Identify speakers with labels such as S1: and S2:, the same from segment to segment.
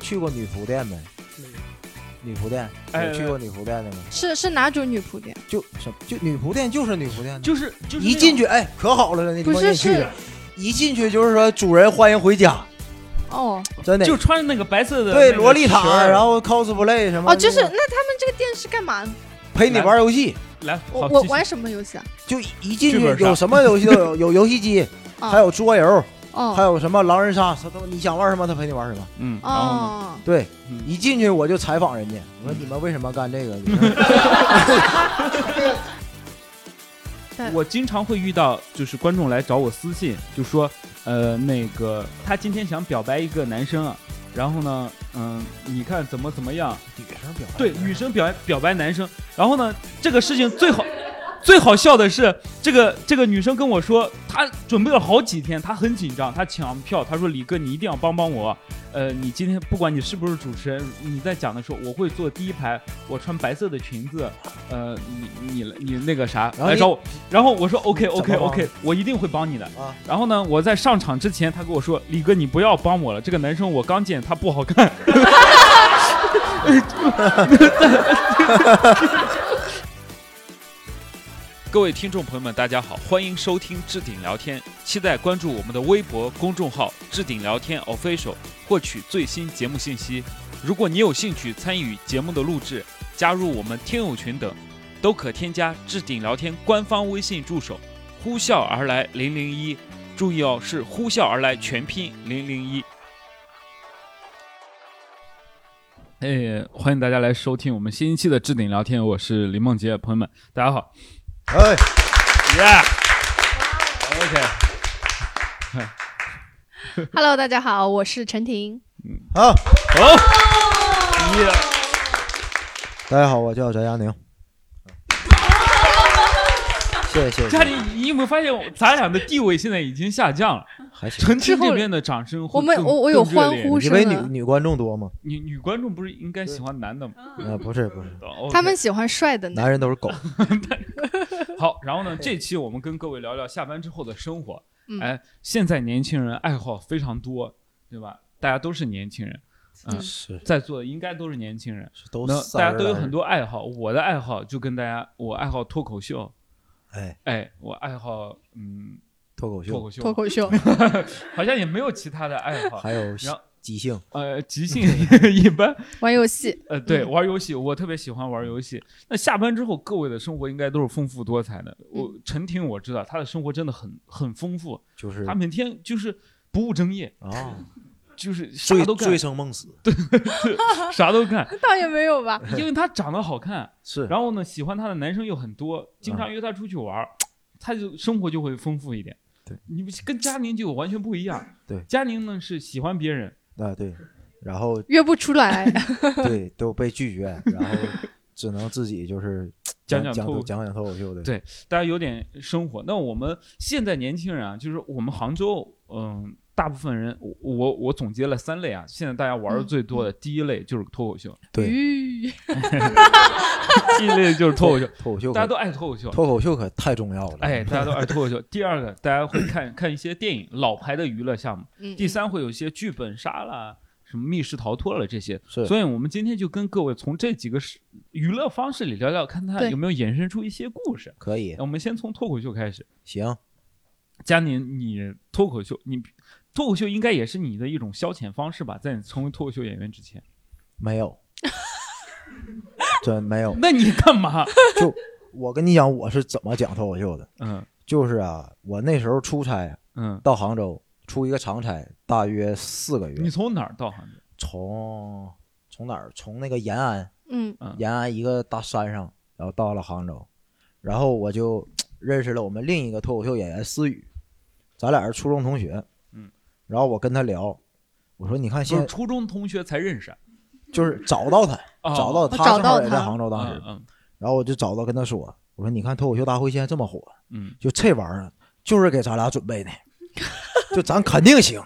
S1: 去过女仆店没？女仆店
S2: 哎
S1: 有去过女仆店的吗？
S3: 是是哪种女仆店？
S1: 就什么就女仆店就是女仆店，
S2: 就是就是
S1: 一进去哎可好了，那地
S3: 不
S1: 方
S3: 是
S1: 你去
S3: 是
S1: 了，一进去就是说主人欢迎回家，
S3: 哦
S1: 真
S2: 那
S1: 的
S2: 种就穿着那个白色的
S1: 对
S2: 那个
S1: 洛丽
S2: 裙
S1: 塔，
S2: 儿
S1: 然后 cosplay 什么
S3: 哦，就是
S1: 那个
S3: 那他们这个店是干嘛？
S1: 陪你玩游戏，
S2: 来
S3: 我
S2: 好
S3: 我
S2: 继续
S3: 玩什么游戏啊？
S1: 就一进
S2: 剧
S1: 去
S2: 本杀
S1: 有什么游戏都有，有游戏机，
S3: 哦
S1: 还有桌游，还
S3: 哦
S1: 有什么狼人杀，他都你想玩什么他陪你玩什么。
S2: 嗯，然后呢
S3: 哦，
S1: 对，
S2: 嗯
S1: 一进去我就采访人家，我说你们为什么干这 个？
S2: 我经常会遇到，就是观众来找我私信，就说，呃，那个他今天想表白一个男生啊，然后呢，嗯、你看怎么怎么样？
S1: 女生表白
S2: 对，女生表白表白男生，然后呢，这个事情最好最好笑的是，这个这个女生跟我说，她准备了好几天，她很紧张，她抢票，她说李哥你一定要帮帮我，呃，你今天不管你是不是主持人，你在讲的时候，我会坐第一排，我穿白色的裙子，呃，你你你那个啥
S1: 然后
S2: 来
S1: 你
S2: 找我，然后我说 OK
S1: 怎么
S2: OK
S1: 帮
S2: OK，我一定会帮你的。
S1: 啊
S2: 然后呢，我在上场之前，他跟我说：“李哥，你不要帮我了，这个男生我刚见，他不好看。”
S4: 各位听众朋友们，大家好，欢迎收听置顶聊天，期待关注我们的微博公众号“置顶聊天 official”，获取最新节目信息。如果你有兴趣参与节目的录制，加入我们听友群等，都可添加置顶聊天官方微信助手“呼啸而来零零一”，注意哦，是“呼啸而来”全拼零零一。
S2: 哎，欢迎大家来收听我们新一期的置顶聊天，我是林梦洁，朋友们，大家好。
S1: 哎，
S2: OK，
S3: ，Hello，大家好，我是陈婷。
S1: 好，
S2: 好，
S1: 大家好，我叫翟佳宁。谢谢谢
S2: 家
S1: 谢，
S2: 里你有没有发现我，咱俩的地位现在已经下降了？
S1: 还行。
S2: 陈
S3: 之
S2: 青
S3: 后
S2: 这边的掌声会
S3: 我们
S2: 更
S3: 我我有
S2: 更热烈
S3: 欢呼
S1: 因
S3: 声
S1: 为女
S3: 啊，
S1: 女观众多嘛？
S2: 女女观众不是应该喜欢男的吗？
S1: 啊，不是不是，
S2: 哦
S3: 他们喜欢帅的呢。
S1: 男人都是狗。
S2: 好，然后呢，这期我们跟各位聊聊下班之后的生活。
S3: 嗯
S2: 哎，现在年轻人爱好非常多，对吧？大家都是年轻人，嗯
S1: 是
S2: 在座的应该都是年轻人，
S1: 是都
S2: 那
S1: 三
S2: 大家
S1: 儿
S2: 都有
S1: 了
S2: 很多爱好。我的爱好就跟大家，我爱好脱口秀，
S1: 哎，
S2: 哎，我爱好嗯
S1: 脱口
S2: 脱
S1: 秀，
S2: 口秀，
S3: 脱口秀，
S1: 嗯
S2: 好像也没有其他的爱好。
S1: 还有
S2: 然后
S1: 即兴，
S2: 呃，即兴一般，
S3: 玩游戏，
S2: 呃，对，
S3: 嗯
S2: 玩游戏，我特别喜欢玩游戏。那下班之后，各位的生活应该都是丰富多彩的。我
S3: 嗯
S2: 陈婷我知道，她的生活真的很很丰富，
S1: 就是
S2: 他每天就是不务正业，
S1: 啊，
S2: 就是啥
S1: 醉
S2: 都 干
S1: 醉，生梦死
S2: 啥都干，
S3: 倒也没有吧。
S2: 因为她长得 好看，
S1: 是。
S2: 然后呢，喜欢她的男生又很多，经
S1: 嗯
S2: 常约她出去玩儿，她就生活就会丰富一点。
S1: 对，
S2: 你跟佳宁就完全不一样。
S1: 对
S2: 佳宁呢是喜欢别人，
S1: 啊对，然后
S3: 约不出来，
S1: 对都被拒绝，然后只能自己就是
S2: 讲
S1: 讲
S2: 讲脱口
S1: 讲讲脱口秀的。
S2: 对大家有点生活。那我们现在年轻人啊，就是我们杭州，嗯。大部分人，我我我总结了三类啊，现在大家玩的最多的，第一类就是脱口秀，
S1: 对，
S3: 咦
S2: 第一类就是脱口秀，
S1: 脱口秀可
S2: 大家都爱脱口秀，
S1: 脱口秀可太重要了。
S2: 哎，大家都爱脱口秀。第二个，大家会 看看一些电影，老牌的娱乐项目。
S3: 嗯，
S2: 第三，会有一些剧本杀啦，什么密室逃脱了这些。
S1: 是
S2: 所以我们今天就跟各位从这几个是娱乐方式里聊聊，看它
S3: 对
S2: 有没有衍生出一些故事。
S1: 可以
S2: 我们先从脱口秀开始。
S1: 行，
S2: 佳宁，你脱口秀，你脱口秀应该也是你的一种消遣方式吧？在你成为脱口秀演员之前，
S1: 没有，真没有。
S2: 那你干嘛？
S1: 就我跟你讲，我是怎么讲脱口秀的，
S2: 嗯
S1: 就是啊，我那时候出差
S2: 嗯，
S1: 到杭州，出一个长差，大约四个
S2: 你
S1: 月，
S2: 从哪儿到杭州？
S1: 从从哪儿？从那个延安，
S3: 嗯
S2: 嗯
S1: 延安一个大山上，然后到了杭州，然后我就认识了我们另一个脱口秀演员思雨，咱俩是初中同学，
S2: 嗯，
S1: 然后我跟他聊，我说你看
S2: 就
S1: 现
S2: 是
S1: 在
S2: 初中同学才认识啊。
S1: 就是找到他，
S2: 哦
S1: 找到
S3: 他
S1: 他
S3: 找
S1: 正好
S3: 到
S1: 也
S3: 他
S1: 在杭州当时，
S2: 嗯嗯
S1: 然后我就找到跟他说，我说你看脱口秀大会现在这么火，
S2: 嗯，
S1: 就这玩意儿就是给咱俩准备的，就咱肯定行，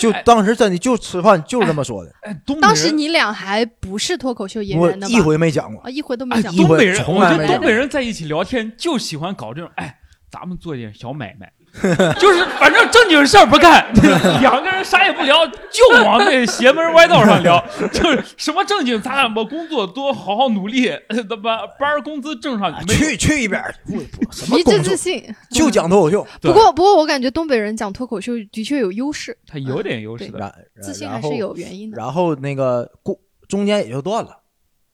S1: 就
S2: 哎
S1: 当时真的就吃饭就是这么说的，
S2: 哎，东北
S3: 当时
S2: 人
S3: 你俩还不是脱口秀演
S1: 我
S3: 员呢吧？
S1: 一回没讲过，
S3: 啊，一回都
S2: 哎
S3: 没讲
S1: 一
S3: 过。
S2: 东北人，
S1: 从
S2: 我
S1: 来
S2: 觉
S1: 没
S2: 得
S1: 讲
S2: 东北人在一起聊天就喜欢搞这种，哎，咱们做一点小买卖，就是 反正正经事儿不干，两个人啥也不聊，就往那邪门歪道上聊，就是什么正经，咱我工作多，好好努力，他妈班儿工资挣上
S1: 啊
S2: 没
S1: 去去一边儿去！不不，什么
S3: 迷之
S1: 工
S3: 自
S1: 作
S3: 信。
S1: 就讲脱口秀，
S2: 对
S3: 不过不过，我感觉东北人讲脱口秀的确有优势，
S2: 他有点优势的，
S1: 然
S3: 自信还
S1: 然
S3: 是
S1: 后
S3: 有原因的。
S1: 然后那个过中间也就断了，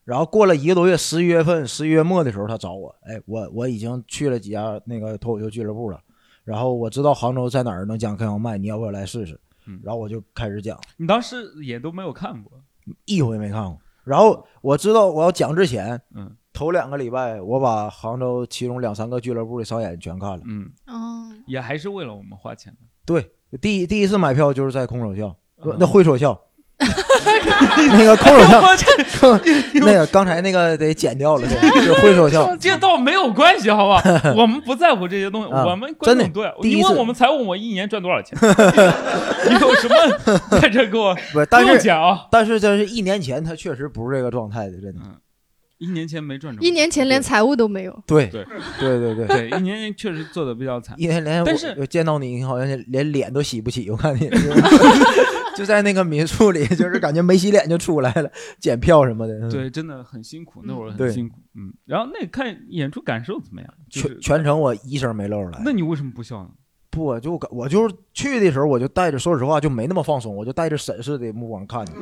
S1: 然后过了一个多月，十一月份、十一月末的时候，他找我，哎，我我已经去了几家那个脱口秀俱乐部了，然后我知道杭州在哪儿能讲开放麦，你要不要来试试
S4: 嗯？
S1: 然后我就开始讲，
S2: 你当时也都没有看过，
S1: 一回没看过。然后我知道我要讲之前，
S4: 嗯，
S1: 头两个礼拜我把杭州其中两三个俱乐部的商演全看了。
S4: 嗯，
S3: 哦，
S2: 也还是为了我们花钱的。
S1: 对，第一第一次买票就是在空手笑，不
S4: 嗯
S1: 那挥手笑， 那个空手 笑，那个刚才那个得剪掉了，是挥手笑。
S2: 这倒没有关系，好吧？ 我们不在乎这些东西，
S1: 啊
S2: 我们观
S1: 真
S2: 众
S1: 的
S2: 对，
S1: 第一
S2: 你
S1: 次
S2: 问我们财务，我一年赚多少钱？ 你有 什么在这给我？
S1: 不是，
S2: 不
S1: 但
S2: 用
S1: 是
S2: 讲啊，
S1: 但是这是一年前，他确实不是这个状态的，真的。
S4: 一年前没赚着，
S3: 一 年前连财务都没有，
S1: 对
S4: 对
S1: 对对对，
S4: 对，一年前确实做的比较惨。
S1: 一年连我
S4: 但是
S1: 我见到你好像连脸都洗不起，我看你就在那个民宿里，就是感觉没洗脸就出来了，检票什么的。，
S4: 对，真的很辛苦，那会儿很
S1: 嗯对
S4: 辛苦。嗯，然后那看演出感受怎么样？就是
S1: 全全程我一声没露出来。
S4: 那你为什么不笑呢？
S1: 不，我就感我就是去的时候，我就带着，说实话就没那么放松，我就带着审视的目光看的，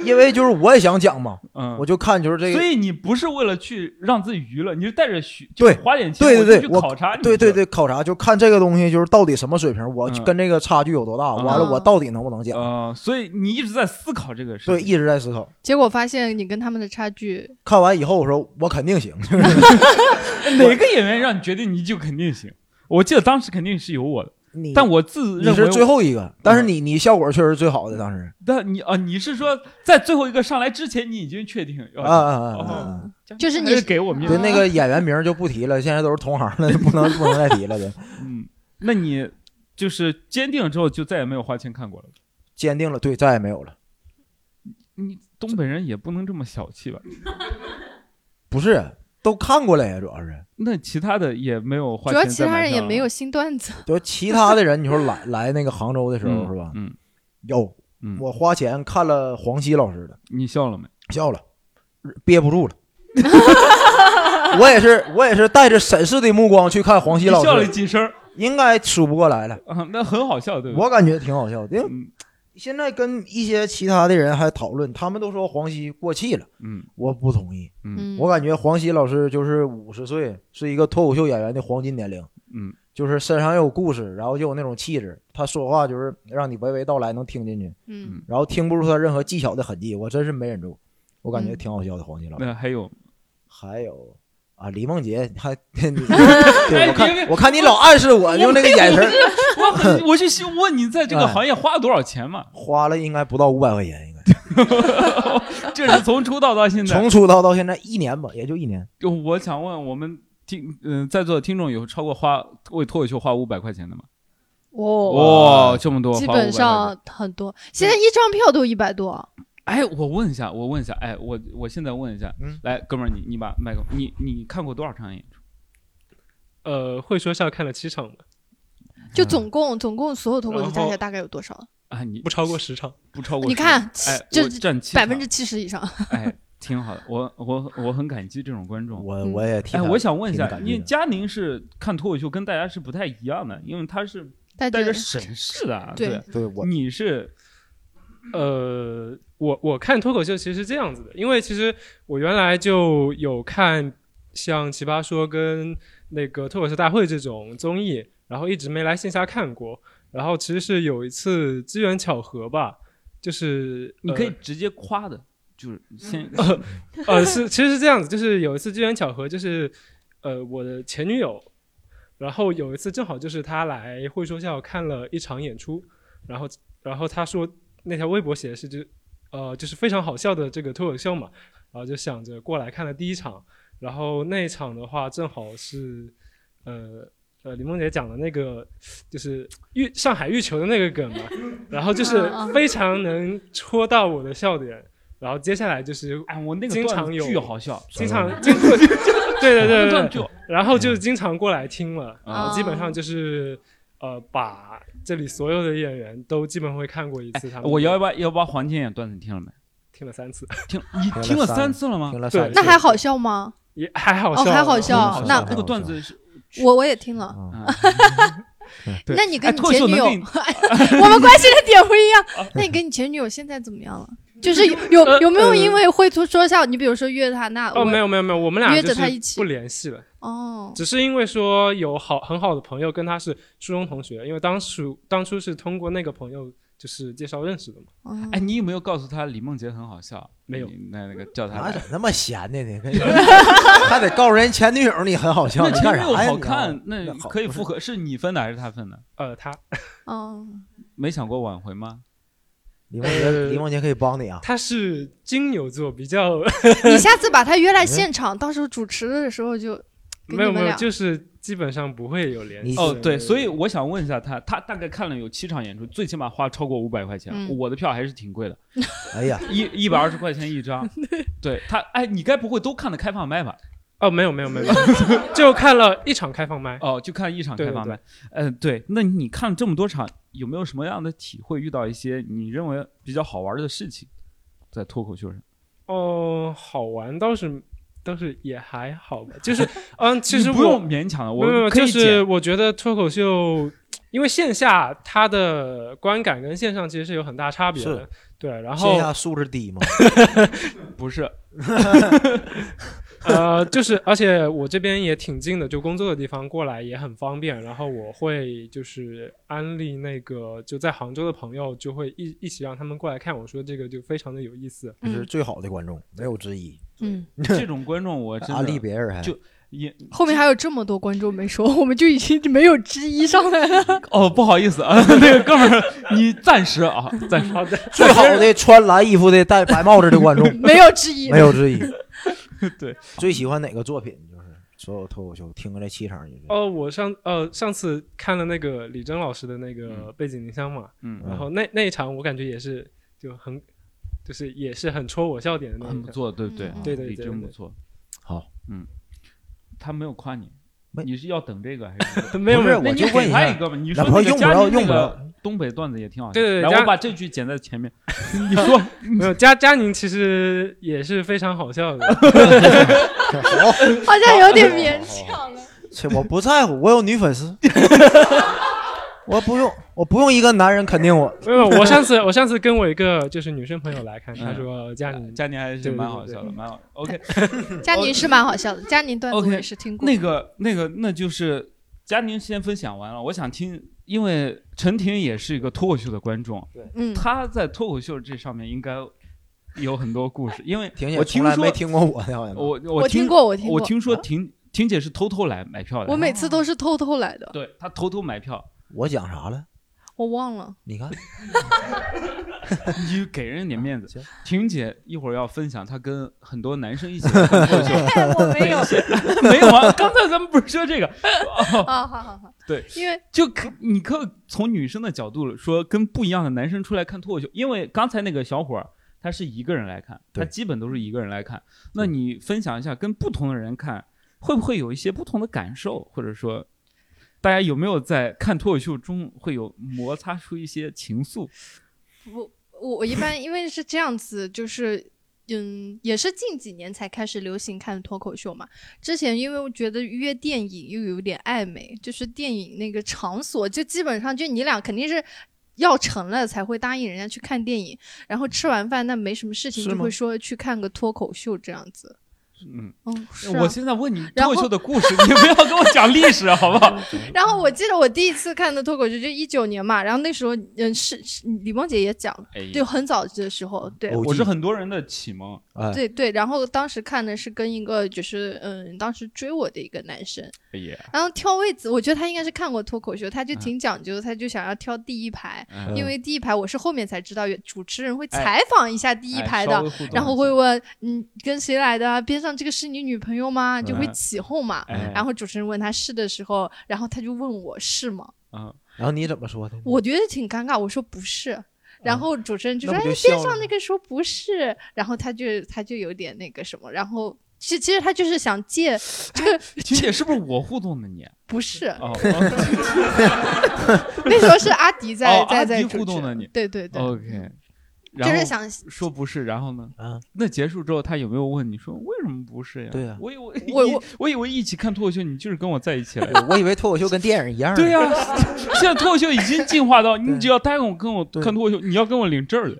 S1: 因因为就是我也想讲嘛，
S4: 嗯，
S1: 我就看就是这
S2: 所
S1: 个，
S2: 以你不是为了去让自己娱乐，你是带着学，
S1: 对
S2: 就是花点钱，
S1: 对对对
S2: 我就去
S1: 我
S2: 考察你，
S1: 对对，对，考察就看这个东西就是到底什么水平，我
S4: 嗯
S1: 跟这个差距有多大，
S4: 嗯
S1: 完了我到底能不能讲，
S2: 嗯啊
S4: 呃，所以你一直在思考这个事情。
S1: 对，一直在思考。
S3: 结果发现你跟他们的差距，
S1: 看完以后，我说我肯定行，
S2: 哪个演员让你决定你就肯定行？我记得当时肯定是有我的，
S1: 你
S2: 但我自
S1: 你
S2: 认为嗯
S1: 是
S2: 我
S1: 最后一个，但是你你效果确实最好的当时，
S2: 但你啊，你是说在最后一个上来之前，你已经确定要
S1: 啊啊啊啊
S2: 哦
S1: 啊！
S3: 就是
S2: 还
S3: 你
S2: 是给我面
S1: 对
S2: 子？
S1: 那个演员名就不提了，现在都是同行了，不能不能再提了，就
S2: 嗯，那你就是坚定了之后，就再也没有花钱看过了。
S1: 坚定了，对，再也没有了。
S4: 你东北人也不能这么小气吧？
S1: 不是，都看过了呀，主要是。
S4: 那其他的也没有花
S3: 主
S4: 钱再买票了，
S3: 要其他人也没有新段子，
S1: 就其他的人，你说来来那个杭州的时候
S4: 嗯，
S1: 是吧？
S4: 嗯，
S1: 有
S4: 嗯，
S1: 我花钱看了黄西老师的，
S4: 你笑了没？
S1: 笑了，憋不住了。 我也是，我也是带着审视的目光去看黄西
S2: 你
S1: 老
S2: 笑了
S1: 师，
S2: 几声儿
S1: 应该数不过来了。
S2: 啊，那很好笑，对不对？
S1: 我感觉挺好笑的，因为
S4: 嗯
S1: 现在跟一些其他的人还讨论，他们都说黄西过气了，
S4: 嗯
S1: 我不同意。
S4: 嗯
S3: 嗯，
S1: 我感觉黄西老师就是五十岁，是一个脱口秀演员的黄金年龄。
S4: 嗯，
S1: 就是身上又有故事，然后又有那种气质，他说话就是让你娓娓道来，能听进去，
S3: 嗯
S1: 然后听不出他任何技巧的痕迹。我真是没忍住，我感觉挺好笑的。黄金老师、
S4: 那还 有
S1: 还有啊，李梦洁，还对
S2: 哎
S1: 我
S2: 别别
S1: 看我看你老暗示我，就那个眼神儿，
S2: 我很，我是问你在这
S1: 哎
S2: 个行业花了多少钱嘛？
S1: 花了应该不到五百块钱，应该
S2: 这是从出道到现在，
S1: 从出道到现在一年吧，也就一年。
S4: 就我想问我们听，嗯、在座的听众有超过花为脱口秀花五百块钱的吗？
S3: 哦，
S4: 哇、这么多，
S3: 基
S4: 花500
S3: 本上很多，现在一张票都一百多，
S4: 块钱。哎，我问一下，我问一下，哎，我我现在问一下，
S1: 嗯
S4: 来，哥们儿，你你把麦克，你你看过多少场演出？
S5: 呃，会说笑看了七场吧，
S3: 就总共总共所有脱口秀加起
S5: 然
S3: 来
S5: 后
S3: 大概有多少？
S4: 啊，你
S5: 不超过十场。
S4: 不超过
S3: 你
S4: 十
S3: 看，
S4: 哎，
S3: 就
S4: 我占七
S3: 百分
S4: 场
S3: 之，七十以上，
S4: 哎，挺好的，我我我很感激这种观众。
S1: 我
S3: 嗯
S1: 我也替
S4: 哎，
S1: 他
S4: 我想问一
S1: 挺
S4: 下，
S1: 感
S4: 因为
S1: 激的
S4: 佳宁是看脱口秀跟大家是不太一样的，因为他是
S3: 但
S4: 带着
S3: 是
S4: 审视的啊，
S3: 对
S4: 对，
S1: 对我
S2: 嗯
S4: 你是
S5: 呃，我我看脱口秀其实是这样子的，因为其实我原来就有看像《奇葩说》跟那个《脱口秀大会》这种综艺，然后一直没来线下看过。然后其实是有一次机缘巧合吧，就是
S4: 你
S5: 呃
S4: 可以直接夸的，就是先
S2: 嗯
S5: 呃，是其实是这样子，就是有一次机缘巧合，就是呃我的前女友，然后有一次正好就是她来会说笑看了一场演出，然后然后她说那条微博写的是就呃就是非常好笑的这个脱口秀嘛，然后就想着过来看了第一场，然后那一场的话正好是呃。呃，李梦洁讲的那个就是欲上海欲求的那个梗嘛，然后就是
S3: 嗯嗯
S5: 非常能戳到我的笑点，然后接下来就是
S4: 哎，我那个
S5: 经
S4: 段
S5: 常
S4: 子
S5: 有
S4: 巨好笑，
S5: 经常经 对对
S4: 那
S5: 对
S4: 个段
S5: 对
S4: 子巨
S5: 对，
S4: 好
S2: 嗯
S3: 哦
S5: 然后就经常过来听了，
S4: 啊
S5: 基本上就是呃把这里所有的演员都基本会看过一次他们的。
S2: 哎我幺八幺八黄金眼段子你听了没？
S5: 听了三次，
S2: 听你听了三次了吗？
S1: 听了
S5: 对
S1: 三次，
S3: 那还好笑吗？
S5: 也还好笑
S3: 哦，
S5: 了，
S3: 还好
S1: 嗯
S3: 笑
S1: 好。
S3: 那
S1: 笑
S2: 那个段子是，啊
S3: 我我也听了。
S1: 嗯
S5: 对
S3: 那你
S2: 哎
S3: 跟你
S2: 脱口秀
S3: 前女友，哎
S2: 能给你
S3: 我们关心的点不一样。那你跟你前女友现在怎么样了？就是有有有没有因为会说说笑，你比如说约她那
S5: 哦，
S3: 我
S5: 没有没有没有，我们俩
S3: 约
S5: 就
S3: 着他
S5: 是
S3: 一起
S5: 不联系了，
S3: 哦，
S5: 只是因为说有好很好的朋友跟他是初中同学，因为当初当初是通过那个朋友就是介绍认识的嘛。
S3: 嗯
S2: 哎，你有没有告诉他李梦洁很好笑？
S5: 没有
S2: 你那那个叫他
S1: 哪
S2: 来
S1: 整。那么闲的呢？ 还得告诉人前女友你很好笑，
S2: 那
S1: 你
S2: 前
S1: 干
S2: 女
S1: 啥
S2: 友
S1: 呀？你啊知
S2: 好
S1: 道吗
S2: 看，啊那
S1: 好
S2: 可以复合，是你分的还是他分的？
S5: 呃，他
S3: 哦，
S2: 没想过挽回吗？
S1: 李梦洁，李梦洁可以帮 你啊。
S5: 他是金牛座，比较
S3: 你下次把她约来现场，到时候主持的时候就给
S5: 没
S3: 你
S5: 有
S3: 们
S5: 没有，
S3: 俩。
S5: 就是基本上不会有联
S1: 你
S5: 系。
S2: 哦，对，所以我想问一下他，他大概看了有七场演出，最起码花超过五百块钱，
S3: 嗯
S2: 我的票还是挺贵的，
S1: 哎呀，
S2: 一一百二十块钱一张。对他，哎，你该不会都看了开放麦吧？
S5: 哦，没有没 有没有， 没有就看了一场开放麦。
S2: 哦，就看一场
S5: 对
S2: 开
S5: 对
S2: 放
S5: 对
S2: 麦。嗯，对，那你看这么多场，有没有什么样的体会？遇到一些你认为比较好玩的事情，在脱口秀上？
S5: 哦，好玩倒是倒是也还好吧，就是嗯，其实
S2: 你不
S5: 我
S2: 用勉强了，
S5: 没有没
S2: 我
S5: 有，
S2: 可以
S5: 就是
S2: 剪。
S5: 我觉得脱口秀，因为线下它的观感跟线上其实是有很大差别的
S1: 是。
S5: 对，然
S1: 线
S5: 后
S1: 下素质低嘛，
S2: 不 是，
S5: 呃，就是而且我这边也挺近的，就工作的地方过来也很方便。然后我会就是安利那个就在杭州的朋友，就会一一起让他们过来看。我说这个就非常的有意思。
S1: 这是
S3: 嗯
S1: 最好的观众，没有之一。
S3: 嗯，
S2: 这种观众我真
S1: 安利
S2: 的
S1: 别人还
S2: 就也
S3: 后面还有这么多观众没说，我们就已经没有之一上来了。
S2: 哦，不好意思啊， 那个哥们儿，你暂时啊，暂时
S5: 好的，
S1: 最好的穿蓝衣服的、戴白帽子的观众
S3: 没有之一，
S1: 没有之一。
S2: 对，
S1: 最喜欢哪个作品？就是所有脱口秀听过这七场，就是
S5: 哦，我上呃上次看了那个李征老师的那个背景音箱嘛，
S2: 嗯，
S5: 然后那那一场我感觉也是就很就是也是很戳我笑点的那
S2: 很
S5: 一
S2: 不
S5: 场。
S2: 错，对不对？
S3: 嗯
S5: 对对
S2: 李
S5: 对
S2: 真
S5: 对
S2: 不错。嗯
S1: 好，
S2: 他没有夸你，
S1: 没
S2: 你是要等这个还是？
S5: 没有
S1: 不
S5: 没
S1: 是
S5: 有，
S1: 我就
S2: 那你
S1: 问
S2: 给
S1: 一
S2: 他
S1: 下
S2: 一个吧，你说
S1: 那不
S2: 那个
S1: 用不
S2: 嘉
S1: 着
S2: 宾那
S1: 用不
S2: 个
S1: 着
S2: 东北段子也挺好笑。
S5: 对对对
S2: 来，
S5: 嘉
S2: 我把这句剪在前面。 你说，
S5: 没有佳佳宁其实也是非常好笑的。
S1: 好，
S3: 好像哦有
S1: 哦
S3: 点 勉强啊了。
S1: 这我不在乎，我有女粉丝， 我不用，我不用一个男人肯定我。
S5: 没有，我上次我上次跟我一个就是女生朋友来看，
S2: 嗯
S5: 她说佳
S3: 嗯
S5: 宁
S2: 佳宁还是
S5: 嗯对对
S2: 蛮
S5: 对
S2: 好
S5: 对
S2: 笑的，蛮好。OK，
S3: 佳宁是蛮好笑的，佳宁段子
S2: OK，
S3: 我也是听过。
S2: 那个那个，那就是佳宁先分享完了，我想听，因为陈婷也是一个脱口秀的观众，
S3: 嗯，
S2: 她在脱口秀这上面应该有很多故事，因为
S1: 婷姐
S2: 我
S1: 从
S2: 听
S1: 来
S2: 说
S1: 没听过我的，好像
S2: 我
S3: 我
S2: 听
S3: 听，过，我听
S2: 我
S3: 过，
S2: 听说婷婷姐是偷偷来买票的，
S3: 我每次都是偷偷来的，
S2: 对她偷偷买票，
S1: 我讲啥了？
S3: 我忘了。
S1: 你 看，
S2: 你给人点面子
S1: 啊行。
S2: 婷姐一会儿要分享她跟很多 男生一起
S3: 我没有
S2: 没有啊，刚才咱们不是说这个，
S3: 啊，好好好，
S2: 对，
S3: 因为
S2: 就可你可从女生的角度说，跟不一样的男生出来看脱口秀，因为刚才那个小伙儿他是一个人来看，他
S1: 对
S2: 基本都是一个人来看。那你分享一下，跟不同的人看，会不会有一些不同的感受，或者说，大家有没有在看脱口秀中会有摩擦出一些情愫？
S3: 我我我一般因为是这样子，就是。嗯，也是近几年才开始流行看脱口秀嘛。之前因为我觉得约电影又有点暧昧，就是电影那个场所，就基本上就你俩肯定是要成了才会答应人家去看电影，然后吃完饭那没什么事情
S1: 是
S3: 就
S1: 吗
S3: 会说去看个脱口秀这样子。
S2: 嗯，
S3: 嗯，是、啊、
S2: 我现在问你
S3: 然
S2: 脱
S3: 后
S2: 口秀的故事，你不要跟我讲历史好不 好？
S3: 然后我记得我第一次看的脱口秀就一九年嘛，然后那时候嗯是是李梦洁也讲
S1: 嗯
S3: 了，
S2: 哎呀
S3: 就很早的时候，对。
S1: 偶
S2: 我是
S1: 记
S2: 很多人的启蒙，
S1: 哎，
S3: 对对，然后当时看的是跟一个就是嗯，当时追我的一个男生，
S2: 哎呀，
S3: 然后挑位子，我觉得他应该是看过脱口秀，他就挺讲究，他就想要挑第一排，
S2: 嗯
S3: 因为第一排我是后面才知道有主持人会
S2: 哎
S3: 采访一下第一
S2: 哎
S3: 排的，
S2: 稍微互动一下
S3: 然后会问嗯跟谁来的啊？边上这个是你女朋友吗？就会
S2: 嗯
S3: 起哄嘛。
S2: 哎
S3: 然后主持人问他是的时候，然后他就问我是吗？
S2: 啊，
S1: 然后你怎么说的？
S3: 我觉得挺尴尬，我说不是，
S2: 嗯
S3: 然后主持人就
S1: 那
S3: 说：“
S1: 不
S3: 哎，
S1: 就
S3: 边
S1: 笑
S3: 上
S1: 了
S3: 那
S1: 吗？
S3: 个说不是。”然后他就他就有点那个什么，然后其其实他就是想借这个，
S2: 婷姐是不是我互动的你？
S3: 不是
S2: 哦，
S3: 那时候是阿迪 在、
S2: 哦
S3: 在
S2: 阿
S3: 在
S2: 迪
S3: 主持
S2: 互动的你
S3: 对对对，
S2: OK，
S3: 就
S2: 然
S3: 是
S2: 后
S3: 想
S2: 说不是，然后呢？
S1: 啊，
S2: 那结束之后，他有没有问你说为什么不是呀？
S1: 对呀啊
S2: 我以为
S3: 我
S2: 一
S3: 我
S2: 我以为一起看脱口秀，你就是跟我在一起 了。
S1: 哎我我以为脱口秀跟电影一样。
S2: 对、呀、现在脱口秀已经进化到你
S1: 对
S2: 只要答应我跟我
S1: 对
S2: 看脱口秀，你要跟我领证儿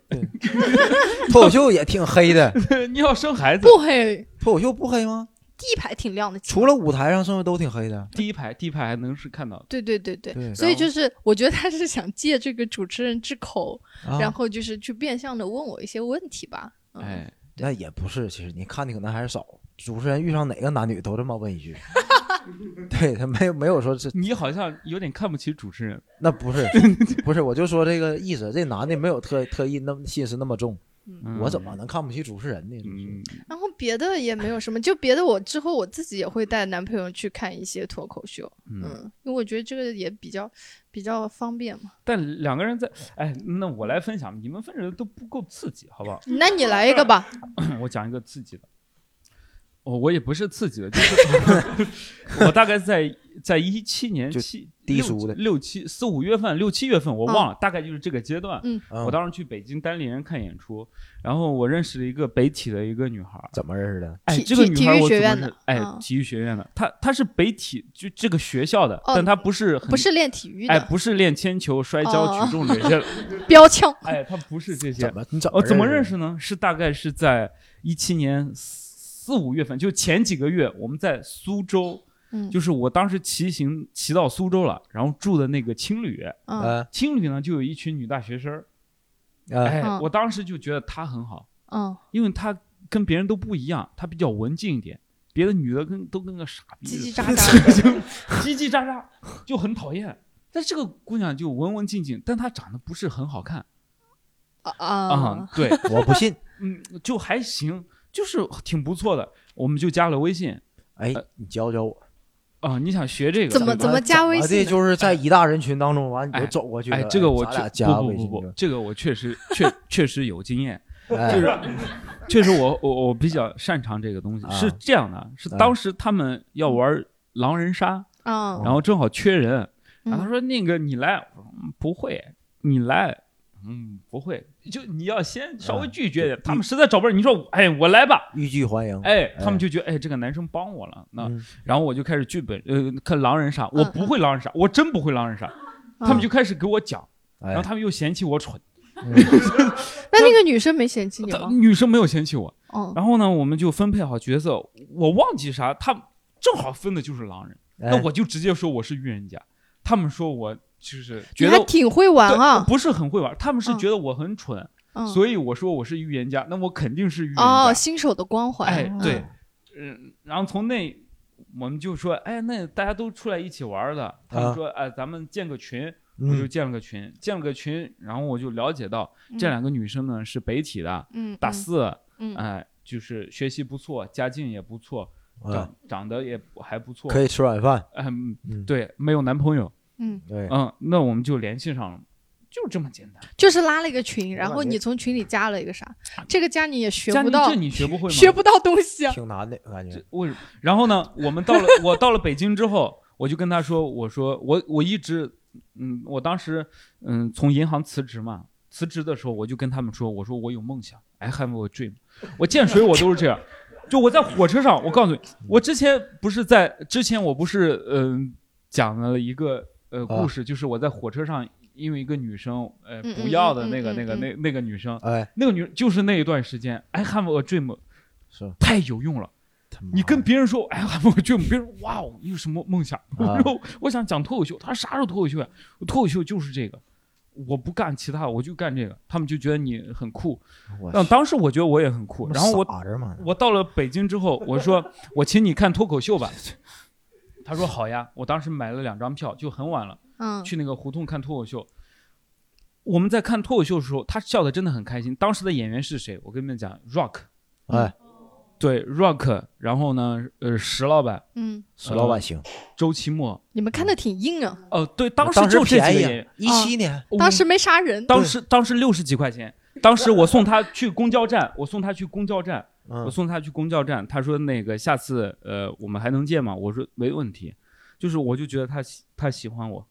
S1: 脱口秀也挺黑的，
S2: 的，你要生孩子。
S3: 不黑，
S1: 脱口秀不黑吗？
S3: 第一排挺亮的，
S1: 除了舞台上，剩下都挺黑的。
S2: 第一排，第一排还能是看到的。
S3: 对对对对，
S1: 对
S3: 所以
S2: 然后
S3: 就是我觉得他是想借这个主持人之口，
S1: 啊、
S3: 然后就是去变相的问我一些问题吧。嗯、
S2: 哎，
S1: 那也不是，其实你看的可能还是少。主持人遇上哪个男女都这么问一 句，对他没有没有说这
S2: 你好像有点看不起主持人。
S1: 那不 是不是，我就说这个意思，这男的没有特特意那么心思那么重，
S2: 嗯
S1: 我怎么能看不起主持人呢？
S2: 嗯，
S3: 然后别的也没有什么，就别的我之后我自己也会带男朋友去看一些脱口秀，
S2: 嗯
S3: 嗯，因为我觉得这个也比较比较方便 嘛。
S2: 但两个人在，哎，那我来分享，你们分享的都不够刺激，好不 好？
S3: 那你来一 个吧，
S2: 我讲一个刺激的。哦，我也不是刺激的，就是 我大概在在一七年
S1: 就
S2: 七
S1: 低俗的
S2: 六六七四五月份六七月份我
S3: 嗯
S2: 忘了，大概就是这个阶段。
S1: 嗯
S2: 我当时去北京单立人看演出，然后我认识了一个北体的一个女孩儿，
S1: 怎么认识的？
S2: 哎，
S3: 体
S2: 这个
S3: 体
S2: 女
S3: 体
S2: 孩
S3: 育
S2: 我
S3: 学
S2: 怎么
S3: 院
S2: 认
S3: 的
S2: 识哎
S3: 嗯，
S2: 体育学院的，她她是北体就这个学校的，
S3: 哦
S2: 但她不是很
S3: 不是练体育的，
S2: 哎，不是练铅球、摔跤、
S3: 哦
S2: 举重这 些，
S3: 标枪。
S2: 哎，她不是这些
S1: 怎。么你怎么
S2: 哦，怎么认
S1: 的？
S2: 识呢？是大概是在一七年四五月份，就前几个月，我们在苏州，
S3: 嗯，
S2: 就是我当时骑行骑到苏州了，然后住的那个青旅，
S3: 嗯
S1: 呃
S2: 青旅呢就有一群女大学生儿，
S1: 呃，
S2: 哎，
S3: 嗯
S2: 我当时就觉得她很好，
S3: 嗯，
S2: 因为她跟别人都不一样，她比较文静一点，别的女的跟都跟个傻逼似
S3: 叽
S2: 的
S3: 叽， 喳喳。
S2: 叽叽喳喳，就很讨厌。但这个姑娘就文文静静，但她长得不是很好看
S3: 啊
S2: 啊、
S3: 啊！
S2: 对，
S1: 我不 信。
S2: 嗯，就还行，就是挺不错的。我们就加了微信
S1: 哎
S2: 呃，
S1: 你教教我
S2: 啊、你想学这个？
S3: 怎么怎么加微
S1: 我这
S3: 信呢？
S1: 就是在一大人群当中，完你
S2: 哎
S1: 就走过去了。
S2: 哎，这个我
S1: 咱
S2: 确
S1: 俩加
S2: 不
S1: 微
S2: 不
S1: 信
S2: 不不
S1: 就，，
S2: 这个我 确实确确实有经验，
S1: 哎
S2: 就是确实我我我比较擅长这个东西。
S1: 啊
S2: 是这样的，是当时他们要玩狼人杀，
S3: 嗯，
S2: 然后正好缺人，然后他
S3: 嗯
S2: 说那个你来，我说嗯不会，你来，嗯不会，就你要先稍微
S1: 嗯
S2: 拒绝一点，
S1: 对嗯
S2: 他们实在找不着，你说哎我来吧，
S1: 欲拒还迎。
S2: 哎，他们就觉得哎这个男生帮我了，那
S1: 嗯
S2: 然后我就开始剧本，呃，看狼人杀，我
S3: 嗯
S2: 不会狼人杀，我真不会狼人杀，他们就开始给我讲，
S1: 哎
S2: 然后他们又嫌弃我蠢，
S3: 那那个女生没嫌弃你
S2: 他
S3: 吗？
S2: 女生没有嫌弃我，
S3: 嗯，
S2: 然后呢，我们就分配好角色，我忘记啥，他们正好分的就是狼人，
S1: 哎
S2: 那我就直接说我是预言家，他们说我就是
S3: 你
S2: 觉
S3: 还
S2: 得。
S3: 挺会玩
S2: 对
S3: 啊。
S2: 不是很会玩，他们是
S3: 嗯
S2: 觉得我很蠢，
S3: 嗯，
S2: 所以我说我是预言家，那我肯定是预言家。
S3: 哦，新手的光环。
S2: 哎，
S3: 嗯
S2: 对，嗯，然后从那我们就说，哎，那大家都出来一起玩的，他们
S1: 啊
S2: 说，哎，咱们建个群，我就
S1: 嗯
S2: 建了个群，建了个群，然后我就了解到
S3: 嗯
S2: 这两个女生呢是北体的，
S3: 嗯，
S2: 大
S3: 嗯
S2: 四，
S3: 嗯
S2: 哎，就是学习不错，家境也不错，
S1: 啊
S2: 长长得也还不错，
S1: 可以吃晚饭。
S2: 嗯，
S1: 嗯，
S2: 对，没有男朋友，
S3: 嗯，
S1: 对，
S2: 嗯，那我们就联系上了，就这么简单。
S3: 就是拉了一个群，然
S1: 感
S3: 后
S1: 觉
S3: 你从群里加了一个啥？这个加你也学
S2: 佳
S3: 不
S2: 宁
S3: 到
S2: 啊这，你学不会吗？
S3: 学不到东西 啊。
S1: 挺难的感觉
S2: 这。为什么？然后呢，我们到了我到了北京之后，我就跟他说，我说我我一直，嗯，我当时嗯从银行辞职嘛，辞职的时候我就跟他们说，我说我有梦想，I have a dream，我见谁我都是这样。就我在火车上，我告诉你，我之前不是在之前我不是嗯、讲了一个呃故事，就是我在火车上因为一个女生呃
S3: 嗯
S2: 不要的
S3: 嗯嗯
S2: 那个
S3: 嗯
S2: 那个
S3: 嗯
S2: 那那个女生，
S1: 哎，
S2: 那个女就是那一段时间，I have a dream
S1: 是
S2: 太有用了。
S1: 他妈
S2: 你跟
S1: 的
S2: 别人说，哎，我梦就别人说哇哦，你有什么梦想？
S1: 啊
S2: 然后我想讲脱口秀，他说啥时候脱口秀呀、脱口秀就是这个，我不干其他，我就干这个。他们就觉得你很酷。
S1: 我
S2: 那当时我觉得我也很酷。然后我
S1: 傻着嘛，
S2: 我到了北京之后，我说我请你看脱口秀吧。他说好呀，我当时买了两张票，就很晚了，
S3: 嗯，
S2: 去那个胡同看脱口秀。我们在看脱口秀的时候，他笑得真的很开心。当时的演员是谁？我跟你们讲，Rock，
S1: 哎，
S2: 对 Rock，然后呢，呃，石老板，
S3: 嗯，
S1: 石老板
S2: 啊
S1: 行，
S2: 周奇墨，
S3: 你们看的挺硬啊，
S2: 呃，对，
S1: 当
S2: 当时就这几个演嗯
S1: 便宜
S2: 员，，
S1: 一七年
S2: 我
S3: 当时没啥人。
S2: 当时当时六十几块钱，当时我送他去公交站，我送他去公交站，
S1: 嗯
S2: 我送他去公交站，他说那个下次呃我们还能见吗？我说没问题，就是我就觉得他喜他喜欢我，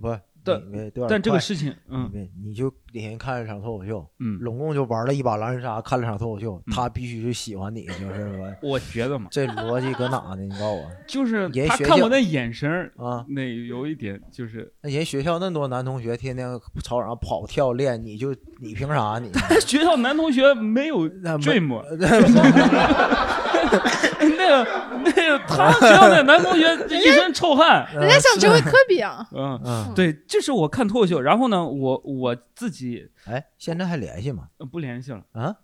S1: 不，
S2: 但
S1: 你对吧
S2: 但这个
S1: 快
S2: 事情，嗯
S1: 对，你就连天看了场脱口秀，
S2: 嗯，
S1: 拢共就玩了一把狼人杀，看了场脱口秀，
S2: 嗯
S1: 他必须是喜欢你，就是说
S2: 我觉得嘛，
S1: 这逻辑搁哪呢？你告诉我，
S2: 就是
S1: 也
S2: 他
S1: 学
S2: 看
S1: 校
S2: 我那眼神儿，
S1: 啊，
S2: 那有一点 就是，
S1: 那人学校那么多男同学，天天操场上跑跳练，你就你凭啥啊 你？嗯
S2: 学校男同学没有
S1: 那没
S2: dream，那个那个他学校的男同学一身臭汗，
S1: 人
S3: 人家想成为科 比啊，
S2: 嗯，
S1: 嗯，
S2: 对，这是我看脱口秀，然后呢，我我自己
S1: 哎，现在还联系吗？
S2: 呃不联系了，
S1: 啊，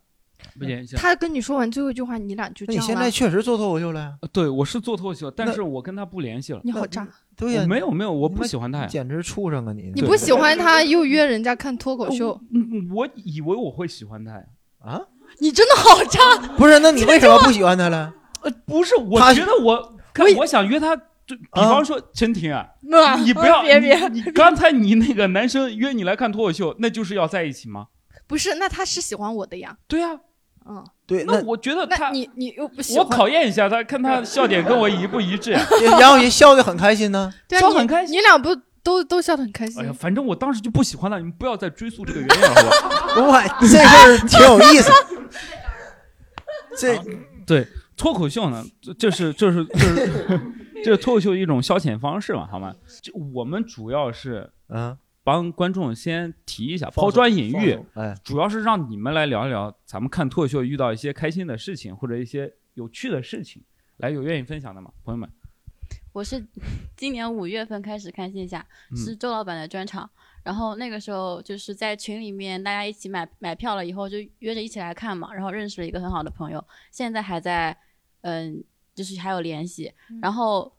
S2: 不联系了。
S3: 他跟你说完最后一句话，你俩就
S1: 那
S3: 这
S1: 你
S3: 样
S1: 现
S3: 了
S1: 在确实做脱口秀了呀？
S2: 呃对，我是做脱口秀，但
S1: 那
S2: 是我跟他不联系了。
S3: 你好渣，
S1: 对呀
S2: 我，没有没有，我不
S1: 那
S2: 喜欢他呀。
S1: 简直畜生啊你！
S3: 你不喜欢他又约人家看脱口秀，
S2: 嗯，我以为我会喜欢他呀。
S1: 啊？
S3: 你真的好渣。
S1: 不是，那你为什么不喜欢他了？
S2: 呃，不是，我
S1: 他
S2: 觉得我看
S3: 我也
S2: 我想约他，就比
S1: 啊
S2: 方说陈婷啊，
S3: 那
S2: 你不要
S3: 嗯别别，
S2: 你你刚才你那个男生约你来看脱口秀，那就是要在一起吗？
S3: 不是，那他是喜欢我的呀，
S2: 对呀，
S3: 嗯，
S1: 对，
S2: 那
S1: 那
S2: 我觉得
S3: 那
S2: 他，
S3: 你你又不喜
S2: 我
S3: 欢，
S2: 考验一下他，看他笑点跟我一不一致 呀。
S1: 然后人笑得很开心呢。
S3: 对
S2: 笑
S3: 啊，
S2: 很
S3: 你
S2: 开心
S3: 你俩不都都笑得很开心
S2: 哎呀，？反正我当时就不喜欢他，你们不要再追溯这个原因了，好不好？
S1: 我这事儿挺有意思。这
S2: 对，脱口秀呢，这这是这是这是 这是脱口秀一种消遣方式嘛，好吗？就我们主要是
S1: 嗯，
S2: 帮观众先提一下，
S1: 放
S2: 抛
S1: 松
S2: 砖引玉，，
S1: 哎，
S2: 主要是让你们来聊一聊咱们看脱口秀遇到一些开心的事情或者一些有趣的事情。来，有愿意分享的吗，朋友们？
S6: 我是今年五月份开始看线下，
S2: 嗯
S6: 是周老板的专场。然后那个时候就是在群里面大家一起买买票了以后，就约着一起来看嘛。然后认识了一个很好的朋友，现在还在，嗯，就是还有联系。然后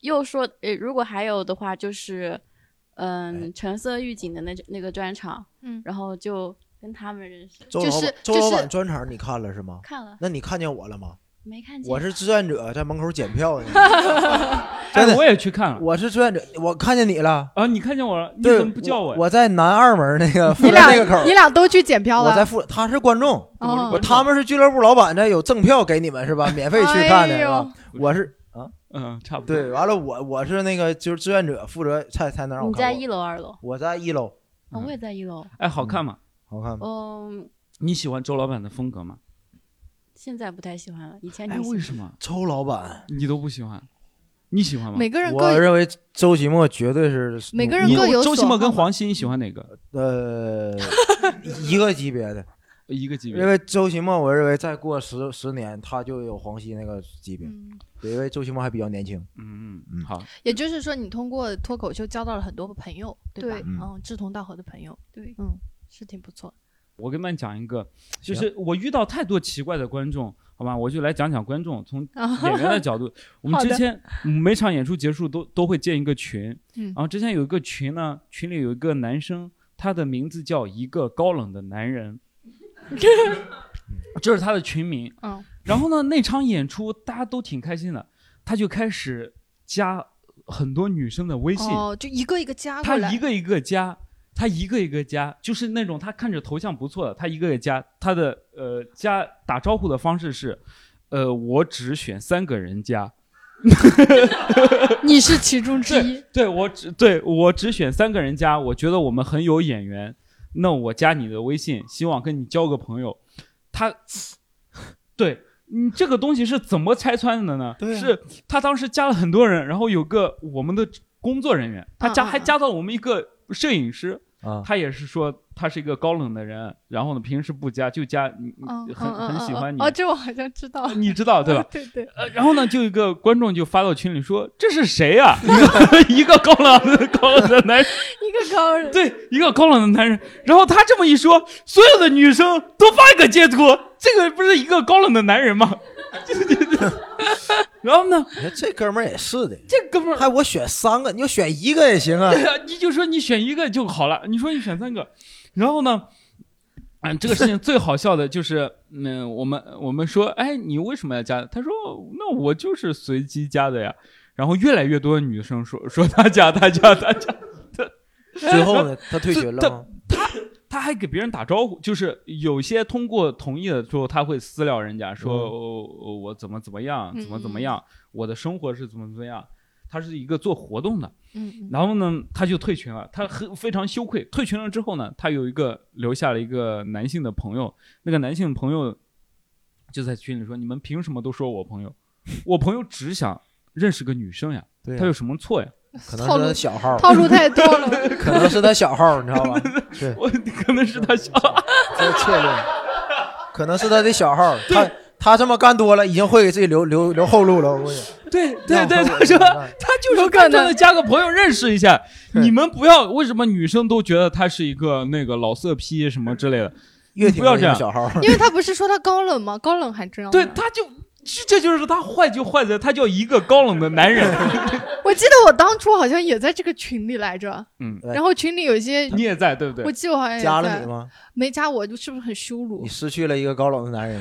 S6: 又说，呃，如果还有的话，就是，
S1: 哎
S6: 嗯，橙色预警的那那个专场，
S3: 嗯
S6: 然后就跟他们认识，
S1: 周
S3: 就
S1: 老
S3: 是
S1: 板，周
S3: 就
S1: 老
S3: 是
S1: 板专场你看了是吗？
S6: 看了
S1: 那你看见我了吗？
S6: 没看见？
S1: 我是志愿者，在门口检票呢。真
S2: 哎，
S1: 的
S2: 我，也去看了
S1: 我是志愿者，我看见你了。
S2: 啊！你看见我了？你
S1: 对，
S2: 怎么不叫
S1: 我
S2: 呀？
S1: 在南二门那个
S3: 你
S1: 富
S3: 俩
S1: 那个口
S3: 你
S1: 儿，
S3: 俩都去检票
S1: 我在
S3: 了，
S1: 富，他是观众，
S3: 哦
S1: 我他们是俱乐部老板这有赠票给你们是吧？免费去看的
S3: 哎
S1: 是吧
S3: 呦？
S1: 我是
S2: 嗯，差不 多。
S1: 对，完了我我是那个就是志愿者，负责菜菜能让我
S6: 你
S1: 看
S6: 在
S1: 过嗯
S6: 一楼二楼？
S1: 我在一楼，
S6: 哦，我也在一楼。
S2: 哎，好看吗？
S1: 好看吗？
S3: 哦
S6: 嗯，
S2: 你喜欢周老板的风格吗？
S6: 现在不太喜欢了，以前
S2: 哎，
S6: 挺喜
S2: 为
S6: 欢。
S2: 什么
S1: 周老板，
S2: 你都不喜欢？你喜欢吗？
S3: 每个人
S1: 我
S3: 各
S1: 认为周奇墨绝对是
S3: 每个人
S2: 你
S3: 各有
S2: 周
S3: 所
S2: 奇墨跟
S3: 好嘛
S2: 黄西，你喜欢哪个？
S1: 呃一个级别的，
S2: 一个级别
S1: 因？为周奇墨，我认为再过十十年他就有黄西那个级别，
S3: 嗯，
S1: 对因为周奇墨还比较年轻。
S2: 嗯嗯，
S1: 嗯
S2: 好，
S3: 也就是说，你通过脱口秀交到了很多朋友，对吧？
S6: 对
S1: 嗯
S3: 嗯，志同道合的朋友，
S6: 对，
S3: 嗯，是挺不错的。
S2: 我跟你们讲一个，就是我遇到太多奇怪的观众，好吧，我就来讲讲观众。 从演员的角度，我们
S3: 好
S2: 之
S3: 的
S2: 前每场演出结束都都会建一个群，
S3: 嗯
S2: 然后之前有一个群呢，群里有一个男生，他的名字叫一个高冷的男 人，这是他的群名。
S3: 嗯，
S2: 然后呢，那场演出大家都挺开心的，他就开始加很多女生的微信。
S3: 哦，就一个一个加过
S2: 他
S3: 来
S2: 一，个一个加，他一个一个加，就是那种他看着头像不错的，他一个一个加。他的呃加打招呼的方式是，呃，我只选三个人加，
S3: 你是其中之一。
S2: 对我只对我只选三个人加，我觉得我们很有眼缘，那我加你的微信，希望跟你交个朋友。他， 对。你这个东西是怎么拆穿的呢？
S1: 对啊
S2: 是他当时加了很多人，然后有个我们的工作人员，他加、
S3: 嗯嗯
S2: 还加到了我们一个摄影师，
S1: 啊，
S2: 他也是说他是一个高冷的人，然后呢平时不加就加你，
S3: 嗯
S2: 你
S3: 嗯
S2: 很
S3: 嗯
S2: 很喜
S3: 嗯
S2: 欢你
S3: 哦，，这我好像知道，
S2: 你知道对吧？
S3: 对对，
S2: 呃，然后呢就有一个观众就发到群里说这是谁啊？一个 一个高冷的高冷的男人，
S3: 一个高人，
S2: 对，一个高冷的男人。然后他这么一说，所有的女生都发一个截图，这个不是一个高冷的男人吗？ 然后呢，
S1: 你看这哥们儿也是的，
S2: 这哥们儿
S1: 还我选三个，你就选一个也行 啊。
S2: 对呀、你就说你选一个就好了，你说你选三个，然后呢，嗯，这个事情最好笑的就是，嗯，我们我们说，哎，你为什么要加？他说，那我就是随机加的呀。然后越来越多的女生说说他加他加他加，
S1: 最后呢，他退群了吗？
S2: 他还给别人打招呼，就是有些通过同意了之后，他会私聊人家说、
S5: 嗯
S2: 哦哦我怎么怎么样，
S3: 嗯
S2: 怎么怎么样，我的生活是怎么怎么样。他是一个做活动的，
S3: 嗯，
S2: 然后呢，他就退群了，他很非常羞愧。退群了之后呢，他有一个留下了一个男性的朋友，那个男性朋友就在群里说：“你们凭什么都说我朋友？我朋友只想认识个女生呀，
S1: 对啊
S2: 他有什么错呀？
S1: 可能
S3: 套
S1: 是
S3: 路
S1: 他小号，
S3: 套路太多 了。
S1: 可能是他小号，你知道吧？对，
S2: 我可能是他想
S1: 这确定， 可能是他的小号，他他这么干多了，已经会给自己留留留后路了。我估计，
S2: 对啊对对，
S1: 那
S2: 他
S1: 我
S2: 说
S1: 那我
S2: 他就是干脆的加个朋友认识一下。
S1: 对
S2: 你们不要为什么女生都觉得他是一个那个老色批什么之类的？
S1: 越
S2: 你
S1: 听
S2: 不要
S1: 越
S2: 这样
S1: 小号，
S3: 因为他不是说他高冷吗？高冷还这样。
S2: 对，，他就这这就是他坏就坏在他叫一个高冷的男人。
S3: 我记得我当初好像也在这个群里来着，
S2: 嗯
S1: 对
S3: 然后群里有一些，
S2: 你也在对不
S3: 我
S2: 对？
S3: 记得我好像也
S1: 加了
S3: 在
S1: 你吗？
S3: 没加我，就是不是很羞辱
S1: 你？失去了一个高冷的男人。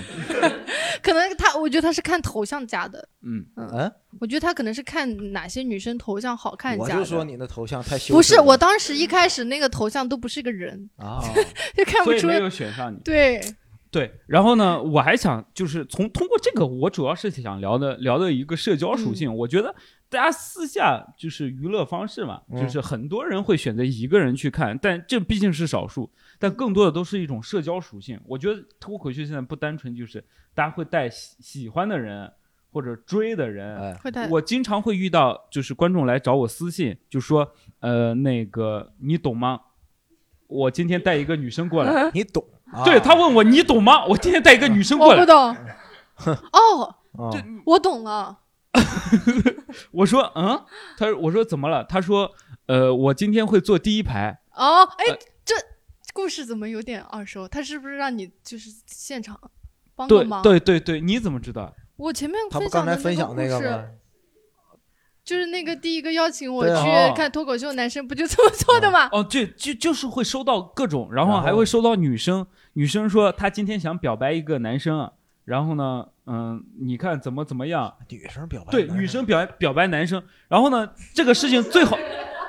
S3: 可能他，我觉得他是看头像加的，
S2: 嗯，
S1: 嗯，
S3: 我觉得他可能是看哪些女生头像好看
S1: 我
S3: 加的。
S1: 就说你的头像太羞耻了。
S3: 不是，我当时一开始那个头像都不是个人，
S1: 啊，
S3: 就看不
S2: 所以
S3: 出
S2: 没。有选上你。
S3: 对，
S2: 对，然后呢，我还想就是从通过这个，我主要是想聊的聊的一个社交属
S1: 嗯
S2: 性。我觉得大家私下就是娱乐方式嘛，
S1: 嗯
S2: 就是很多人会选择一个人去看，但这毕竟是少数，但更多的都是一种社交属性。我觉得脱口秀现在不单纯就是大家会带喜喜欢的人或者追的人，
S1: 哎，
S3: 会带
S2: 我经常会遇到，就是观众来找我私信，就说，呃，那个你懂吗？我今天带一个女生过来，
S1: 你懂啊？
S2: 对他问我你懂吗？ 我今天带一个女生过
S3: 我
S2: 来
S3: 不，懂。哦，
S1: 啊
S2: 这
S3: 我懂了。
S2: 我说嗯，他我说怎么了？他说，呃，我今天会坐第一排，
S3: 哦，哎
S2: 呃，
S3: 这故事怎么有点耳熟？他是不是让你就是现场帮个
S2: 对
S3: 哦忙？
S2: 对对对，你怎么知道？
S3: 我前面
S1: 他不
S3: 分
S1: 刚
S3: 享
S1: 才
S3: 的
S1: 分享
S3: 那
S1: 那
S3: 个
S1: 个
S3: 故事，
S1: 吗？
S3: 就是那个第一个邀请我
S1: 对啊嗯
S2: 哦
S3: 去看脱口秀男生，不就这么做 的吗？
S2: 哦，这就就是会收到各种，然后
S1: 然后
S2: 还会收到女生，女生说她今天想表白一个男生，啊然后呢，嗯，你看怎么怎么样。
S1: 女生表白，
S2: 对，女生表表白男生，然后呢，这个事情最好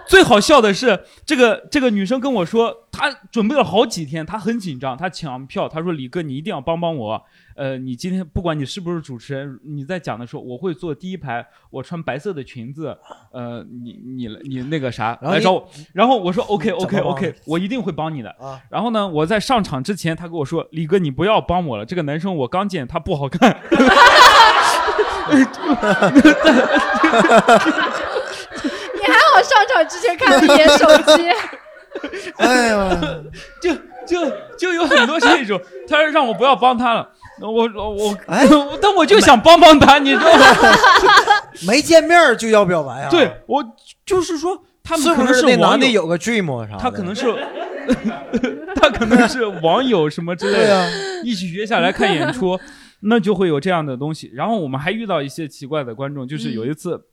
S2: 最好笑的是，这个这个女生跟我说，她准备了好几天，她很紧张，她抢票，她说李哥你一定要帮帮我，呃，你今天不管你是不是主持人，你在讲的时候，我会坐第一排，我穿白色的裙子，呃，你你你那个啥
S1: 然后
S2: 来
S1: 你
S2: 找我，然后我说 OK OK
S1: 怎么帮
S2: OK，我一定会帮你的。
S1: 啊，
S2: 然后呢，我在上场之前，他跟我说：“李哥，你不要帮我了，这个男生我刚见，他不好看。”
S3: 你还好上场之前看了一眼手 机，
S1: 哎呀，
S2: 就就就有很多这种，他说让我不要帮他了，我我我，
S1: 哎
S2: 但我就想帮帮他，你知道吗？
S1: 没见面儿就要表白啊？
S2: 对，我就是说，他们
S1: 是
S2: 可
S1: 不
S2: 能
S1: 那男
S2: 网
S1: 的
S2: 友，
S1: 有个 dream 啥的？
S2: 他可能是， 他可能是网友什么之类
S1: 对啊
S2: 的，
S1: 呀，
S2: 一起约下来看演出，那就会有这样的东西。然后我们还遇到一些奇怪的观众，就是有一
S1: 嗯
S2: 次。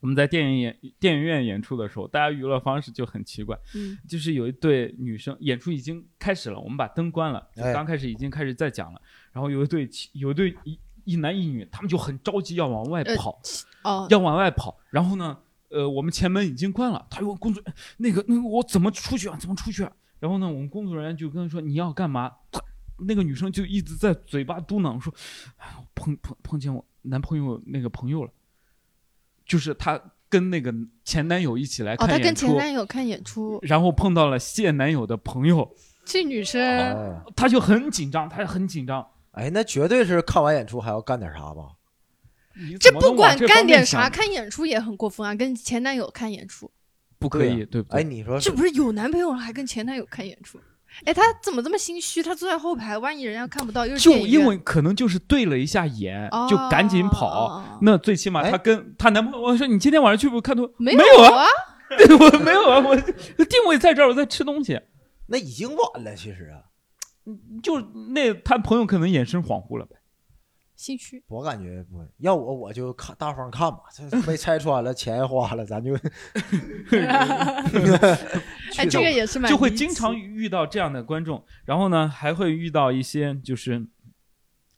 S2: 我们在电影演电影院演出的时候，大家娱乐方式就很奇怪，
S3: 嗯
S2: 就是有一对女生演出已经开始了，我们把灯关了，就
S1: 哎
S2: 刚开始已经开始在讲了，然后有一对情有一对一一男一女，他们就很着急要往外
S3: 呃
S2: 跑，
S3: 哦，
S2: 要往外跑，然后呢，呃，我们前门已经关了，他又问工作那个那个我怎么出去啊？怎么出去啊？然后呢，我们工作人员就跟他说你要干嘛？他那个女生就一直在嘴巴嘟囔说，哎，我碰碰碰见我男朋友那个朋友了，就是她跟那个前男友一起来
S3: 哦，
S2: 看
S3: 他
S2: 演出。
S3: 跟前男友看 演出，
S2: 然后碰到了现男友的朋友，
S3: 这女
S2: 哦
S3: 生
S1: 哎
S2: 他就很紧张，他很紧张。
S1: 哎，那绝对是看完演出还要干点啥吧？
S2: 你
S3: 这
S2: 怎么
S3: 不
S2: 能往
S3: 管
S2: 这
S3: 干
S2: 方面
S3: 点啥，
S2: 想，
S3: 看演出也很过分啊！跟前男友看演出，
S2: 不可以，对不
S1: 哎，
S2: 对？
S1: 你说
S3: 这不是有男朋友了还跟前男友看演出？哎，他怎么这么心虚？他坐在后排，万一人家看不到，又是
S2: 就
S3: 电影
S2: 因
S3: 院
S2: 为可能就是对了一下眼
S3: 哦，
S2: 就赶紧跑。
S3: 哦
S2: 那最起码
S1: 哎
S2: 她跟她男朋友我说：“你今天晚上去不看 图？”
S3: 没
S2: 有啊，
S3: 啊，
S2: 我没有啊，我定位在这儿，我在吃东西。
S1: 那已经晚了，其实啊，
S2: 就那她朋友可能眼神恍惚了呗。
S3: 心虚。
S1: 我感觉不会，要我我就看大方看吧，这被拆穿了，钱也花了，咱就
S3: 哎，
S1: 去
S3: 这
S1: 吧
S3: 个也是蛮
S2: 就会
S3: 离
S2: 经
S3: 奇
S2: 常遇到这样的观众，然后呢，还会遇到一些就是，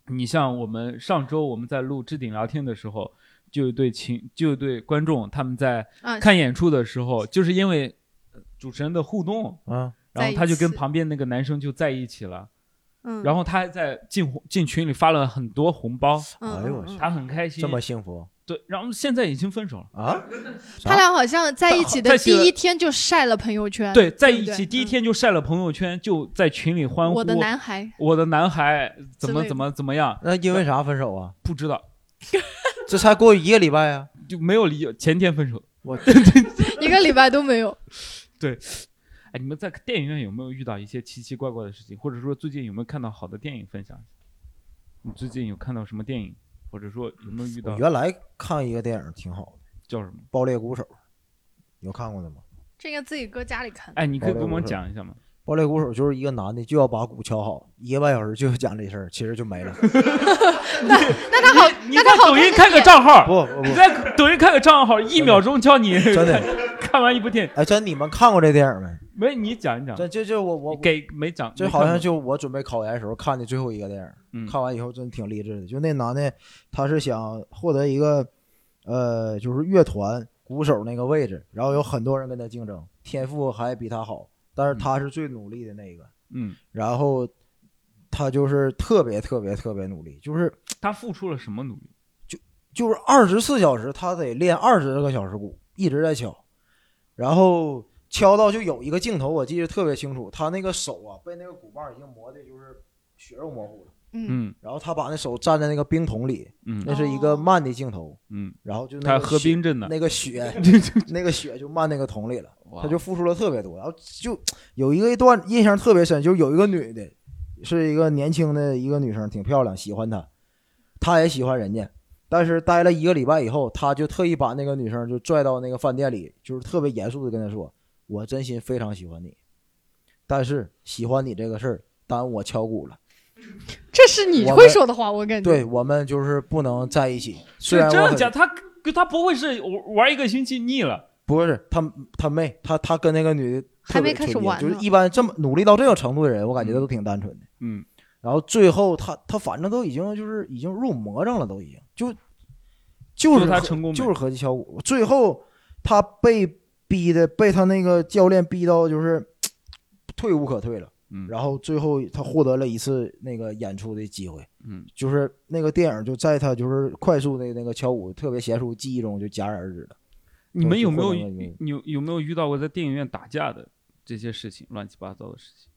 S2: 你像我们上周我们在录置顶聊天的时候，就有对情就有对观众他们在
S3: 啊，
S2: 看演出的时候，就是因为呃主持人的互动，
S1: 啊，
S2: 然后他就跟旁边那个男生就在一起了，
S3: 嗯，
S2: 然后他还在进红进群里发了很多红包，
S3: 嗯，
S1: 哎呦我
S3: 嗯
S1: 去
S3: 嗯
S2: 他很开心。
S1: 这么幸福
S2: 对，然后现在已经分手了。
S1: 啊？
S3: 他俩好像在一起
S2: 在
S3: 的
S2: 一起的
S3: 第一天就晒了朋友圈，
S2: 对，在
S3: 不
S2: 一
S3: 嗯对
S2: 起第一天就晒了朋友圈，就在群里欢呼
S3: 我的男孩，
S2: 我的男孩怎
S3: 之类
S2: 么
S3: 的
S2: 怎么怎么样，
S1: 那因为啥分手啊？
S2: 不知道
S1: 这才过一个礼拜呀、
S2: 就没有理由。前天分手。
S3: 一个礼拜都没有。
S2: 哎，你们在电影院有没有遇到一些奇奇怪怪的事情，或者说最近有没有看到好的电影分享？你最近有看到什么电影，或者说有没有遇
S1: 我
S2: 到
S1: 原来看一个电影挺好的，《
S2: 叫什么？
S1: 爆裂鼓手》，有看过的吗？
S3: 这个自己搁家里看，
S2: 哎，你可以
S1: 好嘞
S2: 跟
S1: 我
S2: 我们
S1: 说
S2: 讲一下吗？
S1: 《爆裂鼓手》就是一个男的就要把鼓敲好，一个半小时就讲这事儿，其实就没了。
S3: 那他好，
S2: 你
S3: 那他
S2: 在
S3: 好
S2: 抖音开个账号，
S1: 不不
S2: 你
S1: 不，
S2: 在抖音开个账号，一秒钟教你
S1: 真的，
S2: 看完一部电影。
S1: 哎，真你们看过这电影没？
S2: 没，你讲一讲。
S1: 这这这我我
S2: 给没讲，
S1: 这
S2: 没
S1: 好
S2: 看
S1: 像
S2: 过
S1: 就我准备考研的时候看的最后一个电影，
S2: 嗯
S1: 看完以后真挺励志的。就那男的，他是想获得一个，呃，就是乐团鼓手那个位置，然后有很多人跟他竞争，天赋还比他好，但是他是最努力的那个，
S2: 嗯，
S1: 然后他就是特别特别特别努力，就是
S2: 他付出了什么努力？
S1: 就是二十四小时，他得练二十个小时鼓，一直在敲，然后敲到就有一个镜头，我记得特别清楚，他那个手啊被那个鼓棒已经磨的，就是血肉模糊了。
S3: 嗯，
S2: 嗯
S1: 然后他把那手蘸在那个冰桶里，
S2: 嗯
S1: 那是一个慢的镜头，
S2: 嗯，
S1: 然后就那
S2: 他
S1: 个
S2: 喝
S1: 血
S2: 冰镇的，
S1: 那个血， 那个血就漫那个桶里了。
S4: 哇
S1: 他就付出了特别多，然后就有一个一段印象特别深，就是有一个女的，是一个年轻的一个女生，挺漂亮，喜欢他，他也喜欢人家，但是待了一个礼拜以后，他就特意把那个女生就拽到那个饭店里，就是特别严肃的跟她说：“我真心非常喜欢你，但是喜欢你这个事儿耽误我敲鼓了，
S3: 这是你
S1: 我
S3: 会
S1: 们
S3: 说的话，我感觉。
S1: 对我们就是不能在一起。”虽
S2: 是
S1: 然
S2: 真
S1: 我
S2: 的
S1: 很
S2: 假的？他他不会是玩玩一个星期腻了？
S1: 不是他他妹他他跟那个女的特
S3: 还没
S1: 别
S3: 开始
S1: 纯洁
S3: 玩
S1: 就是
S3: 呢
S1: 一般这么努力到这种程度的人，我感觉都挺单纯的。
S2: 嗯，
S1: 然后最后他他反正都已经就是已经入魔怔了，都已经就就是
S2: 他
S1: 和
S2: 成功没
S1: 就是合计敲鼓。最后他被逼的被他那个教练逼到就是退无可退了。
S2: 嗯
S1: 然后最后他获得了一次那个演出的机会。
S2: 嗯，
S1: 就是那个电影就在他就是快速的那个敲鼓特别娴熟记忆中就戛然而止了。
S2: 你们有
S1: 就
S2: 没有
S1: 会那个
S2: 有有没有遇到过在电影院打架的这些事情，乱七八糟的事情，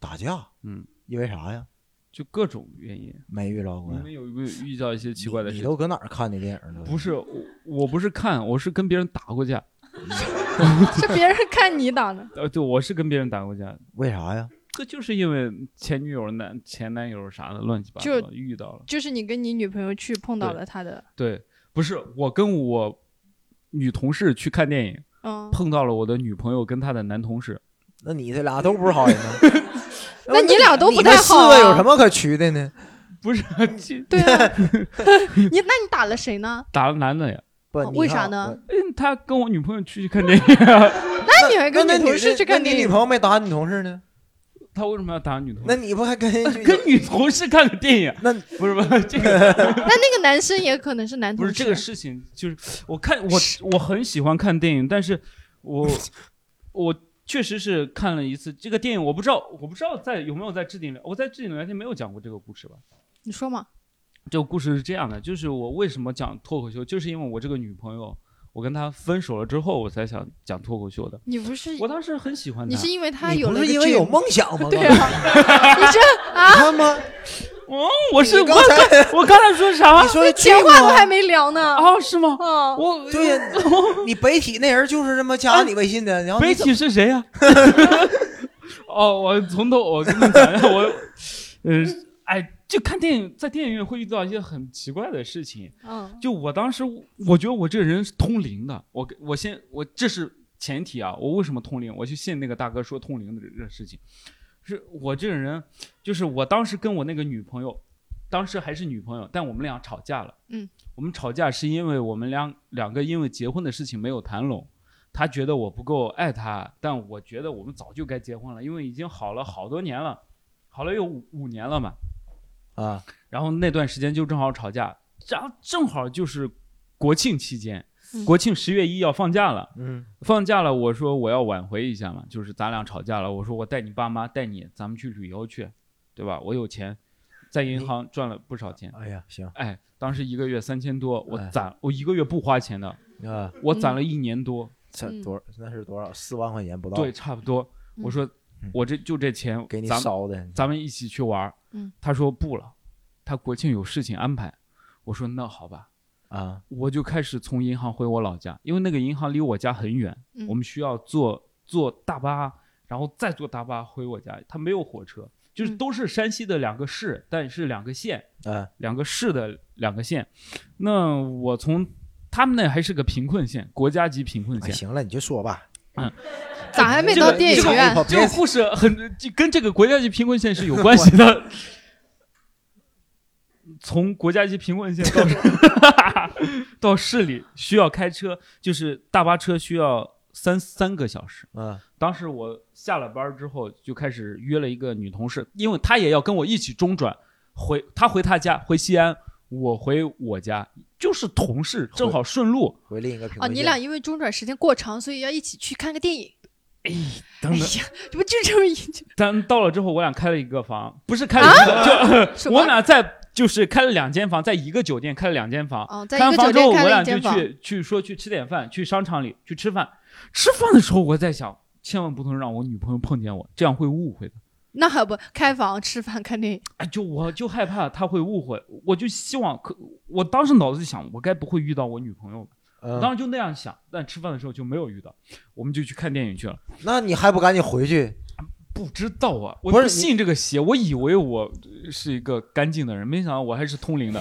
S1: 打架？
S2: 嗯，
S1: 因为啥呀？
S2: 就各种原因。
S1: 没遇到
S2: 你
S1: 过呀。
S2: 们有没有遇到一些奇怪的
S1: 你
S2: 事
S1: 你
S2: 情？
S1: 都搁哪儿看的电影呢？
S2: 不是我，我不是看，我是跟别人打过架。
S3: 是别人看你打的，
S2: 呃，对，我是跟别人打过架，
S1: 为啥呀？
S2: 这就是因为前女友、男前男友啥的乱七八糟
S3: 就
S2: 遇到了。
S3: 就是你跟你女朋友去碰到了他的，
S2: 对，不是我跟我女同事去看电影，
S3: 嗯，
S2: 碰到了我的女朋友跟她的男同事。
S1: 那你这俩都不是好人呢。
S3: 那你俩都不
S1: 你那
S3: 太好啊
S1: 四个有什么可取的呢？
S2: 不是， 这
S3: 对啊， 你那你打了谁呢？
S2: 打了男的呀？
S1: 不，
S3: 哦
S1: 你看
S3: 为啥呢？
S2: 嗯，他跟我女朋友出去看电影啊，
S3: 那你还
S1: 那
S3: 跟
S1: 那
S3: 女
S1: 女
S3: 同事去看
S1: 那
S3: 电
S1: 你女
S3: 影？
S1: 朋友没打你同事呢？
S2: 他为什么要打女同
S1: 那
S2: 事？
S1: 你不还跟人家
S2: 跟女同事看个电影，
S1: 那
S2: 不是不 是这个
S3: 那那个男生也可能是男
S2: 不
S3: 同
S2: 是
S3: 事，
S2: 这个事情，就是我看我我很喜欢看电影，但是我 我确实是看了一次这个电影，我不知道我不知道在有没有在置顶聊，我在置顶聊天没有讲过这个故事吧？
S3: 你说嘛？
S2: 这个故事是这样的，就是我为什么讲脱口秀，就是因为我这个女朋友，我跟她分手了之后，我才想讲脱口秀的。
S3: 你不是
S2: 我当时很喜欢她，
S3: 你是因为他
S1: 你
S3: 有
S1: 不
S3: 了
S1: 是
S3: 个
S1: 因为
S3: 这
S1: 有
S3: 个
S1: 梦想吗？
S3: 对啊， 你这
S1: 你看吗？
S2: 我是
S1: 你
S2: 我
S1: 刚才
S2: 刚我刚才说啥
S1: 你？说 的
S3: 前
S1: 对
S3: 话都还
S1: 吗？
S3: 没聊呢，
S2: 哦，是吗？
S3: 哦，
S2: 我
S1: 对 呀，你北体那人就是这么加你微信的，然后
S2: 北
S1: 你怎
S2: 体是谁 呀、哦，我从头我跟你讲一下，我，呃，哎，就看电影，在电影院会遇到一些很奇怪的事情。
S3: 嗯，
S2: 就我当时，我觉得我这个人是通灵的。我跟我先我这是前提啊，我为什么通灵？我就信那个大哥说通灵的这个事情，是我这个人，就是我当时跟我那个女朋友，当时还是女朋友，但我们俩吵架了。
S3: 嗯，
S2: 我们吵架是因为我们两两个因为结婚的事情没有谈拢。他觉得我不够爱他，但我觉得我们早就该结婚了，因为已经好了好多年了，好了有五五年了嘛。
S1: 啊？
S2: 然后那段时间就正好吵架，然后正好就是国庆期间，
S3: 嗯
S2: 国庆十月一要放假了，
S1: 嗯
S2: 放假了，我说我要挽回一下嘛，就是咱俩吵架了，我说我带你爸妈带你，咱们去旅游去，对吧？我有钱，在银行赚了不少钱，
S1: 哎呀，行啊、
S2: 哎，当时一个月三千多，我
S1: 哎
S2: 攒我一个月不花钱的，我攒了一年多，
S1: 啊这
S3: 嗯
S1: 多少那是多少？四万块钱不到，
S2: 对，差不多。
S6: 嗯
S2: 我说
S1: 嗯
S2: 我这就这钱，
S1: 给你
S2: 咱们
S1: 烧的，
S2: 咱们一起去玩儿
S3: 嗯
S2: 他说不了，他国庆有事情安排。我说那好吧，
S1: 啊，
S2: 我就开始从银行回我老家，因为那个银行离我家很远，
S3: 嗯
S2: 我们需要坐坐大巴，然后再坐大巴回我家。它没有火车，就是
S3: 嗯
S2: 都是山西的两个市，但是两个县，
S1: 嗯
S2: 两个市的两个县。那我从他们那还是个贫困县，国家级贫困
S1: 哎，
S2: 县。
S1: 行了，你就说吧。
S3: 咋还没
S2: 这
S3: 到
S2: 个
S3: 电
S2: 这
S3: 影
S2: 个
S3: 院？
S2: 这个故事很就跟这个国家级贫困县是有关系的。从国家级贫困县到到市里需要开车，就是大巴车需要三三个小时。
S1: 嗯
S2: 当时我下了班之后就开始约了一个女同事，因为她也要跟我一起中转回，她回她家回西安，我回我家，就是同事，正好顺路。
S1: 回另一个评
S3: 哦，
S1: 论
S3: 你
S1: 线
S3: 俩因为中转时间过长，所以要一起去看个电影。
S2: 等
S3: 哎
S2: 等，
S3: 呀，怎么就这么一句？
S2: 但到了之后，我俩开了一个房，不是开了一个，
S3: 什
S2: 我
S3: 么？
S2: 俩在就是开了两间房，在一个酒店开了两间房。
S3: 哦，在
S2: 开
S3: 一
S2: 完房
S3: 个
S2: 之
S3: 酒
S2: 后，
S3: 店开
S2: 我俩
S3: 了一
S2: 就
S3: 间房。
S2: 去去说去吃点饭，去商场里去吃饭。吃饭的时候，我在想，千万不能让我女朋友碰见我，这样会误会的。
S3: 那还不开房、吃饭、看电影？
S2: 哎，就我就害怕她会误会，我就希望可我当时脑子里想，我该不会遇到我女朋友吧？
S1: 嗯
S2: 当时就那样想，但吃饭的时候就没有遇到，我们就去看电影去了。
S1: 那你还不赶紧回去？
S2: 不知道啊，我
S1: 不是
S2: 不信这个邪，我以为我呃是一个干净的人，没想到我还是通灵的。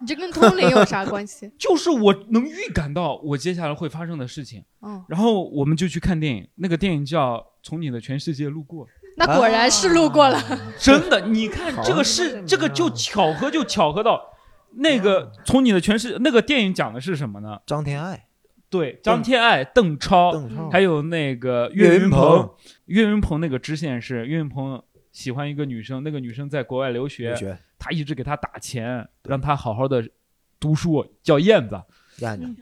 S3: 你这跟通灵有啥关系？
S2: 就是我能预感到我接下来会发生的事情，
S3: 嗯，
S2: 然后我们就去看电影，那个电影叫《从你的全世界路过》，
S3: 那果然是路过了。
S2: 啊真的，你看
S1: 好
S2: 这个
S1: 这
S2: 是
S1: 个
S2: 这个就巧合，就巧合到那个从你的全世那个电影讲的是什么呢？
S1: 张天爱、
S2: 对，张天爱、邓超，
S1: 邓超，
S2: 哦还有那个
S1: 岳
S2: 岳
S1: 云
S2: 云
S1: 鹏
S2: 鹏，岳云鹏那个支线是岳云鹏喜欢一个女生，那个女生在国外留
S1: 刘
S2: 学，
S1: 学、
S2: 他一直给她打钱，让她好好的读书，叫燕子，
S1: 燕子，
S2: 嗯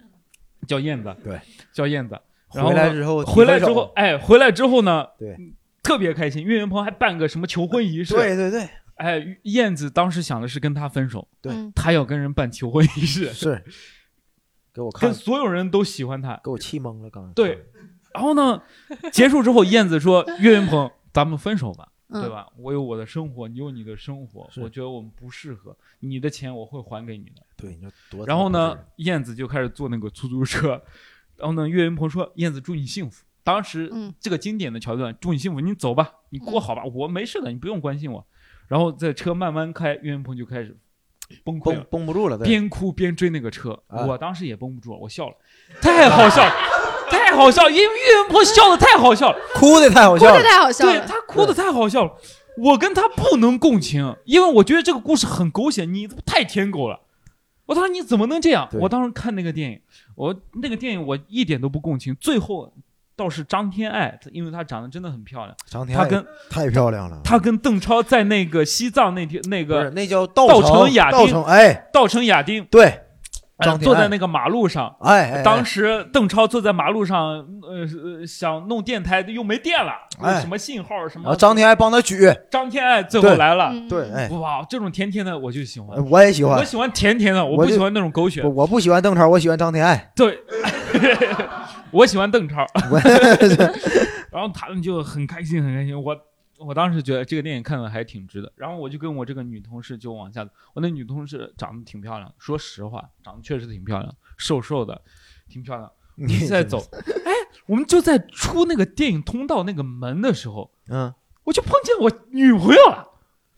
S2: 叫燕子，
S1: 对，
S2: 叫燕子。然后
S1: 回来之后，
S2: 回来之后，，哎，回来之后呢，
S1: 对，
S2: 特别开心。岳云鹏还办个什么求婚仪式，，
S1: 对对对，
S2: 哎，燕子当时想的是跟他分手，
S1: 对
S3: 嗯
S2: 他要跟人办求婚仪式，
S1: 是给我看
S2: 啊
S1: 嗯
S2: 跟，所有人都喜欢他。
S1: 给我气懵了，刚才啊
S2: 对，然后呢，结束之后，燕 子说：“岳云鹏，咱们分手吧，对
S3: 嗯，
S2: 吧？我有我的生活，你有你的生活，
S1: 是
S2: 我觉得我们不适合。你的钱我会还给你的。”
S1: 对，你说多。
S2: 然后呢，，燕子就开始坐那个出租车，然后呢，岳云鹏说：“燕子，祝你幸福。”当时
S3: 嗯
S2: 这个经典的桥段，“祝你幸福，你走吧，你过好吧，我没事的，你不用关心我。”然后在车慢慢开，岳云鹏就开始崩溃
S1: 绷
S2: 了，
S1: 绷不住了，对，
S2: 边哭边追那个车。
S1: 啊
S2: 我当时也绷不住了，我笑了，太好笑了，太好笑了，因为岳云鹏笑的太好笑了，
S1: 哭的太好
S3: 哭
S1: 笑
S3: 的
S1: 了，
S3: 太好笑
S2: 对啊
S3: 了。
S2: 他哭的太好笑了。我跟他不能共情，因为我觉得这个故事很狗血，你太舔狗了。我当时你怎么能这样？
S1: 对
S2: 我当时看那个电影，我那个电影我一点都不共情。最后倒是张天爱，因为她长得真的很漂亮，
S1: 张天
S2: 她
S1: 爱
S2: 跟
S1: 太漂亮了，
S2: 她跟邓超在那个西藏那天那
S1: 不是
S2: 个
S1: 那叫
S2: 稻
S1: 城
S2: 城亚
S1: 稻
S2: 丁
S1: 城，哎，
S2: 稻城亚丁、
S1: 对，
S2: 呃
S1: 张天
S2: 坐
S1: 爱
S2: 在那个马路上。
S1: 哎哎，
S2: 当
S1: 时
S2: 时邓超坐在马路上，呃，呃想弄电台又没电了，
S1: 哎
S2: 什么信号什
S1: 然
S2: 么
S1: 后。张天爱帮他举，
S2: 张天爱最后
S1: 对
S2: 来了，
S3: 嗯
S1: 对，，哎，
S2: 哇，这种甜甜的我就喜欢，
S1: 我也喜
S2: 我
S1: 欢，
S2: 喜欢甜甜的，我
S1: 我
S2: 不
S1: 就
S2: 喜欢那种狗血
S1: 我。我不喜欢邓超，我喜欢张天爱，
S2: 对，我喜欢邓超
S1: 我。
S2: 然后他们就很开心，很开心。我我当时觉得这个电影看的还挺值的。然后我就跟我这个女同事就往下，我那女同事长得挺漂亮，说实话，长得确实挺漂亮，瘦瘦的，挺漂亮。我们在走，哎，我们就在出那个电影通道那个门的时候，
S1: 嗯
S2: 我就碰见我女朋友了。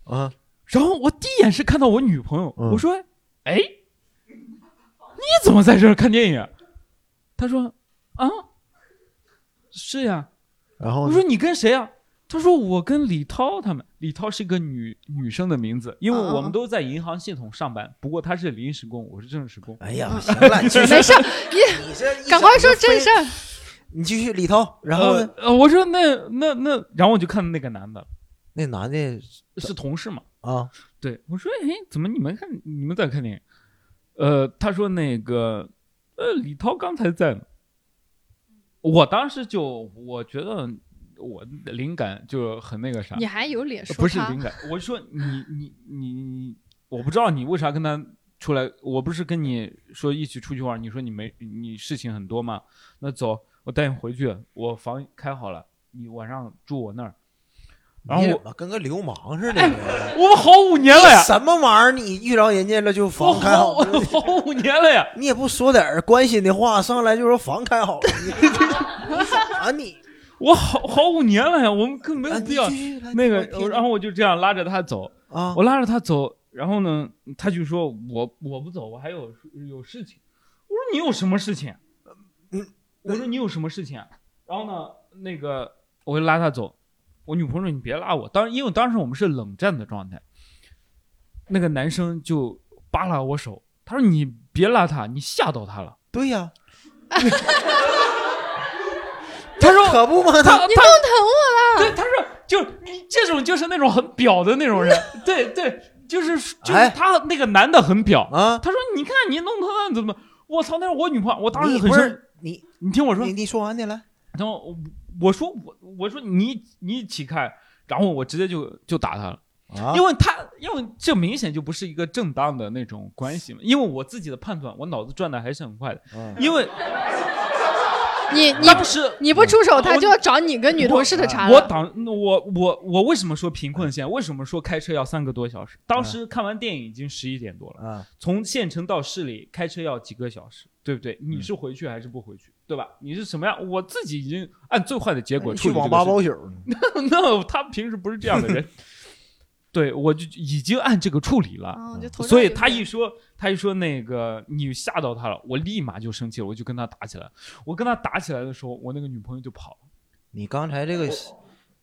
S1: 啊，
S2: 然后我第一眼是看到我女朋友，
S1: 嗯
S2: 我说：“哎，你怎么在这儿看电影？”她说：“啊，是呀。
S1: 然”后
S2: 我
S1: 呢
S2: 说：“你跟谁呀、啊？”她说：“我跟李涛他们。李涛是个女女生的名字，因为
S3: 嗯嗯
S2: 我们都在银行系统上班，不过她是临时工，我是正式工。
S1: 哎呀，行 了，你继续
S3: 没事儿，
S1: 你这一
S3: 赶快
S1: 整就
S3: 说正
S1: 非
S3: 事儿。
S1: 你继续，李涛。然后呢，
S2: 呃，呃我说那那那，然后我就看到那个男的
S1: 那男的
S2: 是同事嘛，
S1: 啊，
S2: 对，我说，哎，怎么你们看你们在看电影？呃，他说那个呃，李涛刚才在呢。我当时就我觉得我灵感就很那个啥，呃
S3: 你还有脸说
S2: 不是
S3: 他
S2: 灵感，我说你你你你，我不知道你为啥跟他出来，我不是跟你说一起出去玩，你说你没你事情很多嘛，那走，我带你回去，我房开好了，你晚上住我那儿。然后
S1: 你
S2: 我
S1: 怎么跟个流氓似的？你
S2: 我们好五年了呀，
S1: 什么玩意儿？你遇着人家了就
S2: 我
S1: 房开
S2: 好
S1: 好了，
S2: 好五年了呀。
S1: 你也不说点儿关心的话，上来就说房开 好了，你你啥你？
S2: 我好好五年了呀，我们更没有
S1: 啊
S2: 必要
S1: 你继续来
S2: 那
S1: 我
S2: 个。
S1: 听
S2: 我然后我就这样拉着他走，
S1: 啊
S2: 我，拉着他走，然后呢，他就说我我不走，我还有有事情。我说你有什么事情？啊
S1: 嗯，
S2: 我说你有什么事情啊？然后呢，那个我就拉他走，我女朋友说你别拉我，当因为当时我们是冷战的状态，那个男生就扒拉我手，他说你别拉他，你吓到他了。
S1: 对呀，
S2: 他说
S1: 可不嘛，
S2: 他
S1: 他
S2: 他
S3: 你不用疼我啦。
S2: 对，他说就你这种就是那种很表的那种人，对对，就是就是
S1: 哎
S2: 他那个男的很表。
S1: 啊，
S2: 他说你看你弄他怎么？我操！那是我女朋友，我当时
S1: 你
S2: 很
S1: 不
S2: 生。
S1: 是你
S2: 你听我说
S1: 你，你说完你来，
S2: 然后我我说我我说你你起开，然后我直接就就打他了，
S1: 啊
S2: 因为他因为这明显就不是一个正当的那种关系嘛。因为我自己的判断，我脑子转的还是很快的，
S1: 嗯
S2: 因为
S3: 你你
S2: 当时
S3: 你不出手，他
S2: 啊我
S3: 就要找你跟女同事的茬
S2: 我
S3: 了。
S2: 当我我我为什么说贫困县？为什么说开车要三个多小时？
S1: 嗯
S2: 当时看完电影已经十一点多了，
S1: 啊，
S2: 从县城到市里开车要几个小时，对不对？
S1: 嗯
S2: 你是回去还是不回去，对吧？你是什么样？我自己已经按最坏的结果处
S1: 哎去
S2: 理这
S1: 网
S2: 个
S1: 吧
S2: 事
S1: 包宿，
S2: 情。 那他平时不是这样 的人，对我就已经按这个处理了。
S1: 啊
S3: 嗯，就头上
S2: 啊所以
S3: 有
S2: 他
S3: 点
S2: 一说，他一说那个你吓到他了，我立马就生气了，我就跟他打起来了。我跟他打起来的时候，我那个女朋友就跑了。
S1: 你刚才这个，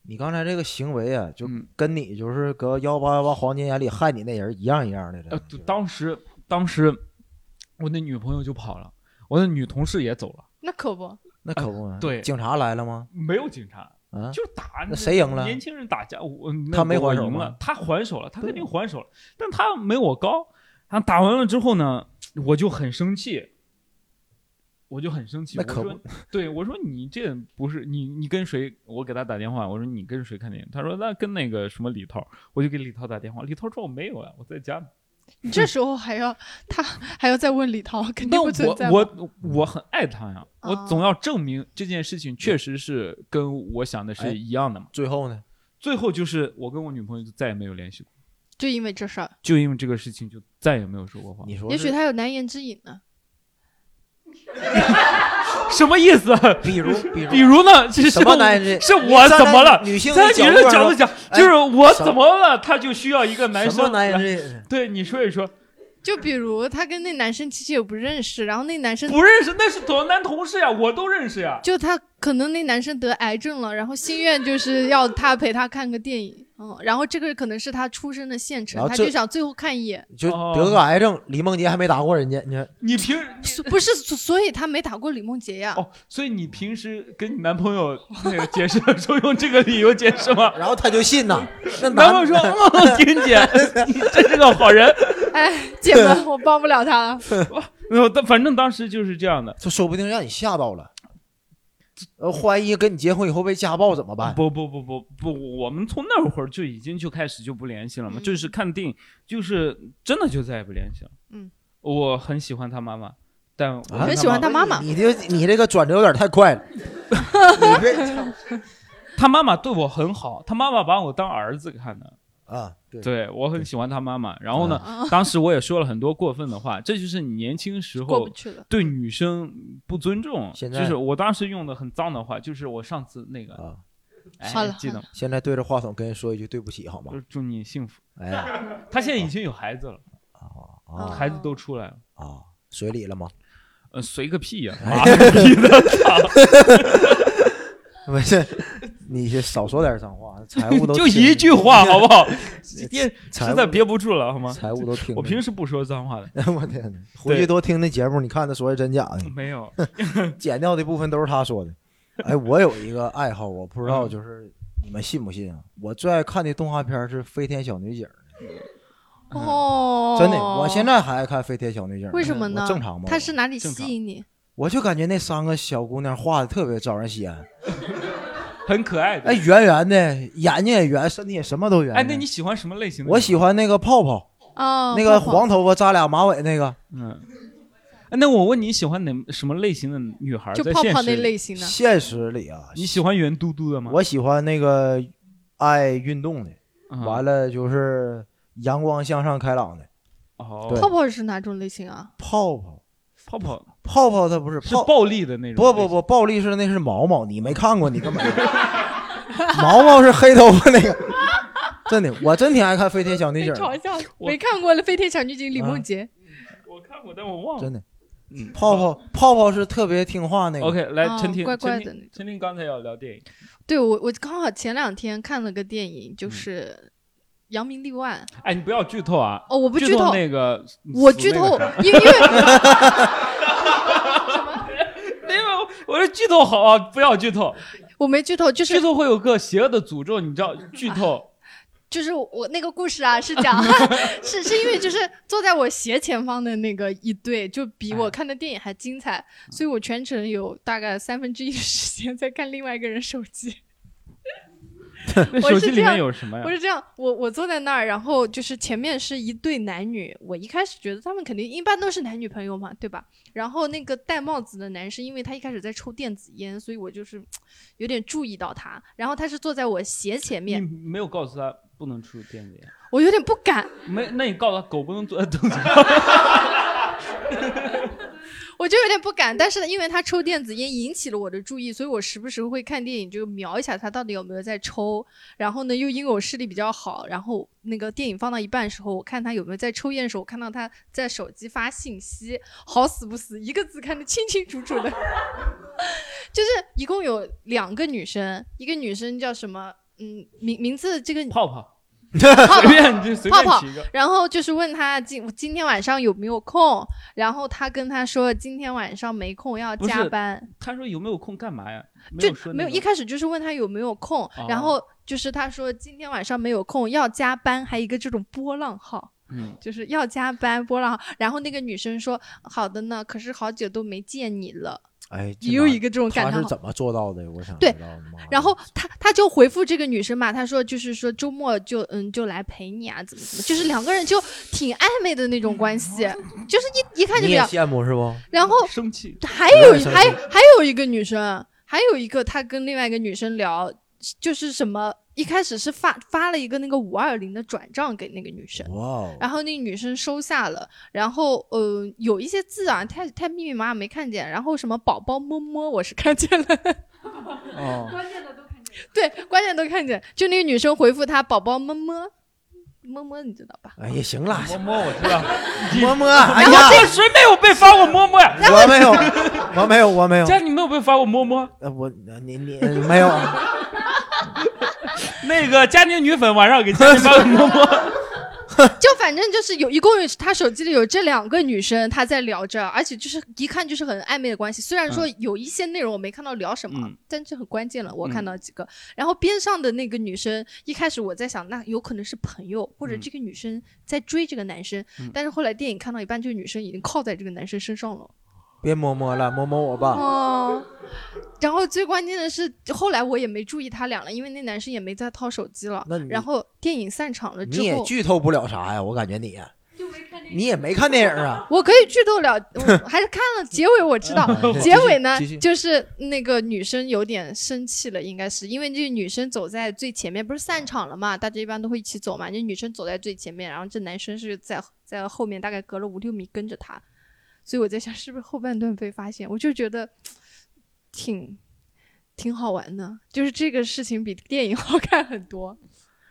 S1: 你刚才这个行为啊，就
S2: 哦嗯
S1: 跟你就是搁幺八幺八黄金眼里害你那人一样一样的。
S2: 呃，
S1: 这
S2: 对当时当时我那女朋友就跑了，我的女同事也走了，
S3: 那可不，
S1: 那可不嘛。
S2: 呃对
S1: 警察来了吗？
S2: 没有警察，
S1: 啊，
S2: 就打
S1: 那谁赢了
S2: 年轻人打架，我那
S1: 他没
S2: 我
S1: 还手
S2: 赢
S1: 吗
S2: 了，他还手了，他肯
S1: 对
S2: 定还手了，但他没我高。他打完了之后呢，我就很生气。我就很生气，
S1: 那
S2: 我
S1: 可
S2: 说，对我说你这不是你你跟谁？我给他打电话，我说你跟谁看电影？他说那跟那个什么李涛，我就给李涛打电话，李涛说我没有啊，我在家呢
S3: 你这时候还要 他还要再问李涛，肯定
S2: 那
S3: 不存
S2: 我
S3: 在嘛。
S2: 我我很爱他呀，我
S3: 哦
S2: 总要证明这件事情确实是跟我想的
S1: 哎
S2: 是一样的嘛。
S1: 最后呢？
S2: 最后就是我跟我女朋友就再也没有联系过，
S3: 就因为这事儿，
S2: 就因为这个事情就再也没有说过话。
S1: 你说
S3: 也许
S1: 是，
S3: 他有难言之隐呢。
S2: 什么意思？啊
S1: 比 如比
S2: 比
S1: 如
S2: 如呢？这是
S1: 什么男人？
S2: 是
S1: 你
S2: 我
S1: 站
S2: 怎
S1: 在
S2: 么了？
S1: 女性
S2: 在
S1: 的
S2: 女
S1: 角
S2: 人
S1: 度
S2: 角
S1: 上
S2: 度
S1: 说
S2: 讲，
S1: 哎
S2: 就是我
S1: 什
S2: 怎么了，他就需要一个男
S1: 什么
S2: 生。啊
S1: 男人
S2: 来
S1: 之隐？
S2: 对你说一说，
S3: 就比如他跟那男生其实也不认识，然后那男生
S2: 不认识那是同男同事呀，我都认识呀。
S3: 就他可能那男生得癌症了，然后心愿就是要他陪他看个电影，嗯，然后这个可能是他出生的县
S1: 然
S3: 城，
S1: 后
S3: 他
S1: 这
S3: 就想最后看 一眼，
S1: 就
S2: 哦
S1: 得个癌症，李梦洁还没打过人家，你看
S2: 你平
S3: 所不是，所所以他没打过李梦洁呀，
S2: 哦，所以你平时跟你男朋友那个解释的时候用这个理由解释吗？
S1: 然后他就信 呐。那
S2: 男朋友
S1: 男
S2: 说：“嗯，金姐，你真是个好人。
S3: 哎，姐们，我帮不了他了，”
S2: 没有，但反正当时就是这样的。
S1: 就说不定让你吓到 了，呃，怀疑跟你结婚以后被家暴怎么办？
S2: 不不不不不，我们从那会儿就已经就开始就不联系了嘛，
S3: 嗯
S2: 就是看定，就是真的就再也不联系了。
S3: 嗯，
S2: 我很喜欢他妈妈，但我
S1: 啊
S2: 跟
S3: 很喜欢
S2: 他
S3: 他
S2: 妈
S3: 妈妈，
S1: 你这你这个转折有点太快 了，你这
S2: 妈，他妈妈对我很好，他妈妈把我当儿子看的。
S1: 啊，对，
S2: 对我很喜欢他妈妈。然后呢，
S3: 啊
S2: 当时我也说了很多过分的话，这就是你年轻时
S3: 过不
S2: 候
S3: 去了，
S2: 对女生不尊重。
S1: 现
S2: 就
S1: 在
S2: 是我当时用的很脏的话，就是我上次那个，
S1: 啊，
S2: 哎
S3: 好了
S2: 记得吗？
S1: 现在对着话筒跟人说一句对不起好吗
S2: 就？是祝你幸福。
S1: 哎，啊
S2: 他现在已经有孩子了，
S1: 啊
S3: 嗯
S2: 孩子都出来了。
S1: 啊，水里了吗？
S2: 呃，随个屁呀、
S1: 哎
S2: 妈个逼的！
S1: 不是， 你就少说点脏话，财务都
S2: 就
S1: 听
S2: 一句话，好不 好？今天
S1: 财务
S2: 实在憋不住了，好吗？
S1: 财务都听着。
S2: 我平时不说脏话的，
S1: 我天哪，回去多听听节目，你看他说的真假 的。
S2: 没有。
S1: 剪掉的部分都是他说的。哎，我有一个爱好，我不知
S2: 嗯
S1: 道就是你们信不信啊？我最爱看的动画片是《飞天小女警》。
S3: 哦，
S1: 真的，我现在还爱看飞天小女警。
S3: 为什么呢
S1: 我正常吗？
S3: 他是哪里
S4: 正
S3: 吸
S4: 常
S3: 引你？
S1: 我就感觉那三个小姑娘画的特别招人稀罕，
S2: 很可爱的。
S1: 哎，圆圆的，眼睛也圆，身体也什么都圆。
S2: 哎，那你喜欢什么类型的？
S1: 我喜。欢那个泡泡，
S3: 哦，
S1: 那个
S3: 泡泡
S1: 黄头发扎俩马尾那个，
S2: 嗯，哎那我问你喜欢哪什么类型的女孩？
S3: 就
S2: 在
S3: 泡
S2: 现
S3: 泡
S2: 实
S3: 那
S2: 里
S3: 类型的。
S1: 现实里啊，
S2: 你喜欢圆嘟嘟的吗？
S1: 我喜欢那个爱运动的，
S2: 嗯
S1: 完了就是阳光向上开朗的
S2: 哦，
S1: 对
S3: 泡泡是哪种类型啊？
S1: 泡泡。
S2: 泡泡
S1: 泡泡它不是
S2: 是
S1: 泡，
S2: 暴力的那种。
S1: 不不，不，暴力是那是毛毛，你没看过，你根本 就毛毛是黑头发那个，真的，我真挺爱看飞天小女警的，
S3: 笑，
S2: 我
S3: 没看过了《飞天小女警》李
S1: 啊
S3: 梦洁。
S2: 我看过，但我忘了。
S1: 真的。
S2: 嗯，
S1: 泡泡泡泡是特别听话那个
S2: OK，来
S3: 哦
S2: 陈婷，
S3: 怪怪的
S2: 陈
S3: 那
S2: 婷
S3: 种，
S2: 陈婷刚才要聊电影，
S3: 对我，我刚好前两天看了个电影，
S2: 嗯
S3: 就是《扬名立万》。
S2: 哎，你不要剧透啊！
S3: 哦，我不
S2: 剧
S3: 剧透，
S2: 那个，
S3: 我
S2: 死
S3: 剧
S2: 那
S3: 透
S2: 个啥，
S3: 因为因为
S2: 没有，我说剧透好啊，不要剧透，
S3: 我没剧透，就
S2: 剧
S3: 是
S2: 透会有个邪恶的诅咒，你知道？剧透，
S3: 就是我那个故事啊，是 讲是是因为就是坐在我斜前方的那个一对，就比
S2: 哎
S3: 我看的电影还精彩，
S2: 嗯
S3: 所以我全程有大概三分之一的时间在看另外一个人手机。
S2: 那
S3: 我
S2: 手机
S3: 是这
S2: 里面
S3: 样
S2: 有什么呀
S3: 不？是这样，我我坐在那儿，然后就是前面是一对男女，我一开始觉得他们肯定一般都是男女朋友嘛，对吧？然后那个戴帽子的男生，因为他一开始在抽电子烟，所以我就是有点注意到他，然后他是坐在我斜前
S2: 你
S3: 面，
S2: 没有告诉他不能出电子烟，
S3: 我有点不敢，
S2: 没？那你告诉他狗不能坐在凳子 上。
S3: 我就有点不敢，但是呢，因为他抽电子烟引起了我的注意，所以我时不时会看电影就瞄一下他到底有没有在抽。然后呢，又因为我视力比较好，然后那个电影放到一半的时候，我看他有没有在抽烟的时候，我看到他在手机发信息，好死不死，一个字看得清清楚楚的， 就是一共有两个女生，一个女生叫什么？嗯，名名字这个
S2: 泡泡，
S3: 泡
S2: 随便你就随便
S3: 泡泡
S2: 起一个。
S3: 然后就是问他今今天晚上有没有空，然后他跟他说今天晚上没空要
S2: 不是
S3: 加班，
S2: 他说有没有空干嘛呀？没有
S3: 就
S2: 说
S3: 没有一
S2: 看
S3: 开始就是问他有没有空，然
S2: 哦
S3: 后就是他说今天晚上没有空要加班，还有一个这种波浪号，
S2: 嗯
S3: 就是要加班波浪号。然后那个女生说好的呢，可是好久都没见你了，
S1: 哎，
S3: 也有一个这种
S1: 他
S3: 感叹
S1: 是
S3: 号。
S1: 怎么做到的？我想
S3: 对
S1: 知道妈的
S3: 然后他他就回复这个女生嘛，他说就是说周末就嗯就来陪你啊，怎么怎么，就是两个人就挺暧昧的那种关系，就是一一看就
S1: 你
S3: 比
S1: 也
S3: 较。
S1: 羡慕是不？
S3: 然后
S2: 生气，
S3: 还有
S1: 我也
S3: 一
S1: 是
S3: 还还有一个女生，还有一个她跟另外一个女生聊，就是什么一开始是发发了一个那个五二零的转账给那个女生。
S1: 哇哦，
S3: 然后那个女生收下了，然后呃有一些字啊，太太密密麻麻没看见，然后什么宝宝么么我是看见了，
S2: 哦，
S3: 对，关键都看见，就那个女生回复他宝宝么么么么，你知道吧？
S1: 哎呀，行了，
S2: 摸摸我知道，
S1: 摸摸，哎呀，
S2: 这谁没有被发过摸摸呀？
S1: 我没有，我没有，我没有，
S2: 家里没有被发过摸摸？
S1: 呃我你你呃没有，啊
S2: 那个家庭女粉晚上给家里发个摸 摸。
S3: 就反正就是有一共有他手机里有这两个女生，他在聊着，而且就是一看就是很暧昧的关系。虽
S1: 嗯
S3: 然说有一些内容我没看到聊什么，
S2: 嗯
S3: 但这很关键
S1: 嗯
S3: 了，我看到几个。然后边上的那个女生，一开始我在想，那有可能是朋友，或者
S2: 嗯
S3: 这个女生在追这个男生。
S1: 嗯
S3: 但是后来电影看到一半，这个女生已经靠在这个男生身上了。
S1: 别摸摸了，摸摸我吧。
S3: 哦，然后最关键的是，后来我也没注意他俩了，因为那男生也没再掏手机了
S1: 那你。
S3: 然后电影散场了之
S1: 你
S3: 后，
S1: 也剧透不了啥呀，我感觉你，你也没看电影 啊。
S3: 我可以剧透 了，我还是看了结尾我知道
S1: 嗯。
S3: 结尾呢
S1: 继续继续，
S3: 就是那个女生有点生气了，应该是因为这个女生走在最前面，不是散场了嘛，大家一般都会一起走嘛。这女生走在最前面，然后这男生是在在后面，大概隔了五六米跟着她。所以我在想，是不是后半段被发现？我就觉得挺挺好玩的，就是这个事情比电影好看很多。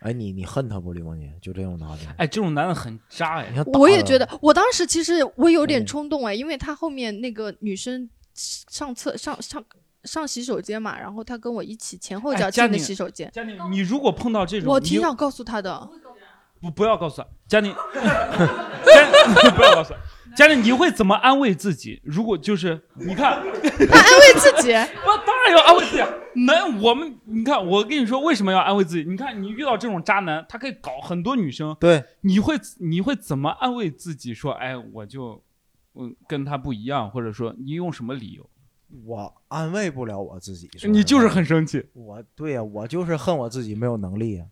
S1: 哎，你你恨他不，李梦洁？就这种男的，
S2: 哎，这种男的很渣
S1: 你
S2: 哎。
S1: 看大
S3: 我也
S1: 了
S3: 觉得，我当时其实我有点
S1: 嗯
S3: 冲动哎，因为他后面那个女生上厕上上上洗手间嘛，然后他跟我一起前后
S2: 哎
S3: 脚
S2: 佳
S3: 进的
S2: 宁
S3: 洗手间，
S2: 家里，你如果碰到这种，
S3: 我
S2: 你
S3: 挺想告诉他的。
S2: 不不要告诉他，家里， 家 不要告诉他。家里你会怎么安慰自己？如果就是你看，
S3: 他安慰自己，
S2: 不，当然要安慰自己。能我们你看，我跟你说为什么要安慰自己？你看你遇到这种渣男，他可以搞很多女生，
S1: 对，
S2: 你会你会怎么安慰自己说，哎，我就嗯跟他不一样，或者说你用什么理由？
S1: 我安慰不了我自己。说
S2: 你
S1: 实
S2: 就是
S1: 话
S2: 很生气，
S1: 我，对呀、我就是恨我自己没有能力 呀、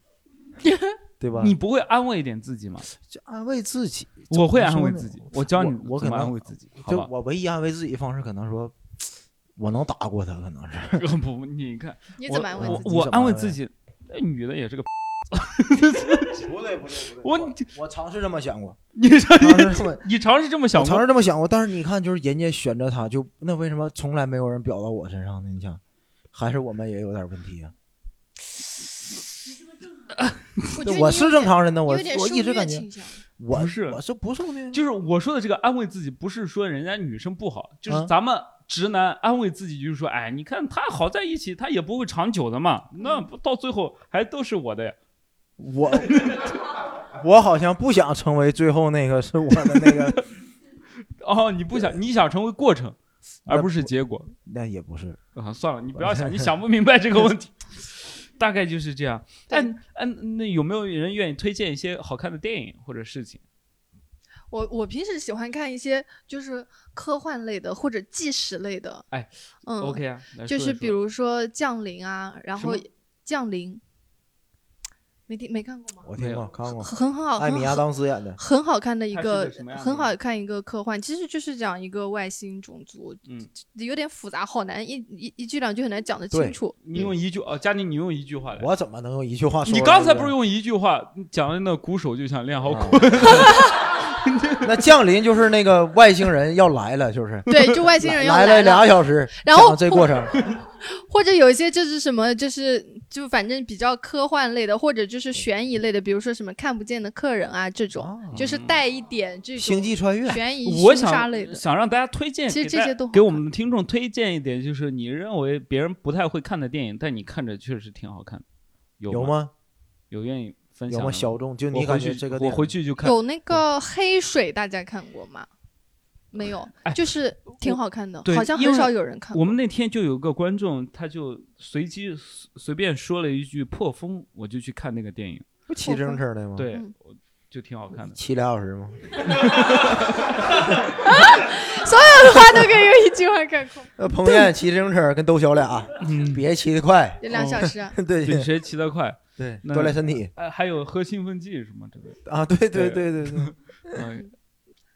S1: 对吧？
S2: 你不会安慰一点自己吗？
S1: 就安慰自己，
S2: 我会安
S1: 怎么
S2: 慰
S1: 说呢
S2: 自己，我教你
S1: 我我
S2: 怎
S1: 可
S2: 么
S1: 能
S2: 安慰自己，好
S1: 就
S2: 吧？
S1: 我唯一安慰自己的方式，可能说，我能打过他，可能是。
S2: 不 不，你看，
S3: 你怎么安慰
S2: 我
S3: 自己？
S2: 我
S1: 你怎么
S2: 安慰
S1: 安慰
S2: 自己，那女的也是个，
S1: 不对不对不
S2: 我
S1: 我尝试这么想过，
S2: 你这
S1: 尝 试这么
S2: 你 啊尝试这么想
S1: 我
S2: 过
S1: 尝试这么想过，但是你看，就是人家选择他，就那为什么从来没有人表到我身上呢？你想，还是我们也有点问题啊？对
S3: 我觉得
S1: 我
S3: 你有
S1: 是正
S3: 点，
S1: 常人呢，我
S3: 有点
S1: 我
S3: 受
S1: 一直
S3: 虐
S1: 感觉
S3: 倾向
S1: 我
S2: 不是
S1: 我是不受虐，
S2: 就是我说的这个安慰自己，不是说人家女生不好，就是
S1: 啊
S2: 咱们直男安慰自己，就是说，哎，你看他好在一起，他也不会长久的嘛，那
S3: 嗯
S2: 不到最后还都是我的呀。
S1: 我 我好像不想成为最后那个是我的那 个，
S2: 哦，你不想，你想成为过程，而不是结果
S1: 那也不是。
S2: 啊。算了，你不要想，你 想不明白这个问题， 大概就是这样。
S3: 对
S2: 但嗯，那有没有人愿意推荐一些好看的电影或者事情？
S3: 我我平时喜欢看一些就是科幻类的或者纪实类的，
S2: 哎，
S3: 嗯
S2: OK 啊，来
S3: 就
S2: 说
S3: 是
S2: 一
S3: 比
S2: 说
S3: 如说《降临》啊，然
S2: 什
S3: 后
S2: 么
S3: 《降临》，没听没看过吗？
S1: 我听过看过，
S3: 很好，
S1: 哦艾米
S3: 很
S1: 亚
S3: 好，
S1: 当斯演的，
S3: 很好看的一
S2: 它是
S3: 个
S2: 个什么，样的
S3: 很
S2: 一个
S3: 好看一个科幻，其实就是讲一个外星种族，
S2: 嗯，
S3: 有点复杂，好难一一一句两句很难讲得
S1: 对
S3: 清楚。
S2: 你用一句哦，佳宁，你用一句话来。
S1: 嗯我怎么能用一句话说？
S2: 你刚才不是用一句话讲的那鼓手就想练好鼓？
S1: 啊 那降临就是那个外星人要来了，就是
S3: 对，就外星人要
S1: 来
S3: 来
S1: 了俩小时，
S3: 然后
S1: 讲这过程，
S3: 或者有一些就是什么，就是就反正比较科幻类的，或者就是悬疑类的，比如说什么看不见的客人啊这种，
S1: 啊
S3: 就是带一点这
S1: 星
S3: 种
S1: 际啊穿越，
S3: 悬疑
S2: 我
S3: 凶杀类
S2: 想
S3: 的。
S2: 想让大家推荐，
S3: 其实
S2: 给大
S3: 这些都好
S2: 给我们的听众推荐一点，就是你认为别人不太会看的电影，但你看着确实挺好看的，有
S1: 有
S2: 吗？
S1: 吗？
S2: 有愿意分享
S1: 有
S2: 的
S1: 吗？小众，就
S2: 我
S1: 你
S2: 回
S1: 感觉
S2: 去
S1: 这个电
S2: 我
S1: 影
S2: 回去就看。
S3: 有那个黑水，大家看过吗？没有
S2: 哎，
S3: 就是挺好看的
S2: 对，
S3: 好像
S2: 因
S3: 很
S2: 为
S3: 少有人看过。
S2: 我们那天就有个观众，他就随机随随便说了一句“破风”，我就去看那个电影，
S1: 不骑自行 车的吗？，
S2: 对，
S3: 嗯
S2: 我就挺好看的。
S1: 骑俩小时吗？
S3: 所有的话都可以用一句话概括，
S1: 呃，彭于晏骑自行车跟窦小俩，
S2: 嗯，
S1: 别骑得快，
S3: 有两小时啊。
S1: 对
S2: 对，谁骑得快？
S1: 对，
S2: 那
S1: 锻炼身体
S2: 呃，还有喝兴奋剂什么之类的。
S1: 啊，对对
S2: 对
S1: 对对对，
S2: 哎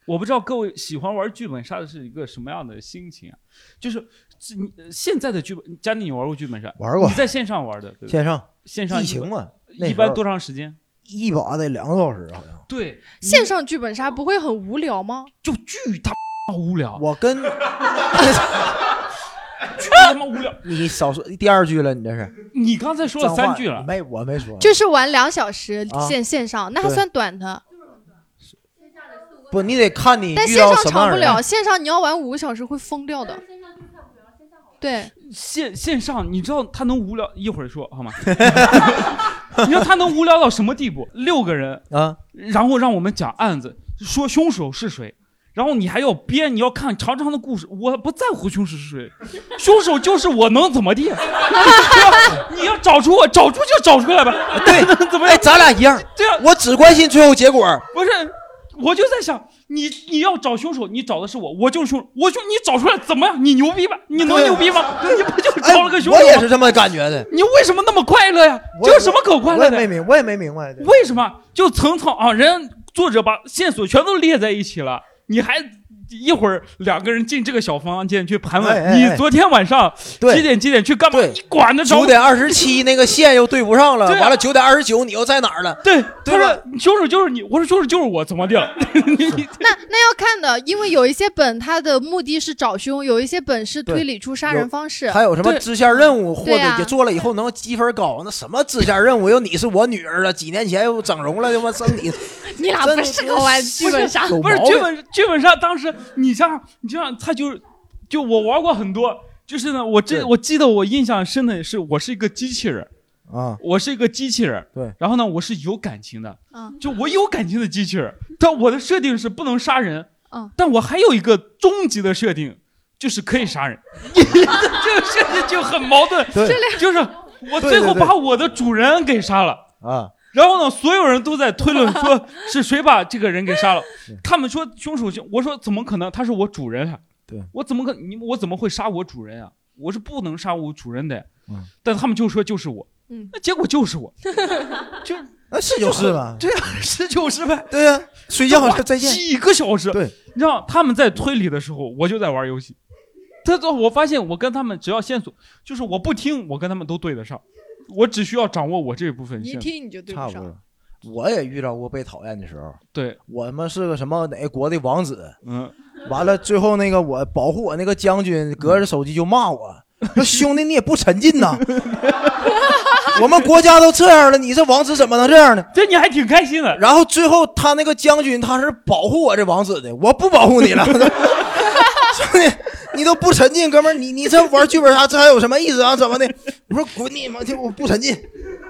S2: 我不知道各位喜欢玩剧本杀的是一个什么样的心情啊？就是这你呃现在的剧本，佳妮，你玩过剧本杀？
S1: 玩过
S2: 你在线上玩的，对不对？
S1: 线上
S2: 线上
S1: 疫
S2: 一
S1: 情嘛，那
S2: 般一
S1: 时候
S2: 般多长时间？
S1: 一把得两个多小时啊好像。
S2: 对，
S3: 线上剧本杀不会很无聊吗？
S2: 就巨他妈无聊，
S1: 我跟
S2: 巨他妈无聊。
S1: 你少说第二句了，你这是
S2: 你刚才说了
S1: 脏话
S2: 三句了，
S1: 没我没说，
S3: 就是玩两小时
S1: 啊
S3: 线线上，那还
S1: 对
S3: 算短的。
S1: 不，你得看你
S3: 但
S1: 遇
S3: 线
S1: 到
S3: 上
S1: 什么
S3: 长
S1: 样
S3: 不
S1: 的
S3: 了，
S1: 人。啊
S3: 线上你要玩五个小时会疯掉的。对，
S1: 嗯
S2: 线线上你知道他能无聊一会儿说好吗？ 你知道他能无聊到什么地步？六个人，
S1: 啊，
S2: 然后让我们讲案子，说凶手是谁，然后你还要编，你要看长长的故事。我不在乎凶手是谁，凶手就是我，能怎么地？ 你要找出我，找出就找出来吧。
S1: 对，
S2: 怎么
S1: 哎，
S2: 样？
S1: 咱俩一样，
S2: 对啊，
S1: 我只关心最后结果。
S2: 不是，我就在想，你你要找凶手，你找的是我，我就是凶手，我就你找出来怎么样？你牛逼吧？你能
S1: 对
S2: 牛逼吗？你不就
S1: 哎
S2: 找了个，凶
S1: 我也
S2: 手
S1: 是
S2: 吗？
S1: 这么感觉的。
S2: 你为什么那么快乐呀？
S1: 我
S2: 这有什么可快
S1: 我
S2: 乐
S1: 也
S2: 的
S1: 没
S2: 呀？
S1: 明，我也没明白。对
S2: 为什么就层层啊？人家作者把线索全都列在一起了，你还一会儿两个人进这个小房间去盘问，
S1: 哎哎哎
S2: 你昨天晚上
S1: 对
S2: 几点几点去干嘛？
S1: 对
S2: 你管得着
S1: 九
S2: 吗？
S1: 点二十七那个线又对不上了，
S2: 对啊
S1: 完了九点二十九你又在哪儿了？
S2: 对，
S1: 对
S2: 他
S1: 吧
S2: 说凶手就是你，我说凶手就是我，怎么的？你
S3: 那那要看的，因为有一些本它的目的是找凶，有一些本是推理出杀人方式。
S1: 还有什么
S2: 对
S1: 支线任务，或
S3: 对
S1: 者
S3: 啊
S1: 也做了以后能积分高？那什么支线任务？又你是我女儿啊，几年前又整容了，他妈生 你，
S3: 你俩不适合玩剧本杀，
S1: 有
S2: 啊不是
S1: 毛
S2: 剧
S1: 病
S2: 本剧本杀，当时你像你像他就是就我玩过很多，就是呢，我这
S1: 对
S2: 我记得我印象深的是我是一个机器人，
S1: 啊！
S2: 我是一个机器人，
S1: 对，
S2: 然后呢，我是有感情的，
S3: 嗯
S2: 就我有感情的机器人，但我的设定是不能杀人，
S3: 嗯，
S2: 但我还有一个终极的设定，就是可以杀人，
S3: 嗯
S2: 就是就很矛 盾，
S1: 对
S2: 就是我最后
S1: 对对对
S2: 把我的主人给杀了。
S1: 啊，
S2: 然后呢，所有人都在推论 说是谁把这个人给杀了。他们说凶手就，我说怎么可能？他是我主人啊！
S1: 对，
S2: 我怎么可你我怎么会杀我主人啊？我是不能杀我主人的。
S1: 嗯，
S2: 但他们就说就是我，
S3: 嗯，
S2: 那结果就是我，就
S1: 那是就是嘛，
S2: 对啊，是就是呗。
S1: 对呀，睡觉
S2: 哇
S1: 了再见。
S2: 几个小时，
S1: 对，
S2: 你知道他们在推理的时候，我就在玩游戏。他到我发现我跟他们只要线索，就是我不听，我跟他们都对得上，我只需要掌握我这部分
S3: 你一
S2: 线索。
S3: 听你就对
S1: 差不
S3: 上了。
S1: 多。我也遇到过被讨厌的时候，
S2: 对，
S1: 我他妈是个什么哪个国的王子，
S2: 嗯，
S1: 完了最后那个我保护我那个将军隔着手机就骂我，说兄弟你也不沉浸呐，我们国家都这样了，你这王子怎么能这样呢？
S2: 这你还挺开心的。
S1: 然后最后他那个将军他是保护我这王子的，我不保护你了， 兄弟。你都不沉浸，哥们儿，你你这玩剧本杀，这还有什么意思啊？怎么的？我说滚你妈的，我不沉浸，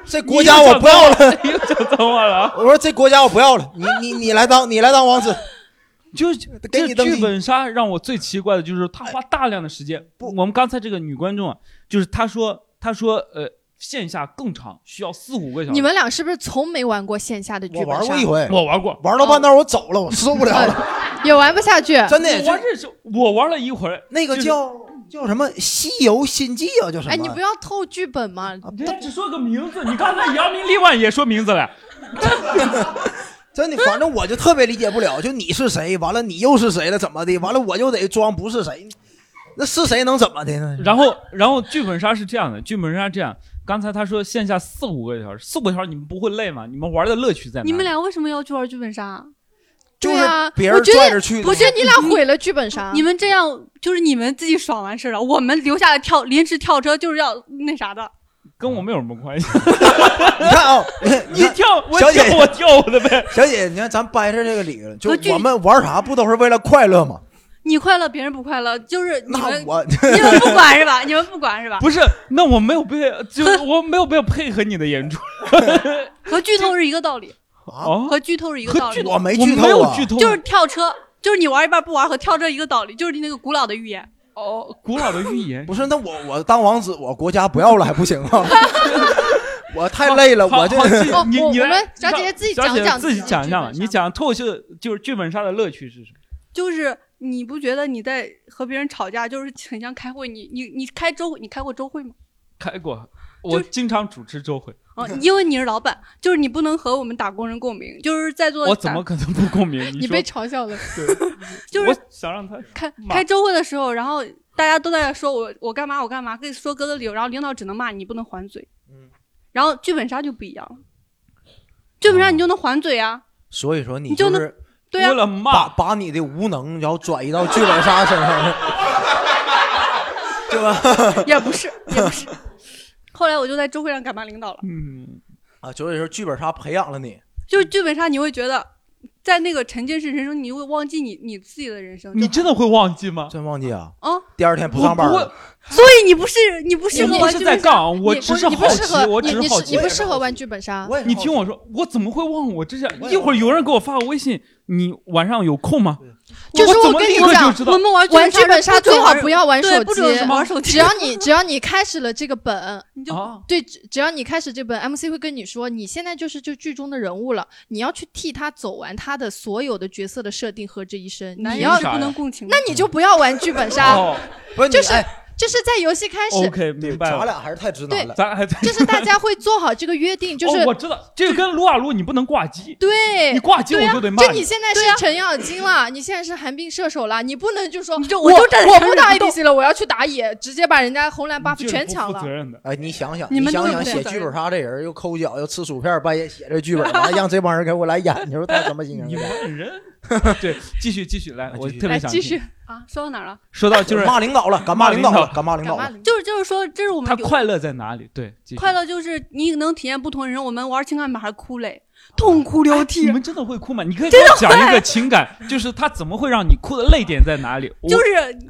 S1: 这国家我不要了。
S2: 你又讲脏话了啊！
S1: 我说这国家我不要了，你你你来当你来当王子，
S2: 就是
S1: 给
S2: 这
S1: 你登
S2: 剧
S1: 记。
S2: 本杀让我最奇怪的就是他花大量的时间。不，我们刚才这个女观众啊，就是她说她说呃线下更长，需要四五个小时。
S3: 你们俩是不是从没玩过线下的剧
S1: 我
S3: 本杀？
S1: 玩过一回，
S2: 我玩过，
S1: 玩到半道我走了，我受不了了，
S3: 也玩不下去。
S1: 真的。
S2: 我玩
S1: 就
S2: 这是我玩了一会儿，
S1: 那个
S2: 就是
S1: 叫叫什么《西游新记》啊，叫什么？
S3: 哎，你不要透剧本嘛！
S2: 人家只说个名字，你刚 才扬名立万也说名字了，
S1: 真的，反正我就特别理解不了，就你是谁，完了你又是谁了，怎么的？完了我又得装不是谁，那是谁能怎么的呢？
S2: 然后然后剧本杀是这样的，剧本杀这样，刚才他说线下四五个小时，四五个小时你们不会累吗？你们玩的乐趣在哪？
S7: 你们俩为什么要去玩剧本杀？啊
S1: 就
S3: 对
S1: 是
S3: 啊
S1: 别
S3: 我
S1: 人
S3: 觉得
S1: 拽着去的。
S3: 我觉得你俩毁了剧本杀。
S7: 你们这样就是你们自己爽完事儿了，我们留下来跳临时跳车就是要那啥的。
S2: 跟我们有什么关系？
S1: 你看啊，你看
S2: 你 跳我
S1: 小姐
S2: 跳我跳我的 呗。
S1: 小姐，你看咱掰扯这个理了，就
S7: 我具体
S1: 我们玩啥不都是为了快乐吗？
S7: 你快乐，别人不快乐，就是你
S1: 那
S7: 们
S1: 我
S7: 你们不管是吧？你们不管是吧？
S2: 不是，那我没有被，就我没有被配合你的演出
S7: 和剧透是一个道理，
S1: 啊，
S2: 啊。
S7: 和剧透是一个
S2: 和
S7: 道
S2: 剧
S7: 理
S2: 透，
S1: 我没
S2: 我
S1: 剧
S2: 没
S1: 透
S2: 有
S1: 啊
S2: 剧，透，
S7: 就是跳车，就是你玩一半不玩和跳车一个道理，就是那个古老的寓言。
S2: 哦，古老的寓 言。
S1: 不是，那我我当王子，我国家不要了还不行吗？我太累了，
S2: 好
S1: 我这
S2: 好继续
S3: 哦
S2: 你
S3: 我
S2: 你
S3: 我
S2: 来
S3: 们小姐姐自己
S2: 小姐
S3: 讲讲
S2: 自己
S3: 自己
S2: 讲一
S7: 剧
S2: 下吧。
S7: 本杀
S2: 你讲脱口秀就是剧本杀的乐趣是什么？
S7: 就是你不觉得你在和别人吵架，就是很像开会？你你你开周，你开过周会吗？
S2: 开过，我经常主持周会，
S7: 啊，因为你是老板，就是你不能和我们打工人共鸣，就是在座的
S2: 我怎么可能不共 鸣？
S3: 你
S2: 说
S3: 被嘲笑了，
S7: 就是
S2: 我想让他
S7: 开
S2: 骂
S7: 开周会的时候，然后大家都在说我我干嘛我干嘛，跟说各个理由，然后领导只能骂你，不能还嘴。
S1: 嗯
S7: 然后剧本杀就不一样了，剧本杀你就能还嘴啊，
S1: 所以说你
S7: 你就
S1: 就
S7: 能
S1: 是
S7: 对啊
S2: 为，了
S1: 把
S2: 骂，
S1: 把你的无能，然后转移到剧本杀身上，对吧？
S7: 也不是也不是。 后来我就在周会上敢骂领导了，
S2: 嗯，
S1: 啊，所以说剧本杀培养了你，
S7: 就是剧本杀你会觉得，在那个沉浸式人生，你会忘记你你自己的人生，
S2: 你
S7: 就
S2: 真的会忘记吗？
S1: 真忘记啊？
S7: 啊，
S1: 第二天不
S2: 我
S1: 上班
S2: 不会
S1: 了，
S7: 所以你不是你不适
S2: 我
S7: 合
S2: 不
S7: 玩
S2: 是
S7: 剧
S2: 在
S7: 本杀，
S2: 杠，我
S3: 你
S2: 只
S3: 不你不
S2: 好
S3: 适
S2: 奇
S3: 合，，
S2: 我
S3: 你
S2: 只
S3: 你
S2: 是好
S3: 是
S2: 奇
S3: 你。不适合玩剧本杀。
S1: 我也
S2: 你听
S1: 好
S2: 我说，我怎么会忘？我这是
S1: 我也
S2: 一会儿有人给我发个微信，你晚上有空吗？
S3: 就是
S2: 我
S3: 我
S2: 怎么
S3: 跟
S2: 立
S3: 你
S2: 刻就
S3: 讲
S2: 知道
S7: 我？们玩
S3: 玩剧本杀
S7: 不准
S3: 最好
S7: 玩
S3: 不要玩
S7: 对
S3: 手
S7: 不准
S3: 机
S7: 玩手
S3: 只
S7: 机，
S3: 要你只要你开始了这个本，
S7: 你就
S2: 啊，
S3: 对，只只要你开始这本，MC 会跟你说，你现在就是这剧中的人物了，你要去替他走完他的所有的角色的设定和这一生。
S7: 男
S3: 你
S7: 人
S3: 要
S7: 是，不能共情的。
S3: 那你就不要玩剧本杀，
S2: 哦
S1: 不是你
S3: 就是
S1: 哎
S3: 就是在游戏开始，
S2: ，OK，明白
S1: 咱
S2: 了。
S1: 俩还是太直男了。
S2: 咱还在，
S3: 就是大家会做好这个约定， 就是、
S2: 哦我知道这个跟撸啊撸你不能挂机，
S3: 对
S2: 你。挂机
S3: 对
S2: 我
S3: 呀、
S2: 就得骂
S3: 就你现在
S7: 对呀
S3: 是程咬金了，你现在是寒冰射手了，你不能就说
S7: 你就
S3: 我
S7: 我就站在
S3: 我
S7: 这儿
S3: 不
S7: 你
S3: 打
S7: 不动
S3: ADC 了，我要去打野，直接把人家红蓝
S2: 你
S3: buff
S2: 这是
S3: 全
S2: 不
S3: 抢
S2: 负
S3: 了
S2: 责。任的。
S1: 哎，你想想，
S7: 你们
S1: 想
S7: 都是
S1: 想
S7: 不
S1: 写
S7: 负责
S1: 剧
S7: 任
S1: 本杀这人又抠脚又吃薯片，半夜写这剧本，完了让这帮人给我来演，你说他什么心
S2: 你
S1: 情？
S2: 们人， 对，继续继续来，
S1: 啊
S2: 我
S1: 继续
S2: 特别
S3: 来
S2: 想
S3: 继
S2: 听
S3: 续，
S7: 啊，说到哪儿了？
S2: 说到就是
S1: 骂领导了，敢骂领导了，敢骂领
S3: 干
S1: 导
S3: 嘛
S1: 了。？
S7: 就是就是说，这是我
S2: 他
S7: 们有
S2: 快乐在哪里？对，继续
S7: 快。乐，就是你能体验不同人生。我们玩情感板还哭嘞，痛哭流涕
S2: 你，们真的会哭吗？你可以给我讲一个情感， 就是他怎么会让你哭的泪点在哪里？我
S7: 就是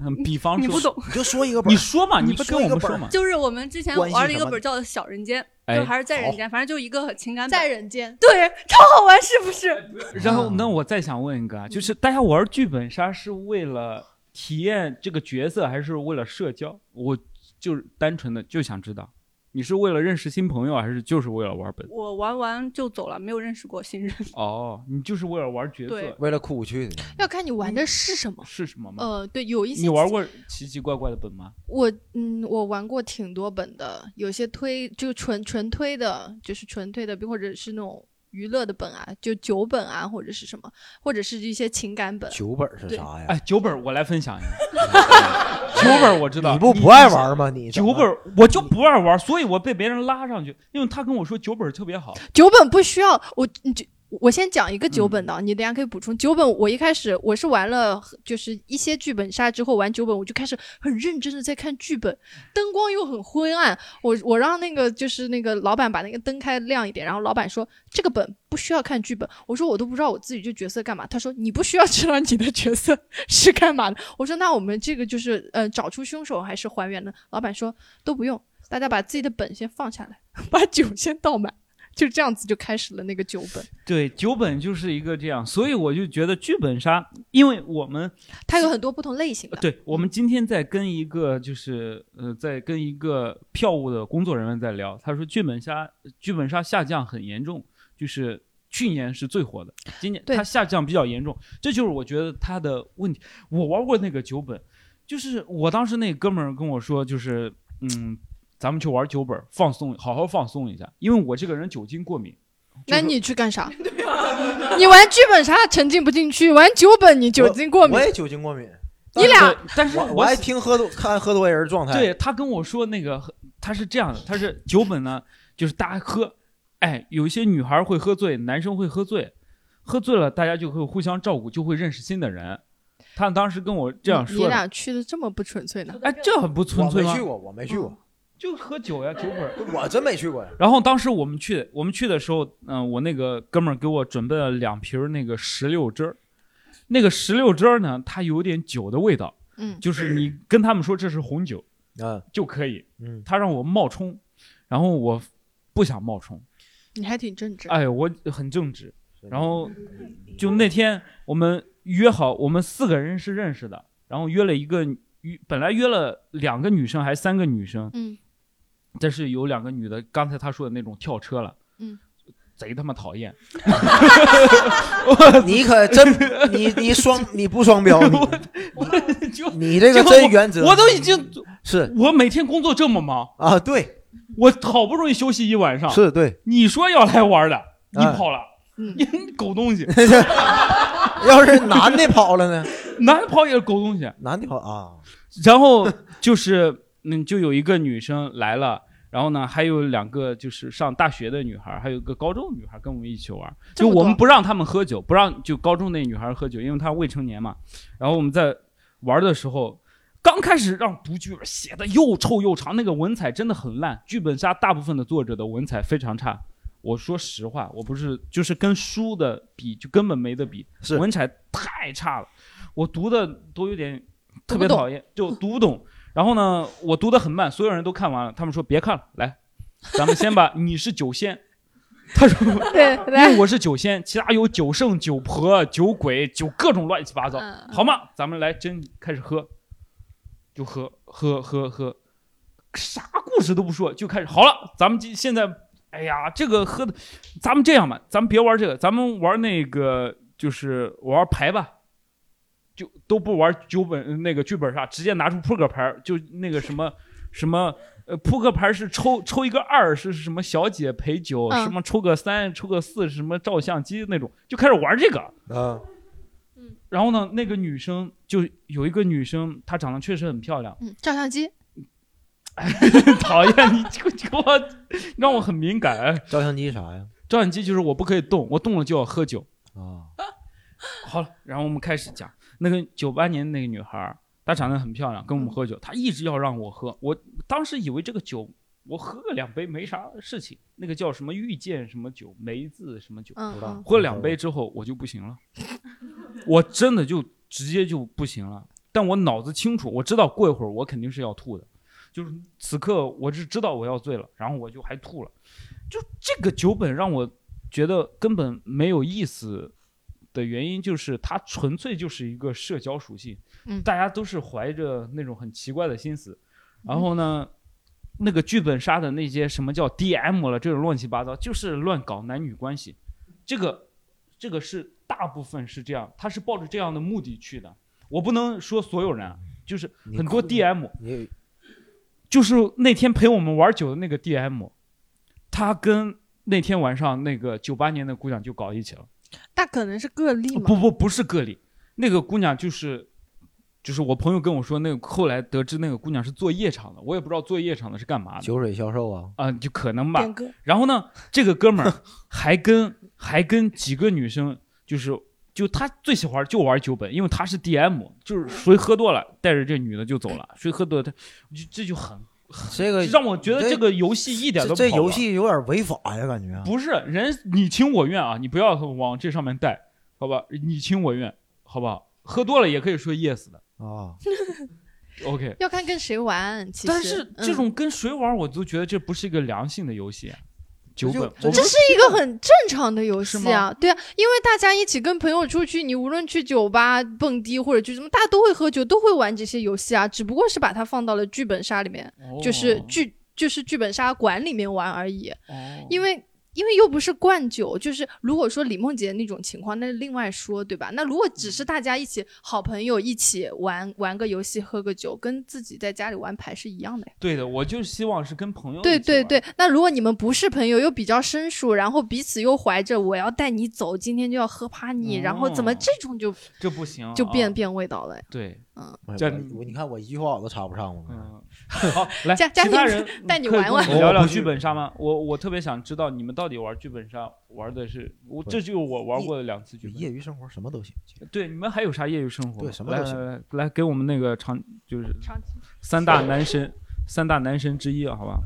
S2: 嗯比方
S7: 你不
S2: 说，
S7: 懂，
S1: 你就说一个本
S2: 你
S1: 儿，
S2: 说嘛，
S1: 你
S2: 不
S1: 说
S2: 跟我
S1: 一个
S2: 们
S1: 本
S2: 说
S1: 儿
S2: 嘛？
S7: 就是我们之前
S1: 关系
S7: 玩了一
S1: 什
S7: 个
S1: 么
S7: 本儿叫《小人间》，
S2: 哎
S7: 就，还是在人间，反正就一个情感
S3: 在
S7: 本，
S3: 人间，
S7: 对，超好玩，是不是？
S2: 嗯然后那我再想问一个啊，就是大家玩剧本杀是为了体验这个角色，还是为了社交？我就是单纯的就想知道，你是为了认识新朋友，还是就是为了 玩本？
S7: 我玩完就走了，没有认识过新人。
S2: 哦，你就是为了玩角
S7: 对
S2: 色
S1: 为了酷去的。
S3: 要看你玩的是什么。
S2: 是什么吗？
S3: 呃，对，有一些
S2: 你玩过奇奇怪怪的本吗？
S3: 我嗯，我玩过挺多本的，有些推就纯纯推的，就是纯推的，或者是那种娱乐的本啊，就酒本啊，或者是什么，或者是一些情感本。啊
S1: 酒本是啥呀？
S2: 哎，九本我来分享一 下。九本我知道，
S1: 你不不爱玩吗？你怎
S2: 九
S1: 么
S2: 本我就不爱玩，所以我被别人拉上去，因为他跟我说九本特别好。
S3: 酒本不需要我，你就我先讲一个酒本的，你等一下可以补充。酒本我一开始我是玩了，就是一些剧本杀之后玩酒本，我就开始很认真的在看剧本，灯光又很昏暗，我我让那个就是那个老板把那个灯开亮一点，然后老板说这个本不需要看剧本，我说我都不知道我自己这角色干嘛，他说你不需要知道你的角色是干嘛的， 我说那我们这个就是呃找出凶手还是还原呢？老板说都不用，大家把自己的本先放下来， 把酒先倒满。就这样子就开始了那个酒本，
S2: 对，九本就是一个这样，所以我就觉得剧本杀，因为我们
S3: 它有很多不同类型
S2: 呃
S3: 的。
S2: 对，我们今天在跟一个就是呃，在跟一个票务的工作人员在聊，他说剧本杀剧本杀下降很严重，就是去年是最火的，今年
S3: 对
S2: 它下降比较严重，这就是我觉得它的问题。我玩过那个九本，就是我当时那哥们儿跟我说，就是嗯，咱们去玩九本，放松，好好放松一下，因为我这个人酒精过敏。
S3: 那你去干 啥？
S2: 啊
S3: 你玩剧本杀沉浸不进去，玩酒本你酒精过敏
S1: 我。
S2: 哎
S1: 也酒精过敏，
S3: 你俩
S2: 对，但是
S1: 我我爱听喝多看喝多人状态。
S2: 对他跟我说那个，他是这样的，他是酒本呢，就是大家喝，哎，有一些女孩会喝醉，男生会喝醉，喝醉了大家就会互相照顾，就会认识新的人。他当时跟我这样
S3: 你
S2: 说的，
S3: 俩去的这么不纯粹呢？
S2: 哎，这很不纯
S1: 我
S2: 粹
S1: 没
S2: 吗
S1: 去？过，我没去过，
S2: 就喝酒呀，酒本。
S1: 我真没去过呀。
S2: 然后当时我们去，我们去的时候，嗯、我那个哥们儿给我准备了两瓶儿那个石榴汁儿，那个石榴汁儿呢，它有点酒的味道，
S3: 嗯，
S2: 就是你跟他们说这是红酒
S1: 嗯
S2: 就可以，
S1: 嗯，
S2: 他让我冒充，然后我不想冒充，
S3: 你还挺正直。
S2: 哎，我很正直。
S1: 嗯
S2: 然后就那天我们约好，我们四个人是认识的，然后约了一个约，本来约了两个女生还是三个女生，
S3: 嗯，
S2: 但是有两个女的，刚才他说的那种跳车了，
S3: 嗯，
S2: 贼他妈讨厌，
S1: 你可真你你双你不双 标，你
S2: 就
S1: 你这
S2: 结
S1: 个
S2: 果
S1: 真原则。
S2: 我都已经，
S1: 是
S2: 我每天工作这么忙，
S1: 啊，对，
S2: 我好不容易休息一晚上，
S1: 是对。
S2: 你说要来玩的，你
S1: 哎
S2: 跑了，
S3: 嗯
S2: 你 狗东西，
S1: 要是男的跑了呢？
S2: 男跑也是狗东西。
S1: 男的跑啊，
S2: 然后就是，嗯，就有一个女生来了，然后呢，还有两个就是上大学的女孩，还有一个高中女孩跟我们一起玩。
S3: 这
S2: 就
S3: 么多
S2: 我们不让她们喝酒，不让就高中那女孩喝酒，因为她未成年嘛。然后我们在玩的时候，刚开始让读剧本写的又臭又长，那个文采真的很烂。剧本杀大部分的作者的文采非常差。我说实话，我不是就是跟书的比，就根本没得比，
S1: 是
S2: 文采太差了。我读的都有点特
S3: 读不
S2: 别
S3: 懂
S2: 讨厌，就读不懂。然后呢，我读的很慢，所有人都看完了，他们说别看了，来，咱们先把你是酒 仙，他说
S3: 对，
S2: 因为我是酒仙，其他有酒圣、酒婆、酒鬼、酒各种乱七八糟，
S7: 嗯
S2: 好吗？咱们来真开始喝，就喝喝喝喝，啥故事都不说，就开始好了。咱们今现在，哎呀，这个喝的，咱们这样吧，咱们别玩这个，咱们玩那个就是玩牌吧。就都不玩酒本那个剧本杀，直接拿出扑克牌儿，就那个什么什么呃，扑克牌是抽抽一个二是什么小姐陪酒，
S3: 嗯
S2: 什么抽个三抽个四什么照相机那种，就开始玩这个。
S1: 嗯
S2: 然后呢，那个女生就有一个女生，她长得确实很漂亮，
S3: 嗯，照相机，
S2: 讨厌你就给我让我很敏感。
S1: 照相机啥呀？
S2: 照相机就是我不可以动，我动了就要喝酒。
S1: 啊，
S2: 好了，然后我们开始讲那个九八年那个女孩儿，她长得很漂亮，跟我们喝酒，她一直要让我喝。我当时以为这个酒我喝个两杯没啥事情，那个叫什么遇见什么酒，梅子什么酒，
S3: 嗯嗯，
S2: 喝了两杯之后我就不行了，我真的就直接就不行了。但我脑子清楚，我知道过一会儿我肯定是要吐的，就是此刻我是知道我要醉了，然后我就还吐了。就这个酒本让我觉得根本没有意思，的原因就是它纯粹就是一个社交属性，
S3: 嗯
S2: 大家都是怀着那种很奇怪的心思，然后呢，那个剧本杀的那些什么叫 DM 了这种乱七八糟，就是乱搞男女关系，这个这个是大部分是这样，他是抱着这样的目的去的，我不能说所有人啊，就是
S1: 你
S2: 很多
S1: 哭
S2: DM
S1: 你
S2: 就是那天陪我们玩酒的那个 DM，他跟那天晚上那个九八年的姑娘就搞一起了。
S3: 那可能是个例嘛。
S2: 不不不是个例，那个姑娘就是，就是我朋友跟我说，那个后来得知那个姑娘是做夜场的，我也不知道做夜场的是干嘛的
S1: 酒水销售啊，
S2: 啊、就可能吧。
S3: 点歌，
S2: 然后呢，这个哥们儿还跟 还跟几个女生，就是就他最喜欢就玩酒本，因为他是 DM，就是谁喝多了带着这女的就走 了，谁喝多了他，就这就很
S1: 这个
S2: 让我觉得
S1: 这
S2: 这个游戏一点
S1: 这
S2: 都
S1: 这
S2: 不好玩
S1: 游戏有点违法呀，感觉啊。
S2: 不是人你情我愿啊，你不要往这上面带，好吧？你情我愿，好不好？喝多了也可以说 yes 的
S1: 啊，
S2: ，OK。
S3: 要看跟谁玩。其实，
S2: 但是这
S3: 嗯、
S2: 种跟谁玩，我都觉得这不是一个良性的游戏。酒
S1: 就
S2: 本，
S1: 这
S2: 我
S1: 就
S3: 这
S2: 们
S3: 是一个很正常的游戏啊，对啊，因为大家一起跟朋友出去，你无论去酒吧、蹦迪或者去什么，大家都会喝酒，都会玩这些游戏啊，只不过是把它放到了剧本杀里面，就是
S2: 哦
S3: 剧就是剧本杀馆里面玩而已，
S2: 哦
S3: 因为。因为又不是灌酒，就是如果说李梦洁那种情况，那是另外说，对吧？那如果只是大家一起好朋友一起玩玩个游戏、喝个酒，跟自己在家里玩牌是一样的呀。
S2: 对的，我就希望是跟朋友一起
S3: 对
S2: 玩。
S3: 对对，那如果你们不是朋友，又比较生疏，然后彼此又怀着我要带你走，今天就要喝趴你，然后怎么
S2: 哦
S3: 这种就
S2: 这不行，
S3: 就变、
S2: 啊、
S3: 变味道了呀？
S2: 对，
S1: 我
S2: 这
S1: 我你看我一句话我都插不上，我们
S2: 嗯， 好，来，
S3: 家家
S2: 其他
S3: 庭
S2: 人
S3: 带你
S2: 可以
S3: 玩
S2: 跟
S3: 玩
S2: 我聊聊
S1: 我不
S2: 剧
S1: 是
S2: 本杀吗？我我特别想知道你们到底玩剧本杀玩的是，我
S1: 不
S2: 这
S1: 是
S2: 就是我玩
S1: 一
S2: 过的两次剧本杀
S1: 业余生活什么都行。
S2: 对，你们还有啥业余生活吗？
S1: 对什么
S2: 来
S1: 都行
S2: 来来来，给我们那个长就是
S7: 长期
S2: 三大男神，三大男神之一，啊好吧？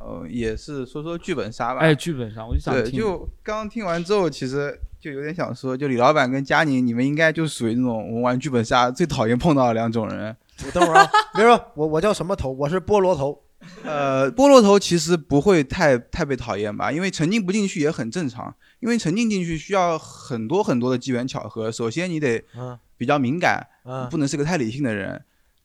S8: 呃，也是说说剧本杀吧。
S2: 哎，剧本上我就想
S8: 对，
S2: 听，
S8: 就刚刚听完之后，其实就有点想说，就李老板跟佳宁，你们应该就属于那种我们玩剧本杀最讨厌碰到的两种人。
S1: 我等会 儿啊，别说我我叫什么头，我是菠萝头。
S8: 呃，菠萝头其实不会太太被讨厌吧，因为沉浸不进去也很正常。因为沉浸进去需要很多很多的机缘巧合，首先你得
S1: 嗯
S8: 比较敏感，
S1: 嗯
S8: 不能是个太理性的人。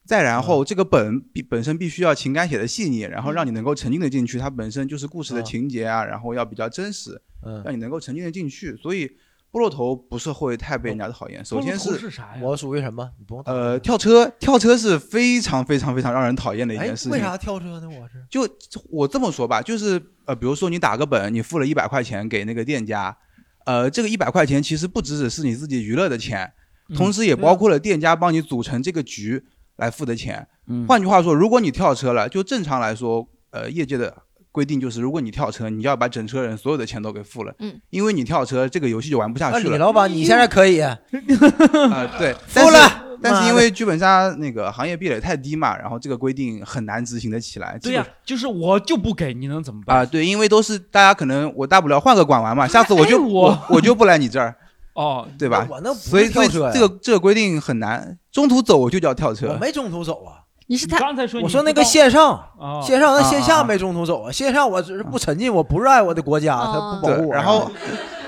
S8: 再然
S2: 嗯
S8: 后，这个本必本身必须要情感写的细腻，然后让你能够沉浸的进去，它本身就是故事的
S1: 嗯
S8: 情节啊，然后要比较真实，
S1: 嗯，
S8: 让你能够沉浸的进去。所以，菠萝头不是会太被人家讨厌。首先
S2: 是
S8: 是
S2: 是啥呀？
S1: 我属于什么？你不用打
S8: 呃跳车，跳车是非常非常非常让人讨厌的一
S1: 哎
S8: 件事，
S1: 为
S8: 情。
S1: 啥跳车呢？我是
S8: 就我这么说吧，就是呃，比如说你打个本，你付了一百块钱给那个店家，呃，这个一百块钱其实不只只是你自己娱乐的钱，
S1: 嗯
S8: 同时
S1: 啊
S8: 也包括了店家帮你组成这个局来付的钱。
S2: 嗯
S8: 换句话说，如果你跳车了，就正常来说，呃，业界的规定就是，如果你跳车，你要把整车人所有的钱都给付了，
S3: 嗯，
S8: 因为你跳车，这个游戏就玩不
S1: 啊，
S8: 下去
S1: 李
S8: 了
S1: 老板，你现在可以
S8: 啊、 对，但
S1: 服
S8: 是
S1: 了。
S8: 但
S1: 妈
S8: 是
S1: 的
S8: 因为剧本杀那个行业壁垒太低嘛，然后这个规定很难执行得起来。
S2: 对呀、
S8: 基
S2: 就是我就不给，你能怎么
S8: 本啊、
S2: 办？
S8: 对，因为都是大家可能我大不了换个馆玩嘛，下次我就、
S2: 哎我
S8: 我我就不来你这儿，
S2: 哦，
S8: 对吧？
S1: 我那不
S8: 所以
S1: 是
S8: 所
S1: 跳
S8: 以
S1: 车呀，
S8: 这个这个规定很难，中途走我就叫跳
S1: 我
S8: 车。
S1: 没中途走啊。
S3: 你是
S2: 你
S3: 他，
S2: 刚才说你
S1: 我说
S2: 不
S1: 那个
S2: 帮
S1: 线上，
S2: 哦，
S1: 线上那
S8: 啊
S1: 线
S8: 啊
S1: 下
S8: 啊
S1: 没中途走啊，线上我只是不沉浸，我不热爱我的国家，
S3: 哦
S1: 他不保
S8: 对
S1: 护，我。
S8: 然后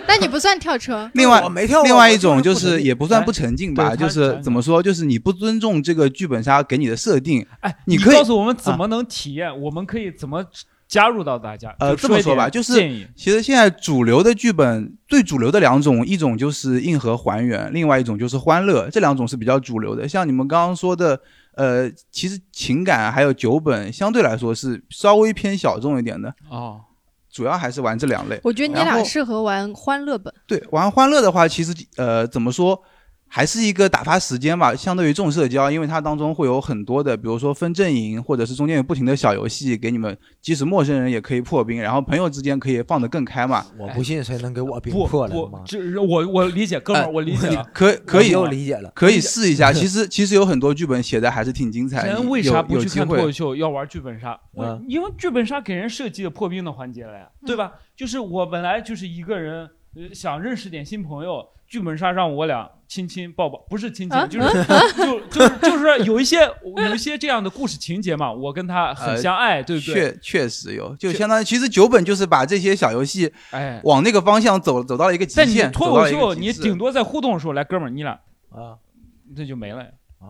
S3: 那你不算跳车，
S8: 另外
S1: 我没跳过，
S8: 另外一
S1: 我
S8: 种就
S1: 不沉浸
S8: 是
S1: 哎
S8: 也不算不沉浸吧，
S2: 对
S8: 就
S2: 他
S8: 是
S2: 他
S8: 怎么说，就是你不尊重这个剧本杀给你的设定。
S2: 哎，
S8: 你
S2: 你
S8: 可以啊
S2: 告诉我们怎么能体验，我们可以怎么加入到大家？
S8: 呃
S2: 就
S8: 这么
S2: 一
S8: 说吧
S2: 点
S8: 就是
S2: 建议
S8: 其实现在主流的剧本最主流的两种，一种就是硬核还原，另外一种就是欢乐，这两种是比较主流的。像你们刚刚说的，呃，其实情感还有酒本相对来说是稍微偏小众一点的，
S2: 哦，
S8: 主要还是玩这两类。
S3: 我觉得你
S8: 然
S3: 俩
S8: 后
S3: 适合玩欢乐本。
S8: 对，玩欢乐的话，其实呃，怎么说，还是一个打发时间吧，相对于重社交，因为它当中会有很多的，比如说分阵营，或者是中间有不停的小游戏给你们，即使陌生人也可以破冰，然后朋友之间可以放得更开嘛。
S1: 我不信谁能给我冰
S2: 不
S1: 破了
S2: 不
S1: 妈，
S2: 这是我我理解，哥们儿，
S8: 哎
S2: 我理解
S8: 你
S2: 了。
S8: 可可以啊
S1: 我又理解了。
S8: 可以 试一下，其实其实有很多剧本写的还是挺精彩的，
S2: 人
S8: 你
S2: 为
S8: 有
S2: 啥不
S8: 有
S2: 去
S8: 机
S2: 看脱口
S8: 会？
S2: 秀，要玩剧本杀？为
S1: 嗯
S2: 因为剧本杀给人设计的破冰的环节了呀，对吧？就是我本来就是一个人，呃想认识点新朋友，剧本杀让我俩亲亲抱抱，不是亲亲，
S3: 啊
S2: 就是就就是就是有一些有一些这样的故事情节嘛，我跟他很
S8: 呃
S2: 相爱，对不对？
S8: 确确实有，就
S2: 确
S8: 相当于其实九本就是把这些小游戏
S2: 哎，
S8: 往那个方向走，走到了一个极
S2: 但你
S8: 限。
S2: 脱
S8: 走到
S2: 口
S8: 了一个
S2: 秀，
S8: 极
S2: 你
S8: 致
S2: 顶多在互动的时候，来哥们儿，你俩
S1: 啊
S2: 这就没了呀
S1: 啊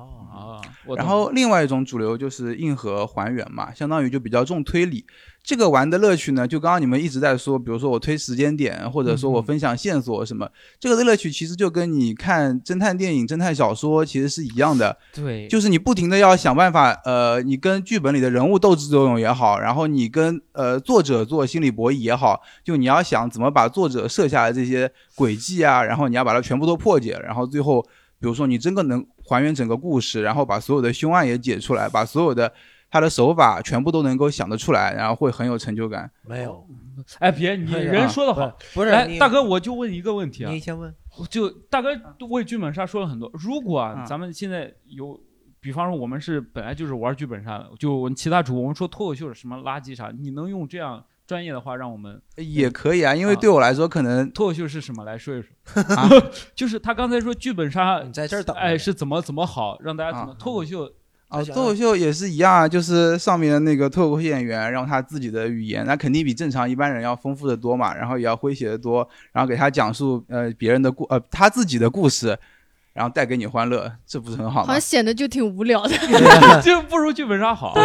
S2: 啊。我懂
S8: 然后另外一种主流就是硬核还原嘛，相当于就比较重推理。这个玩的乐趣呢，就刚刚你们一直在说，比如说我推时间点，或者说
S2: 嗯
S8: 我分享线索什么，这个的乐趣其实就跟你看侦探电影、侦探小说其实是一样的，
S2: 对，
S8: 就是你不停的要想办法，呃，你跟剧本里的人物斗智斗勇也好，然后你跟呃作者做心理博弈也好，就你要想怎么把作者设下的这些轨迹啊，然后你要把它全部都破解，然后最后比如说你真的能还原整个故事，然后把所有的凶案也解出来，把所有的他的手法全部都能够想得出来，然后会很有成就感。
S1: 没有，
S2: 哎，别你
S1: 哎呀
S2: 人说的好，
S1: 不是
S2: 哎，
S1: 你
S2: 大哥，我就问一个问题啊
S1: 你，先问，
S2: 我就大哥为剧本杀说了很多。如果啊，
S8: 嗯
S2: 咱们现在有，比方说我们是本来就是玩剧本杀的，就我们其他主播我们说脱口秀什么垃圾啥，你能用这样专业的话让我们
S8: 也可以啊，因为对我来说可能
S2: 脱口秀是什么来说一说？
S8: 啊
S2: 就是他刚才说剧本杀
S1: 你，在这儿等着。
S2: 哎，是怎么怎么好，让大家怎么
S8: 啊
S2: 脱 口秀
S8: 啊，
S1: 想
S8: 脱口秀也是一样啊，就是上面的那个脱口秀演员，让他自己的语言，那肯定比正常一般人要丰富的多嘛，然后也要诙谐的多，然后给他讲述呃别人的故呃他自己的故事，然后带给你欢乐，这不是很好
S3: 好
S8: 吗
S3: 像？显得就挺无聊的，
S2: 就不如剧本杀好。OK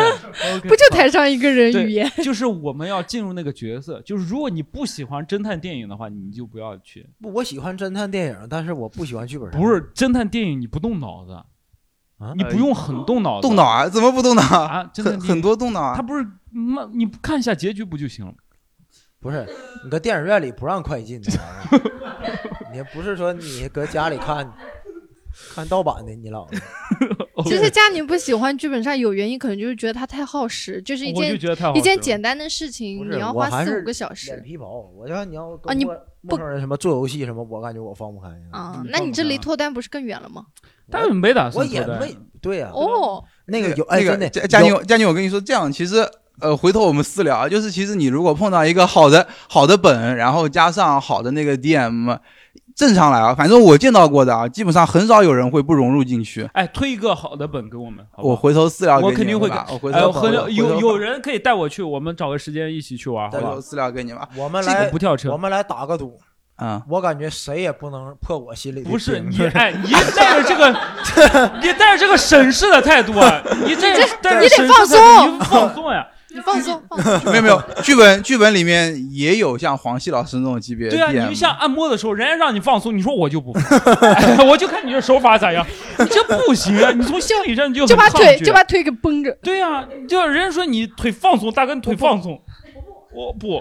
S2: 啊
S3: 不就台上一个人
S2: 对
S3: 语言？
S2: 就是我们要进入那个角色，就是如果你不喜欢侦探电影的话，你就不要去。
S1: 不，我喜欢侦探电影，但是我不喜欢剧本杀。
S2: 不是侦探电影，你不动脑子，
S1: 啊
S2: 你不用很动脑子，
S8: 动脑啊？怎么不动脑啊？
S2: 啊，侦探
S8: 很
S2: 电影
S8: 很多动脑
S2: 他
S8: 啊！
S2: 不是妈，你不看一下结局不就行了？
S1: 不是，你搁电影院里不让快进这玩意儿， 你不是说你搁家里看，看盗版的，你老
S3: 其实佳宁不喜欢剧本杀，有原因可能就是觉得它太耗时，就是一
S2: 我就
S3: 件
S2: 觉得太好
S3: 一件
S2: 吃了
S3: 简单的事
S1: 不
S3: 情，
S1: 是
S3: 你要
S1: 我
S3: 花
S1: 还
S3: 四
S1: 是
S3: 五个小
S1: 脸
S3: 时
S1: 皮薄。我要你要
S3: 啊
S1: 跟
S3: 你
S1: 陌陌生人什么做游戏什么，我感觉我放不开。
S3: 啊
S2: 嗯。
S3: 那你这离
S2: 放不下
S3: 脱单不是更远了吗？
S2: 但是没
S5: 啊
S2: 打算
S1: 我也
S2: 脱单
S1: 没对
S2: 啊
S1: 呀，
S3: 哦，
S1: 那个有哎
S8: 那
S1: 真
S8: 个
S1: 的
S8: 佳佳宁
S1: 有，
S8: 佳宁，我跟你说，这样其实。呃，回头我们私聊啊，就是其实你如果碰到一个好的好的本，然后加上好的那个 DM，正常来啊，反正我见到过的啊，基本上很少有人会不融入进去。
S2: 哎，推一个好的本给我们，好不
S8: 我
S2: 好
S8: 回头私聊给你
S2: 我
S8: 们
S2: 肯定
S8: 吧，
S2: 会
S8: 我回
S2: 哎，
S8: 头
S2: 我很
S8: 回头
S2: 有有
S8: 回
S2: 人可以带我去，我们找个时间一起去玩，
S8: 头
S2: 好
S8: 回
S2: 吧
S8: 头？私聊给你吧。
S1: 我们
S2: 这个
S1: 来
S2: 不跳车
S1: 我，们来打个赌，
S8: 啊，
S1: 我感觉谁也不能破我心里的
S2: 不是
S1: 底
S2: 你， 哎，你带着这个，你带着这个审视的态度啊，你这带着
S3: 你得
S2: 审视
S3: 放
S2: 态度你放松呀，
S3: 你放 松，放松。
S8: 没有没有，剧本剧本里面也有像黄西老师那种级 别的
S2: 对啊，
S8: DM，
S2: 你像按摩的时候，人家让你放松，你说我就不放，哎 我就看你这手法咋样，你这不行啊，你从心理上就
S3: 就
S2: 很
S3: 把
S2: 抗
S3: 腿
S2: 拒啊
S3: 就把腿给绷着。
S2: 对呀、就人家说你腿放松，大哥你腿放松，我不，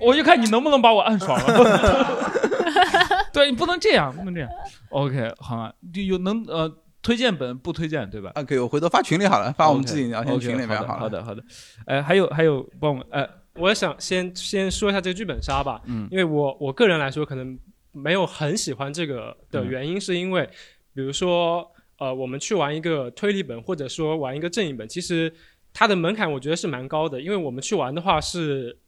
S2: 我就看你能不能把我按爽了。 对你不能这样，不能这样。OK，好啊，就有能呃推荐本不推荐对吧？
S8: 啊，可以，我回头发群里好了，发我们自己聊天
S2: OK，OK，
S8: 群里面
S2: 好的
S8: 了。
S2: 好的好的，哎，还有还有帮我哎
S5: 我想先先说一下这个剧本杀吧，
S2: 嗯
S5: 因为我我个人来说可能没有很喜欢这个的原因，是因为、比如说呃，我们去玩一个推理本，或者说玩一个正义本，其实它的门槛我觉得是蛮高的，因为我们去玩的话是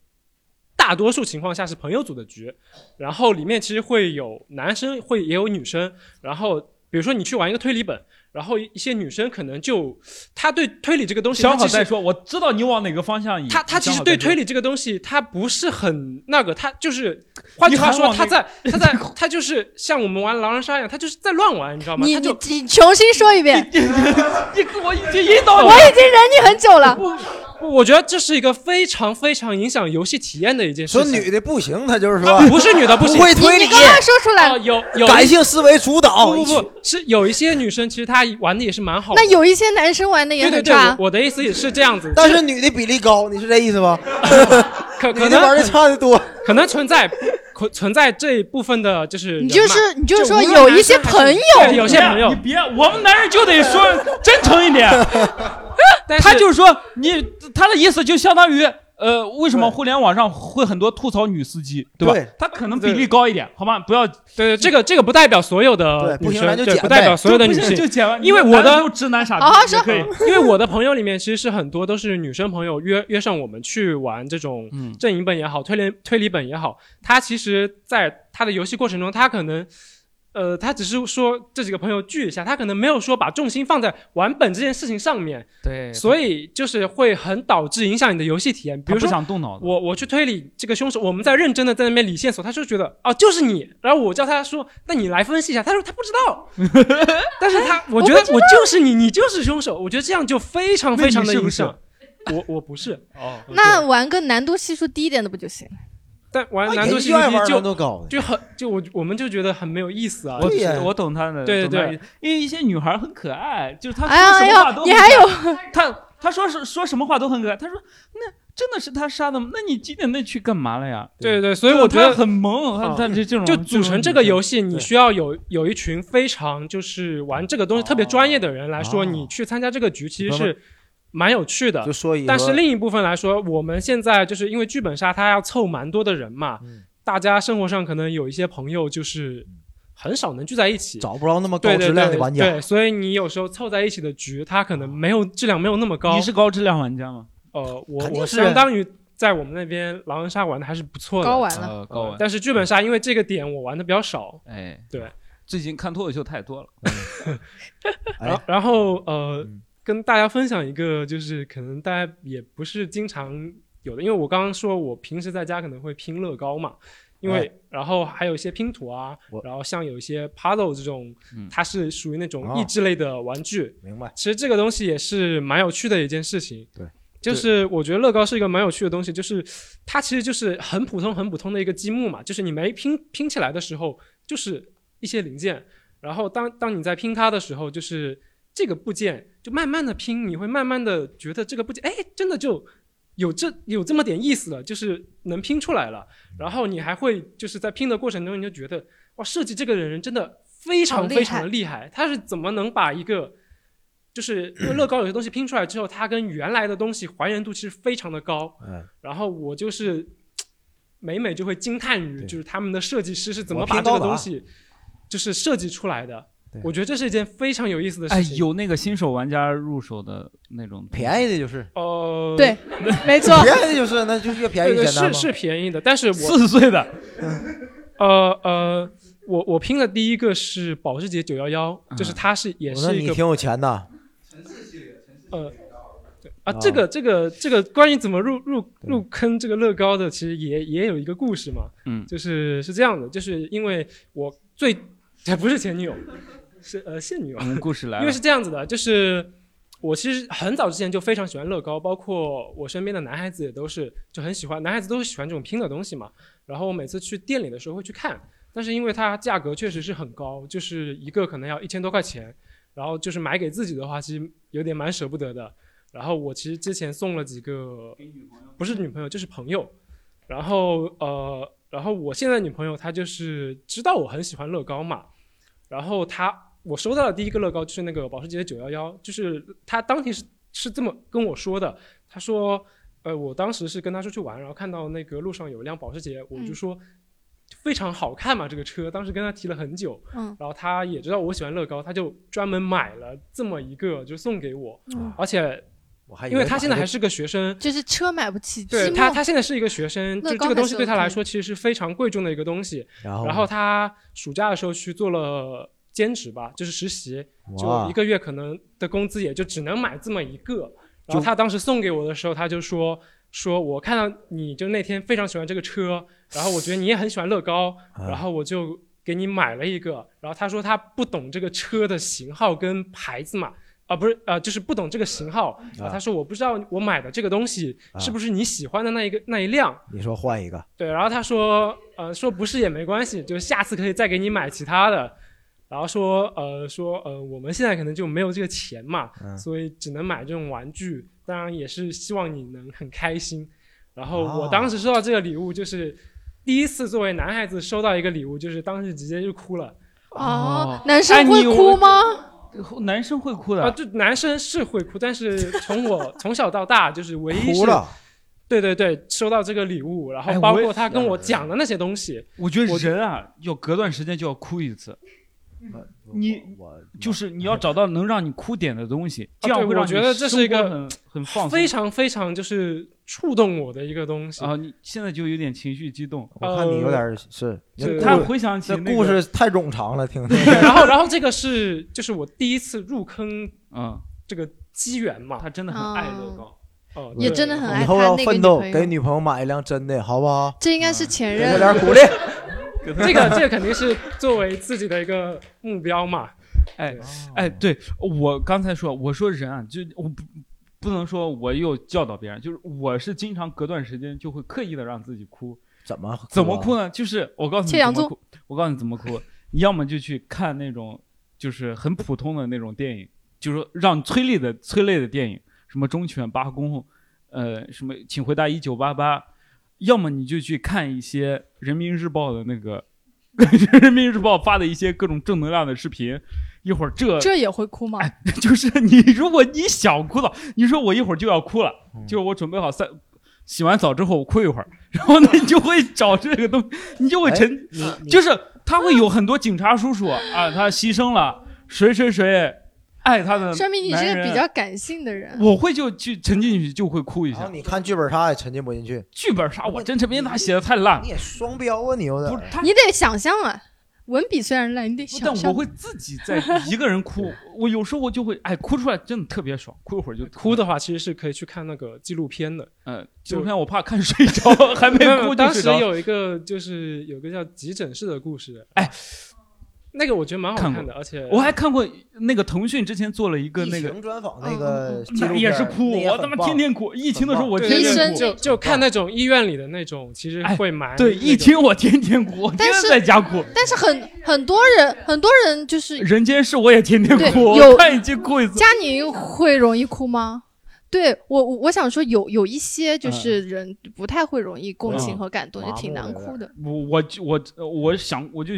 S5: 大多数情况下是朋友组的局，然后里面其实会有男生，会也有女生，然后比如说你去玩一个推理本。然后一些女生可能就，她对推理这个东西，她
S2: 想好
S5: 其实
S2: 再说，我知道你往哪个方向引。
S5: 他他其实对推
S2: 理
S5: 理这个东西，他不是很那个，他就是换句话
S2: 你还
S5: 说，
S2: 往
S5: 他
S2: 那
S5: 在他在他就是像我们玩狼人杀一样，他就是在乱玩，你知道吗？
S3: 你
S5: 他
S3: 你
S5: 就
S3: 你重新说一遍，
S2: 你我已经引导
S5: 哦
S3: 我
S2: 你。
S3: 已经忍你很久了。
S5: 我觉得这是一个非常非常影响游戏体验的一件事
S1: 说
S5: 情。
S1: 女的不行，他就是说
S5: 啊不是女的不行，
S1: 会推理
S3: 你你，刚刚说出来
S5: 啊
S3: 了，
S5: 有有
S1: 感哦性思维主导。
S5: 不不不是有一些女生其实她玩的也是蛮好的。
S3: 那有一些男生玩的也
S5: 对对
S3: 很
S5: 对，
S3: 差
S5: 我，我的意思也是这样子，
S1: 但是女的比例高，你是这意思吧？
S5: 可可
S1: 女的玩的
S5: 能
S1: 差的多。
S5: 可能存在可存在这一部分的，就是
S3: 你
S5: 人
S3: 就
S5: 嘛
S3: 是你就
S5: 就是
S3: 说
S5: 无论
S3: 有
S5: 男
S3: 一些
S5: 生还是
S3: 朋
S5: 对
S3: 友，
S5: 哎有些朋友
S2: 你别，我们男人就得说 真诚一点。
S5: 但
S2: 他就是说，你他的意思就相当于，呃，为什么互联网上会很多吐槽女司机，对吧
S1: 对？
S2: 她可能比例高一点，好吧？不要
S5: 对，这个这个不代表所有
S1: 对
S5: 的
S1: 不
S5: 女
S1: 行
S5: 生，
S1: 咱就
S5: 对
S1: 剪
S5: 不代
S1: 呗
S5: 表所有的
S2: 就
S5: 女
S2: 不行就嗯
S5: 性，
S2: 剪完，
S5: 因为我的
S2: 男就直男傻逼，
S3: 好好说
S2: 也可以。
S5: 因为我的朋友里面其实是很多都是女生朋友约约上我们去玩这种
S4: 嗯，
S5: 阵营本也好，推理推理本也好，他其实在他的游戏过程中，他可能，呃，他只是说这几个朋友聚一下，他可能没有说把重心放在玩本这件事情上面，
S4: 对，
S5: 所以就是会很导致影响你的游戏体验。比
S2: 她不
S5: 如说，
S2: 想动脑子，
S5: 我我去推理这个凶手，我们在认真的在那边理线索，他就觉得哦就是你，然后我叫他说，那你来分析一下，他说他不知道，但是他我觉得我就是你，你就是凶手，我觉得这样就非常
S2: 那
S5: 非
S2: 你
S5: 常的
S2: 是不
S5: 影
S2: 是
S5: 响。我我不是，
S4: 哦，
S3: 那玩个难度系数低一点的不就行了？
S5: 但玩
S1: 那
S5: 难度
S1: 也
S5: 系
S1: 就爱玩
S5: 就
S1: 难度高的，
S5: 就很就我我们就觉得很没有意思啊。
S2: 我
S1: 对呀
S2: 我懂她的，
S5: 对
S2: 懂她
S5: 对
S2: 的，因为一些女孩很可爱，就是她
S3: 哎呀
S2: 说
S3: 哎
S2: 什么话都
S3: 呦，
S2: 很
S3: 你还有
S2: 她她说是说什么话都很可爱，她说那真的是她杀的吗？那你几点那去干嘛了呀？
S5: 对对，所以我觉
S2: 她
S5: 得
S2: 很萌，她
S5: 啊
S2: 她这这种
S5: 就组成这个游戏，你
S1: 对
S5: 需要有有一群非常就是玩这个东西特别专业的人来说，
S1: 哦
S5: 你去参加这个局其实
S1: 明白
S5: 是蛮有趣的
S1: 就。说一个，
S5: 但是另一部分来说，我们现在就是因为剧本杀，它要凑蛮多的人嘛，
S1: 嗯
S5: 大家生活上可能有一些朋友就是很少能聚在一起，
S1: 找不着那么高
S5: 对对
S1: 质量的玩
S5: 对
S1: 家，
S5: 对，所以你有时候凑在一起的局，它可能没有质量没有那么高
S2: 你。是高质量玩家吗？
S5: 呃，我
S1: 肯定
S5: 我
S1: 是
S5: 相当于在我们那边狼人杀玩的还是不错的，
S3: 高玩了，
S4: 呃，高玩，
S5: 但是剧本杀因为这个点我玩的比较少，
S4: 哎，
S5: 对，
S4: 最近看脱口秀太多了，
S1: 哎
S5: 然后然后呃，
S1: 嗯
S5: 跟大家分享一个就是可能大家也不是经常有的，因为我刚刚说我平时在家可能会拼乐高嘛，因为、然后还有一些拼图啊
S1: 哎我，
S5: 然后像有一些 Paddle 这种，
S4: 嗯
S5: 它是属于那种
S1: 哦
S5: 益智类的玩具，
S1: 明白？
S5: 其实这个东西也是蛮有趣的一件事情。
S1: 对。
S5: 就是我觉得乐高是一个蛮有趣的东西，就是它其实就是很普通、很普通的一个积木嘛，就是你没拼拼起来的时候，就是一些零件，然后当当你在拼它的时候，就是这个部件就慢慢的拼，你会慢慢的觉得这个部件，哎，真的就有这有这么点意思了，就是能拼出来了。然后你还会就是在拼的过程中，你就觉得哇，设计这个人真的非
S3: 好
S5: 常
S3: 厉
S5: 非常
S3: 害
S5: 的厉害，他是怎么能把一个就是因为乐高有些东西拼出来之后，它跟原来的东西还原度其实非常的高。
S1: 嗯，
S5: 然后我就是每每就会惊叹于，
S1: 对
S5: 就是他们的设计师是怎
S1: 我
S5: 么把
S1: 拼
S5: 这
S1: 高
S5: 个
S1: 达
S5: 东西就是设计出来的
S1: 对。
S5: 我觉得这是一件非常有意思的
S2: 哎
S5: 事，情。
S2: 有那个新手玩家入手的那种
S1: 便
S2: 宜，
S1: 宜的就是，
S5: 呃，
S3: 对没错，
S5: 嗯
S1: 便宜的就是，那就越便宜
S5: 对
S2: 呃
S1: 越
S5: 对
S1: 简单
S5: 是
S1: 嘛。
S5: 是便宜的，但是我
S2: 四十岁的
S5: 呃呃，我我拼的第一个是保时捷九幺幺，就是
S2: 嗯
S5: 它是也
S1: 啊我说
S5: 是
S1: 你
S5: 一个
S1: 挺有钱的，
S5: 呃，
S1: 啊
S5: 啊，这个这个这个关于怎么入入
S1: 对
S5: 入坑这个乐高的，其实也也有一个故事嘛。
S4: 嗯
S5: 就是是这样的，就是因为我最 这不是前女友，是呃现女友
S4: 我，们故事来
S5: 因为
S4: 了，
S5: 是这样子的，就是我其实很早之前就非常喜欢乐高，包括我身边的男孩子也都是就很喜欢，男孩子都是喜欢这种拼的东西嘛。然后我每次去店里的时候会去看，但是因为它价格确实是很高，就是一个可能要一千多块钱，然后就是买给自己的话，其实有点蛮舍不得的。然后我其实之前送了几个，不是女朋友就是朋友，然后呃，然后我现在的女朋友她就是知道我很喜欢乐高嘛，然后她我收到的第一个乐高就是那个保时捷九幺幺，就是她当天是是这么跟我说的，她说，呃，我当时是跟她出去玩，然后看到那个路上有一辆保时捷，我就
S3: 嗯
S5: 说。非常好看嘛，这个车，当时跟她提了很久，
S3: 嗯
S5: 然后她也知道我喜欢乐高，她就专门买了这么一个，就送给我，
S3: 嗯
S5: 而且
S1: 我还以
S5: 因为她现在还
S1: 是
S5: 是个学生，
S3: 就是车买不起，
S5: 对
S3: 积
S5: 他，
S3: 木
S5: 他现在是一个学生，就
S3: 乐
S5: 是
S3: 高
S5: 这个东
S3: 还是
S5: 西对他
S3: OK
S5: 来说其实是非常贵重的一个东西。
S1: 然后
S5: 然后他暑假的时候去做了兼职吧，就是实习，就
S1: 哇
S5: 一个月可能的工资也就只能买这么一个。
S1: 就
S5: 然后他当时送给我的时候，他就说说我看到你就那天非常喜欢这个车，然后我觉得你也很喜欢乐高，
S1: 啊
S5: 然后我就给你买了一个。然后他说他不懂这个车的型号跟牌子嘛，啊不是啊、呃，就是不懂这个型号。
S1: 啊
S5: 然后他说我不知道我买的这个东西是不是你喜欢的那一个那一辆。
S1: 你说换一个，
S5: 对，然后他说，呃，说不是也没关系，就下次可以再给你买其他的。然后说，呃，说，呃，我们现在可能就没有这个钱嘛，
S1: 嗯
S5: 所以只能买这种玩具。当然也是希望你能很开心。然后
S1: 哦
S5: 我当时收到这个礼物，就是第一次作为男孩子收到一个礼物，就是当时直接就哭了
S3: 哦
S2: 哦，
S3: 男生
S2: 哎
S3: 会
S2: 你
S3: 哭吗？
S2: 男生会哭
S5: 啊！
S2: 的，
S5: 就男生是会哭，但是从我从小到大就是唯一
S1: 哭
S5: 是
S1: 了，
S5: 对对对，收到这个礼物，然
S2: 哎
S5: 后
S2: 我
S5: 包
S2: 也
S5: 括他跟我讲的那些东西，
S2: 我觉得
S5: 我
S2: 人啊，要隔段时间就要哭一次，你
S1: 我
S2: 就是你要找到能让你哭点的东西，这
S5: 啊
S2: 样
S5: 对
S2: 会让
S5: 我
S2: 你
S5: 觉得这是一个
S2: 生活很很放松
S5: 非常非常就是触动我的一个东西。
S2: 啊！你现在就有点情绪激动，
S1: 我看你有点是，
S5: 这
S1: 这
S5: 个
S2: 呃他
S1: 故
S2: 回想起
S1: 这
S2: 那个
S1: 故事太冗长了， 听听。
S5: 然后，然后这个是就是我第一次入坑
S2: 嗯，
S5: 这个机缘嘛，
S2: 他真的很爱乐高。
S5: 哦，
S3: 也
S5: 对
S3: 真的很爱
S1: 以后要
S3: 他那个
S1: 奋
S3: 女
S1: 斗
S3: 朋，友
S1: 给女朋友买一辆真的，好不好？
S3: 这应该是前
S1: 给她
S3: 任
S5: 嗯
S1: 点鼓励。
S5: 这个这个肯定是作为自己的一个目标嘛。
S2: 哎哎，对我刚才说，我说人啊，就我不不能说我又教导别人，就是我是经常隔段时间就会刻意的让自己哭，
S1: 怎么啊
S2: 怎么哭呢？就是我告诉你
S3: 切
S2: 怎
S3: 洋
S2: 么哭，我告诉你怎么哭，你要么就去看那种就是很普通的那种电影，就是说让你催泪的催泪的电影，什么《忠犬八公》，呃，什么《请回答一九八八》，要么你就去看一些《人民日报》的那个 人民日报》发的一些各种正能量的视频，一会儿这
S3: 这也会哭吗？
S2: 就是你，如果你想哭的，你说我一会儿就要哭了，就是我准备好三，洗完澡之后我哭一会儿， 然后呢，你就会找这个东西，你就
S1: 哎
S2: 会沉，就是他会有很多警察叔叔啊，他牺牲了谁谁谁，爱他
S5: 嗯
S2: 的，
S3: 说明你是个比较，感性的人。
S2: 我会就去沉浸进去，就会哭一
S1: 然后
S2: 下。
S1: 你看剧本杀也沉浸不进去，
S2: 剧本杀我真是因为他写的太烂了
S1: 你，也双标啊，你有
S2: 不是
S1: 点。
S2: 他，
S3: 你得想象啊，文笔虽然烂，你得
S2: 不
S3: 想
S2: 但我
S3: 象。
S2: 会自己在一个 人哭，我有时候我就会哎哭出来，真的特别爽，哭一会儿就
S5: 哭的话，其实是可以去看那个纪录片的。
S2: 嗯，就看我怕看睡着，哦还没哭就
S5: 当
S2: 睡
S5: 时
S2: 着。
S5: 有一个就是有个叫急诊室的故事，
S2: 哎，
S5: 那个我觉得蛮好
S2: 看
S5: 看的，而且
S2: 我还看过那个腾讯之前做了一个
S1: 疫
S2: 那个，
S1: 情专
S3: 嗯
S1: 访那个纪录
S2: 那
S1: 片
S2: 也是哭，
S1: 那也
S2: 我
S1: 很
S2: 他妈
S1: 棒
S2: 天天哭。疫情的时候我
S5: 对
S2: 天
S5: 对
S3: 医
S2: 天
S3: 生
S2: 哭，
S5: 就就看
S1: 棒
S5: 那种医院里的那种，其实
S2: 哎
S5: 会蛮
S2: 对
S5: 那
S2: 疫
S5: 种
S2: 情我天天哭，我天
S3: 但
S2: 天
S3: 是
S2: 在家哭。
S3: 但是很很多人，很多人就是
S2: 人间世我也天天
S3: 对
S2: 哭，我
S3: 有
S2: 看一集哭一次。
S3: 佳宁会容易哭吗？对我，我我想说有有一
S2: 嗯
S3: 些就是人不太会容易共情和感动，
S1: 嗯
S3: 就挺难哭的。
S2: 我我就我我想我就。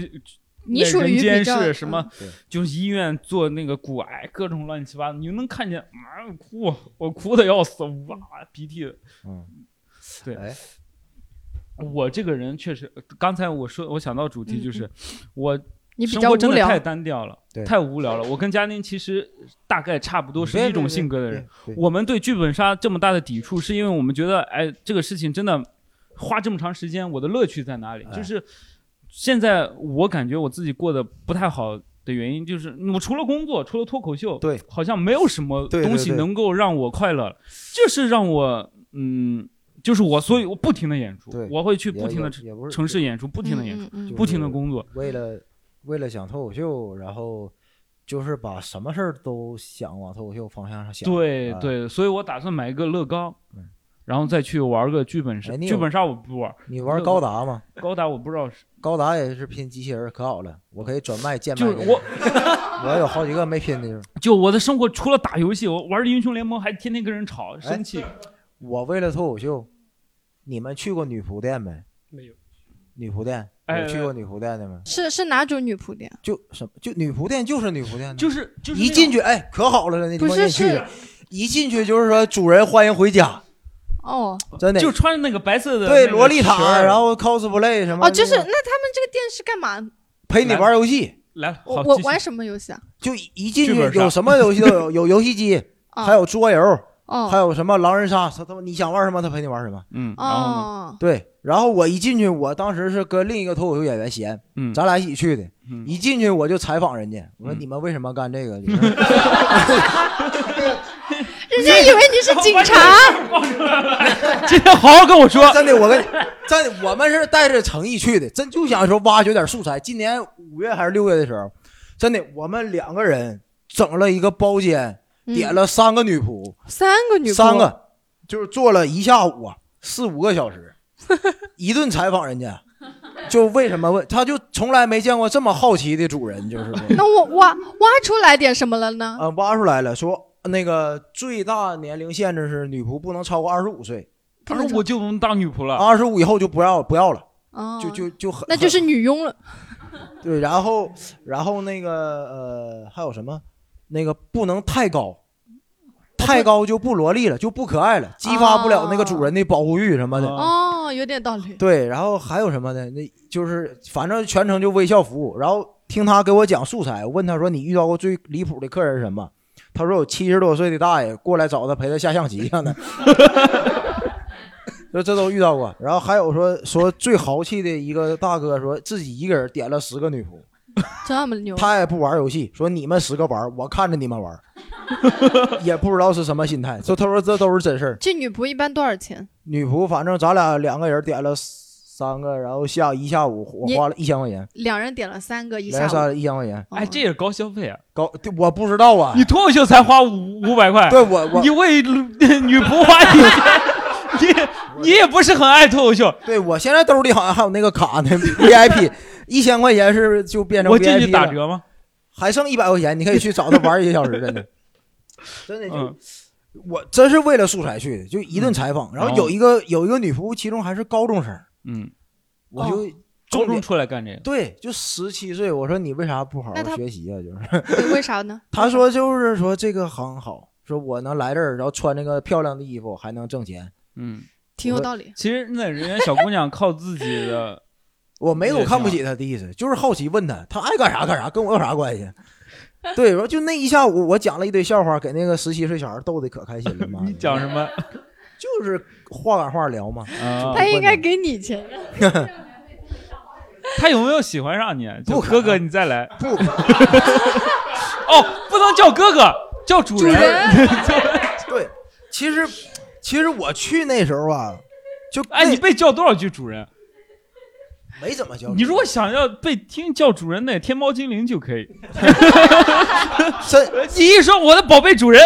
S3: 你属于
S2: 人间
S3: 比较
S2: 是什么？
S1: 嗯
S2: 就是医院做那个骨癌，各种乱七八糟，你能看见啊哭，我哭的要死，哇，鼻涕
S1: 嗯，
S2: 对
S1: 哎，
S2: 我这个人确实，呃刚才我说我想到主题就是，
S3: 嗯
S2: 我
S3: 你比
S2: 生
S3: 较
S2: 活
S3: 无
S2: 真的
S3: 聊
S2: 太，单调了
S1: 对，
S2: 太无聊了。我跟佳宁其实大概差不多是一种性格的人。
S1: 对。对对
S2: 我们对剧本杀这么大的抵触，是因为我们觉得，哎，这个事情真的花这么长时间，我的乐趣在哪里？
S1: 哎
S2: 就是现在我感觉我自己过得不太好的原因，就是我除了工作，除了脱口秀，
S1: 对，
S2: 好像没有什么
S1: 对对
S2: 东西
S1: 对
S2: 能够让我快乐了，就是让我，嗯，就是我，所以我不停的演出
S1: 对，
S2: 我会去
S1: 也
S2: 不停的
S1: 也也不是
S2: 城市演出，不停的演出，
S3: 嗯嗯
S1: 就
S3: 嗯
S2: 不停的工作。
S1: 为了为了想脱口秀，然后就是把什么事儿都想往脱口秀方向上想。
S2: 对
S1: 啊
S2: 对，所以我打算买一个乐高
S1: 嗯，
S2: 然后再去玩个剧本杀。
S1: 哎你有
S2: 剧本杀我不玩，
S1: 你玩高达吗？
S2: 高达我不知道是，
S1: 高达也是拼机器人，可好了，我可以转卖贱卖
S2: 就
S1: 给
S2: 是
S1: 你。
S2: 我
S1: 我有好几个没拼的地方。
S2: 就我的生活除了打游戏，我玩英雄联盟还天天跟人
S1: 哎
S2: 吵，生气。
S1: 我为了脱口秀，你们去过女仆店没？
S5: 没有。
S1: 女仆店，
S2: 哎
S1: 有去过女仆店的吗？
S3: 是是哪种女仆店？
S1: 就什么就女仆店就是女仆店的，
S2: 就是就是
S1: 一
S2: 那
S1: 进
S2: 种
S1: 去哎可好了，那地
S3: 不
S1: 方一
S3: 是
S1: 进去
S3: 是
S1: 一进去就是说主人欢迎回家，
S3: 哦
S1: 真的
S2: 就穿着那个白色的
S1: 对
S2: 那个
S1: 洛丽
S2: 裙儿
S1: 塔，然后 cosplay 什么
S3: 哦，就是那他
S1: 那个
S3: 们这个店是干嘛？
S1: 陪你玩游戏，
S2: 来了，
S3: 我
S2: 好
S3: 我
S2: 继续
S3: 玩什么游戏啊？
S1: 就一进
S2: 剧
S1: 去
S2: 本杀
S1: 有什么游戏都有，有游戏机，
S3: 哦
S1: 还有桌游，还
S3: 哦
S1: 有什么狼人杀，他他妈你想玩什么他陪你玩什么。
S2: 嗯，然后呢？
S3: 哦，
S1: 对，然后我一进去，我当时是跟另一个脱口秀演员闲，
S2: 嗯
S1: 咱俩一起去的。
S2: 嗯
S1: 一进去我就采访人家，我说
S2: 嗯
S1: 你们为什么干这 个？就是
S3: 人家以为你是警 察。
S2: 今天好好跟 我说，
S1: 真的，我跟真的，我们是带着诚意去的，真就想说挖掘点素材。今年五月还是六月的时候，真的，我们两个人整了一个包间，
S3: 嗯
S1: 点了三个女仆，
S3: 三个女仆，
S1: 三个就是坐了一下午啊，四五个小 时，一顿采访人家，就为什么问，他就从来没见过这么好奇的主人，就是说。
S3: 那我挖挖出来点什么了呢？
S1: 啊，挖出来了，说那个最大年龄限制是女仆不能超过二十五岁，
S2: 他说我就能当女仆了。
S1: 二十五以后就不要不要了，
S3: 哦，
S1: 就就就 很
S3: 那就是女佣了。
S1: 很对，然后
S3: 哦
S1: 然后那个呃还有什么那个不能太高，太高就不萝莉了，就不可爱了，激发不了那个主人的保护欲什么的。
S3: 哦，有点道理。
S1: 对，然后还有什么呢？那就是反正全程就微笑服务。然后听他给我讲素材，我问他说你遇到过最离谱的客人是什么？他说有七十多岁的大爷过来找他陪他下象棋呢。就这都遇到过。然后还有说说最豪气的一个大哥说自己一个人点了十个女仆，
S3: 这么牛，
S1: 他也不玩游戏，说你们十个玩，我看着你们玩，也不知道是什么心态。就他说这都是真事儿。
S3: 这女仆一般多少钱？
S1: 女仆，反正咱俩两个人点了三个，然后下一下午我
S3: 你
S1: 花了一千块钱，
S3: 两人点了三个，一
S1: 连
S3: 下哦
S1: 下
S3: 午
S1: 了一千块钱，
S2: 哎，这也是高消费啊！
S1: 高对我不知道啊
S2: 你。脱口秀才花五五百块，
S1: 对我我
S2: 你为 女仆花一千，你你也不是很爱脱口秀。
S1: 对我现在兜里好像还有那个卡呢 ，VIP 一千块钱是就变成
S2: 我进去
S1: VIP
S2: 打
S1: 了，
S2: 折吗？
S1: 还剩一百块钱，你可以去找他玩一个小时， 真的，真的就
S2: 嗯，
S1: 我真是为了素材去的，就一顿采访。然
S2: 哦
S1: 后有一个有一个女仆，其中还是高中生，
S8: 嗯，
S1: 我就
S2: 哦高
S1: 重
S2: 中
S1: 点
S2: 出来干这个，
S1: 对，就十七岁，我说你为啥不好
S3: 那她
S1: 好学习啊？就是。
S3: 对为啥呢？
S1: 他说就是说这个行好，说我能来这儿，然后穿这个漂亮的衣服，还能挣钱。
S8: 嗯，
S3: 挺有道理。
S2: 其实那人家小姑娘靠自己 的，。
S1: 我没有看不起他的意思，就是好奇问他，他爱干啥干啥，跟我有啥关系？ 对，然后就那一下午，我讲了一堆笑话，给那个十七岁小孩逗得可开心了嘛
S2: 你讲什么？
S1: 就是话赶话聊嘛，
S2: 啊
S1: 嗯
S3: 他应该给你钱，
S2: 他有没有喜欢上你？啊就
S1: 不可能
S2: 哥哥，你再来。
S1: 不
S2: 哦，不能叫哥哥，叫主人。
S1: 对。其实，其实我去那时候啊，就
S2: 哎，
S1: 那
S2: 你被叫多少句主人？
S1: 没怎么教。
S2: 你如果想要被听叫主人，那天猫精灵就 可以。
S1: 真
S2: 你一说我的宝贝主人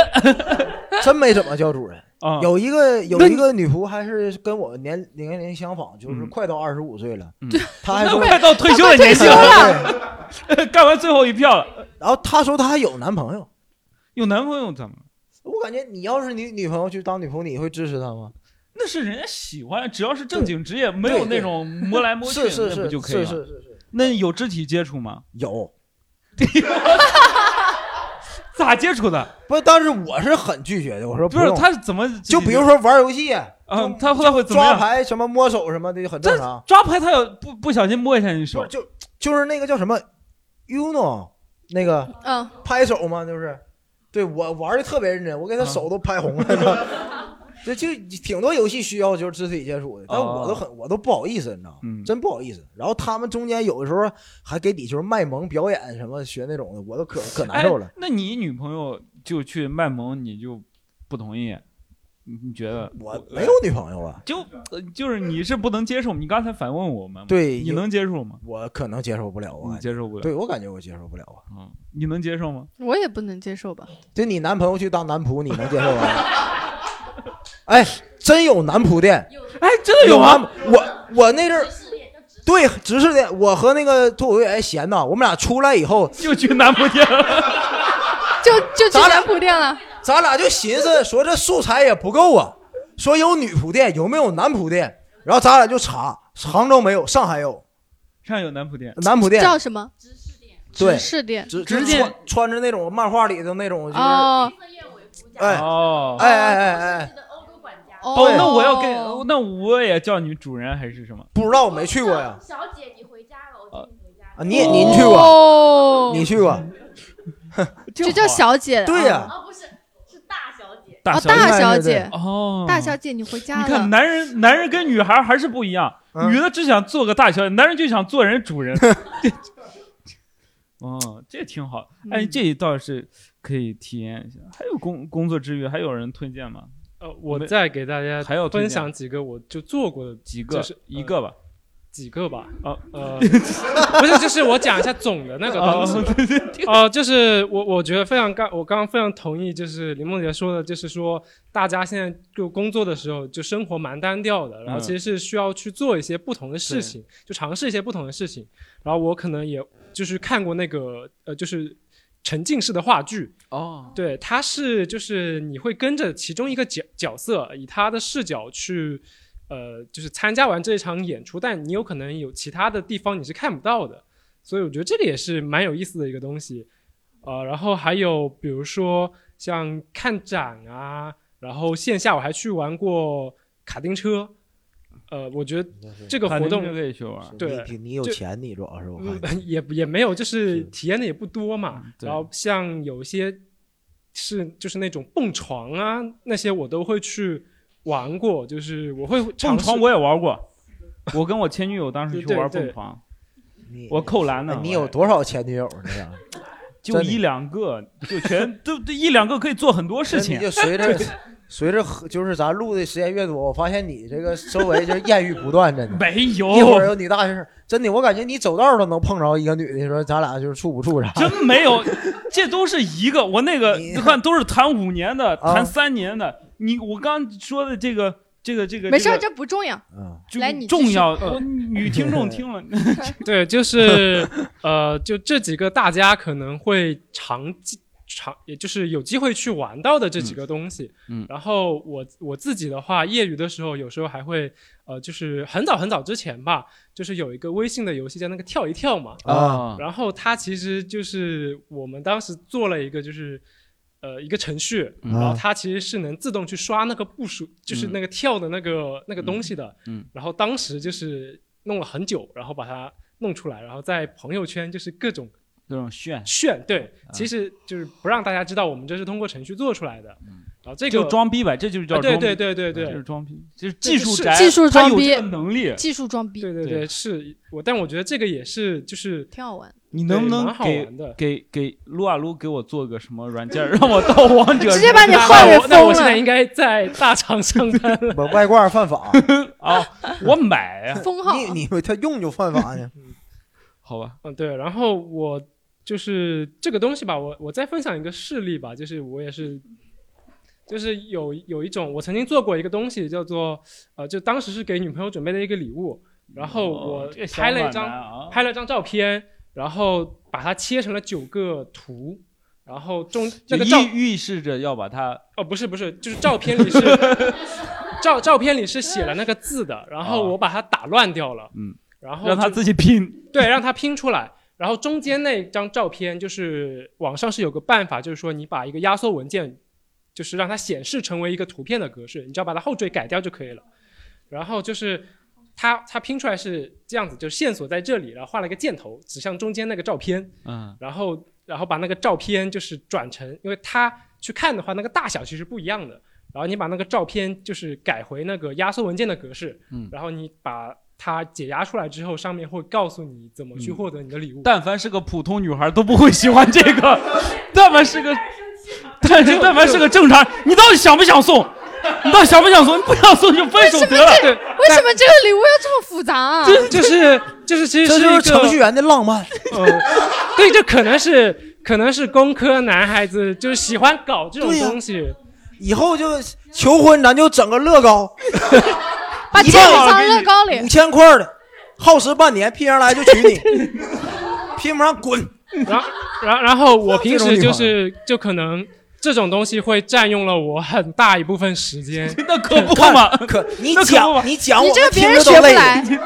S1: 真没怎么教主人，
S2: 啊，
S1: 有一个有
S2: 那
S1: 一个女仆还是跟我年年龄相仿，就是
S8: 嗯
S1: 快到二十五岁了
S8: 嗯，
S1: 她还
S2: 那
S1: 说
S2: 快到退休的年纪了，
S1: 对，
S2: 干完最后一票了。
S1: 然后她说她还有男朋友，
S2: 有男朋友怎么？
S1: 我感觉你要是你女朋友去当女仆，你会支持她吗？
S2: 那是人家喜欢，只要是正经职业，没有那种摸来摸去
S1: 是
S2: 的，
S1: 是
S2: 那不
S1: 是
S2: 就是可以
S1: 是
S2: 了？
S1: 是是
S2: 那有肢体接触吗？
S1: 有，
S2: 咋接触的？
S1: 不，但是我是很拒绝的，我说
S2: 不是
S1: 用，
S2: 他怎么？
S1: 就比如，说玩游戏，
S2: 啊，
S1: 就
S2: 他后来会怎么
S1: 抓
S2: 样？
S1: 牌什么摸手什么的很正常，
S2: 抓拍，他有不不小心摸一下你
S1: 不
S2: 手
S1: 是，就就是那个叫什么 Uno 那个
S3: 嗯，
S1: 拍手嘛，就是，对我玩的特别认真，我给他
S2: 啊
S1: 手都拍红了。 这就挺多游戏需要就是肢体接触的，但
S2: 哦
S1: 我都很我都不好意思，你知道吗？
S8: 嗯
S1: 真不好意思。然后他们中间有的时候还给底球卖萌表演什么学那种的，我都可可难受了。
S2: 哎。那你女朋友就去卖萌，你就不同意？你你觉得
S1: 我没有女朋友啊，
S2: 就呃就是你是不能接受？你刚才反问我们，，
S1: 对，
S2: 你
S1: 有
S2: 能接受吗？
S1: 我可能接受不了啊，我
S2: 你
S1: 感觉
S2: 接受不了，
S1: 对我感觉我接受不了啊。
S2: 嗯，你能接受吗？
S3: 我也不能接受吧？
S1: 就你男朋友去当男仆，你能接受吗？哎，真有男仆店，
S2: 哎，真的有
S1: 啊
S2: 吗？！
S1: 我我那阵儿，对，直视的，我和那个脱口秀演员贤呐，我们俩出来以后，
S2: 就去南浦店了，
S3: 就就去
S1: 咱俩
S3: 南浦店了，
S1: 咱俩就寻思说这素材也不够啊，说有女仆店，有没有男仆店？然后咱俩就查，杭州没有，上海有
S2: 上有南浦店。
S1: 男仆店，
S3: 叫什么？
S1: 对
S3: 直，视店。
S1: 直
S2: 直
S1: 直
S2: 接
S1: 穿穿着那种漫画里的那种，就是
S3: 哦
S1: 哎
S2: 哦，
S1: 哎哎哎哎，
S2: 哦
S3: 哦，
S2: 那我要跟，那我也叫你主人还是什么？
S1: 不知道我没去过呀。
S9: 小姐，你回家了，我接你回家。
S1: 啊，你
S3: 哦
S1: 也您去过，
S3: 过
S1: 你去过？
S3: 就哦叫小姐，
S1: 对呀，
S9: 哦，不是，是大小姐。
S2: 大小
S3: 哦，
S2: 姐
S3: 大小
S1: 对
S3: 姐
S1: 对，
S2: 哦，
S3: 大小姐，你回
S2: 你
S3: 家
S2: 看，
S3: 了。
S2: 男人男人跟女孩还是不一样，
S1: 嗯
S2: 女的只想做个大小姐，男人就想做人主 人。哦，这挺好，哎，
S3: 嗯
S2: 这倒是可以体验一下。还有工工作之余，还有人推荐吗？
S5: 呃，我
S2: 没
S5: 再给大家
S2: 还有推
S5: 分
S2: 荐
S5: 享几个我就做过的
S2: 几个
S5: 就是，呃
S2: 一个吧。
S5: 几个吧。
S2: 哦
S5: 呃， 不是，就是我讲一下总的那个东西
S2: 哦。对对对，
S5: 哦、就是我我觉得非常刚，我刚刚非常同意，就是林梦洁说的，就是说大家现在就工作的时候，就生活蛮单调的，然后
S2: 嗯
S5: 其实是需要去做一些不同的事情，就尝试一些不同的事情。然后我可能也就是看过那个呃，就是沉浸式的话剧，
S2: 哦，
S5: 对，它是就是你会跟着其中一个角角色，以他的视角去，呃，就是参加完这一场演出，但你有可能有其他的地方你是看不到的，所以我觉得这个也是蛮有意思的一个东西。呃，然后还有比如说像看展啊，然后线下我还去玩过卡丁车。呃，我觉得这个活
S2: 卡
S5: 动
S2: 丁车可以去玩
S5: 对，
S1: 你你有
S5: 就
S1: 钱，你主要是我看
S5: 嗯，也也没有，就是体验的也不多嘛。
S2: 嗯
S5: 然后像有一些是就是那种蹦床啊，那些我都会去玩过，就是我会
S2: 蹦
S5: 尝试
S2: 床我也玩过，我跟我前女友当时
S5: 对
S2: 去玩
S5: 对
S2: 蹦
S5: 对
S2: 床，
S1: 你
S2: 我扣篮呢
S1: 哎。你有多少前女友呢？
S2: 就
S1: 真的
S2: 一两个，就全都都一两个可以做很多事情。
S1: 你就随着
S2: 对
S1: 随着喝就是咱录的时间越多，我发现你这个周围就是艳遇不断，真的。
S2: 没有
S5: 哦
S1: 一会儿有你大学生，真的，我感觉你走道都能碰着一个女的，说咱俩就是处不处啥。
S2: 真没有，这都是一个。我那个你看都是谈五年的，
S1: 啊
S2: 谈三年的。你我刚说的这个这个这个
S3: 没事儿，
S2: 这
S3: 这不重要。
S1: 嗯，
S2: 就
S3: 来你继
S2: 重
S3: 续
S2: 要。
S5: 啊
S2: 我女听众听 了，
S5: 对，就是 呃，就这几个大家可能会常记常，也就是有机会去玩到的这几个东西。
S8: 嗯嗯
S5: 然后我我自己的话，业余的时候有时候还会呃，就是很早很早之前吧，就是有一个微信的游戏叫那个跳一跳嘛。
S1: 啊
S5: 然后它其实就是我们当时做了一个就是。呃，一个程序，
S8: 嗯
S5: 然后它其实是能自动去刷那个步数，就是
S8: 嗯
S5: 那个跳的那个那个东西的。
S8: 嗯
S5: 然后当时就是弄了很久，然后把它弄出来，然后在朋友圈就是各种
S2: 这种炫
S5: 炫，对，其实就是不让大家知道我们这是通过程序做出来的。然后这
S2: 就
S5: 个
S2: 装逼呗，这就是叫
S5: 啊对
S2: 装逼。
S5: 对对对对
S2: 这是
S5: 对
S2: 装逼，就是技术
S5: 是
S2: 宅，
S3: 技术
S2: 他
S3: 装
S2: 有
S3: 逼
S2: 这个能力。
S3: 技术装逼
S5: 对对
S2: 对
S5: 对，是我，但我觉得这个也是就是
S3: 挺好玩。
S2: 你能不
S5: 对
S2: 能
S5: 蛮好啊
S2: 给
S5: 玩的
S2: 给给撸啊撸给我做个什么软件儿，让我到王者
S3: 直接把你
S5: 那
S3: 换
S5: 那
S3: 人
S5: 我那
S3: 疯
S5: 我现在
S3: 了
S5: 应该在大厂上班了。
S1: 不外挂犯法，
S2: 啊， 我买呀，
S3: 封号
S1: 你你他用就犯法呢。
S2: 好吧，
S5: 嗯，对，然后我就是这个东西吧，我我再分享一个事例吧，就是我也是，就是有有一种我曾经做过一个东西叫做呃，就当时是给女朋友准备的一个礼物，然后我
S2: 哦这
S5: 拍了
S2: 想
S5: 一
S2: 法
S5: 张、
S2: 难啊
S5: 拍了张照片，然后把它切成了九个图。然后中那
S2: 就
S5: 个照
S2: 预预示着要把它
S5: 哦不是不是就是照片里是照照片里是写了那个字的，然后
S2: 哦
S5: 我把它打乱掉了，
S8: 嗯，
S5: 然后
S2: 让他
S5: 就
S2: 自己拼，
S5: 对，让它拼出来。然后中间那张照片，就是网上是有个办法，就是说你把一个压缩文件，就是让它显示成为一个图片的格式，你只要把它后缀改掉就可以了。然后就是它它拼出来是这样子，就是线索在这里，然后画了一个箭头指向中间那个照片，
S2: 嗯，
S5: 然后然后把那个照片就是转成，因为它去看的话，那个大小其实不一样的。然后你把那个照片就是改回那个压缩文件的格式，
S8: 嗯
S5: 然后你把它解压出来之后，上面会告诉你怎么去
S1: 嗯
S5: 获得你的礼物。
S2: 但凡是个普通女孩都不会喜欢这 个，但凡是个，但是但凡是个正常，你到底想不想送？你到底想不想送？你不想送就
S3: 哎
S2: 分手得了。
S5: 对，
S3: 为什么这个礼物要这么复杂啊？
S5: 这就是就是其实
S1: 这
S5: 是
S1: 就
S5: 一
S1: 是程
S5: 个呃
S1: 序员的浪漫。
S5: 对，这可能是可能是工科男孩子就是喜欢搞这种
S1: 对呀
S5: 东西。
S1: 以后就求婚，咱就整个乐高，
S3: 把
S1: 一
S3: 钱
S1: 定要
S3: 藏乐高里
S1: 五，千块的，耗时半年，拼上来就娶你，拼不上滚。
S5: 然后然后然后我平时
S1: 这
S5: 就
S1: 种
S5: 是就可能这种东西会占用了我很大一部分时间。
S2: 那可不嘛，
S1: 可你
S2: 那可不嘛
S1: 讲你讲，
S3: 你
S1: 我
S3: 这个
S1: 们
S3: 别
S1: 听
S3: 人
S1: 着都
S3: 学不
S1: 累
S3: 来。
S1: 的。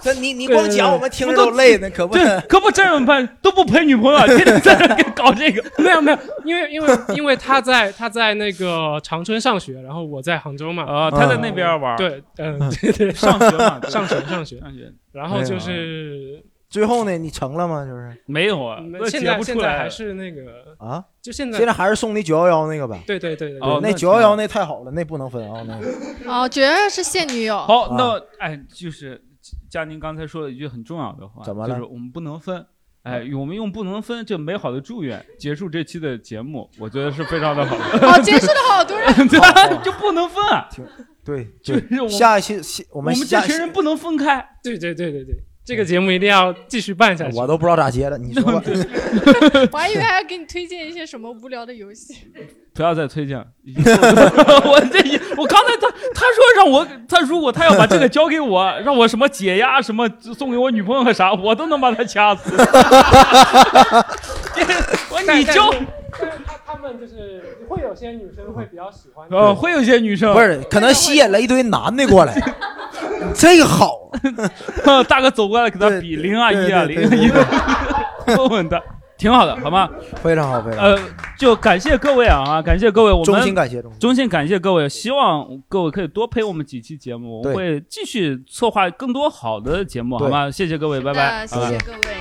S1: 这你你
S5: 对
S1: 光
S5: 对
S1: 讲，
S5: 对
S1: 我们听着都累呢，可不。
S2: 对，可不这样办都不陪女朋 友，啊天天在这儿给搞这个，
S5: 没有没有， 因为因为因为他在他在那个长春上学，然后我在杭州嘛。
S2: 啊，他在那边玩，，
S5: 对，嗯，对对，
S2: 上学嘛，对
S5: 上学上学，
S2: 上学
S5: 然后
S1: 哎呀
S5: 就是
S1: 最后呢，你成了吗？就是
S2: 没有啊
S5: 嗯，
S2: 那
S5: 现
S2: 学
S5: 在
S2: 不
S5: 现
S2: 出
S5: 在
S2: 来
S5: 还
S2: 了，
S5: 是那个，
S1: 啊，
S5: 就现在
S1: 现在还是送的九幺幺那个呗。
S5: 对对对对对，
S2: 哦
S1: 那
S2: 那
S1: 九幺幺那太好了，那不能分啊，那 个
S3: 哦，觉得是现女友。
S2: 好，那哎，就是佳宁刚才说了一句很重要的话，
S1: 怎么了
S2: 就是我们不能分。哎，我们用不能分这美好的祝愿结束这期的节目，我觉得是非常的好 的。
S3: 哦，结束的好突然。
S2: 对
S1: 好好
S2: 就不能分，
S1: 对
S2: 就
S1: 对。
S2: 是我们
S1: 下一期下我
S2: 我
S1: 们
S2: 们
S1: 下
S2: 这群人不能分开。
S5: 对对对对对，这个节目一定要继续办下去。
S1: 我都不知道咋接了，你说 吧。
S3: 我还以为还要给你推荐一些什么无聊的游戏。
S2: 不要再推荐了，已经够了 我这已我刚才他他说让我他如果他要把这个交给我，让我什么解压什么送给我女朋友啥，我都能把他掐死。我
S5: 但
S2: 你
S5: 但
S2: 教
S5: 是但是他他们就是会有些女生会比较喜 欢。
S2: 呃会有些女生
S1: 不是，可能吸引了一堆男的 过来，这个好。
S2: 大哥走过来给他比
S1: 对
S2: 零啊一啊
S1: 对
S2: 零
S1: 对
S2: 啊一
S1: 对
S2: 啊，问问他，挺好的，好吗？
S1: 非常好，非常好。
S2: 呃，就感谢各位啊，感谢各位，我们
S1: 衷心感谢衷心
S2: 衷心感谢各位，希望各位可以多陪我们几期节目，我们
S1: 对
S2: 会继续策划更多好的节目，
S1: 对
S2: 好吗？谢谢各位，拜拜，
S3: 那谢
S2: 好吧
S3: 谢各位。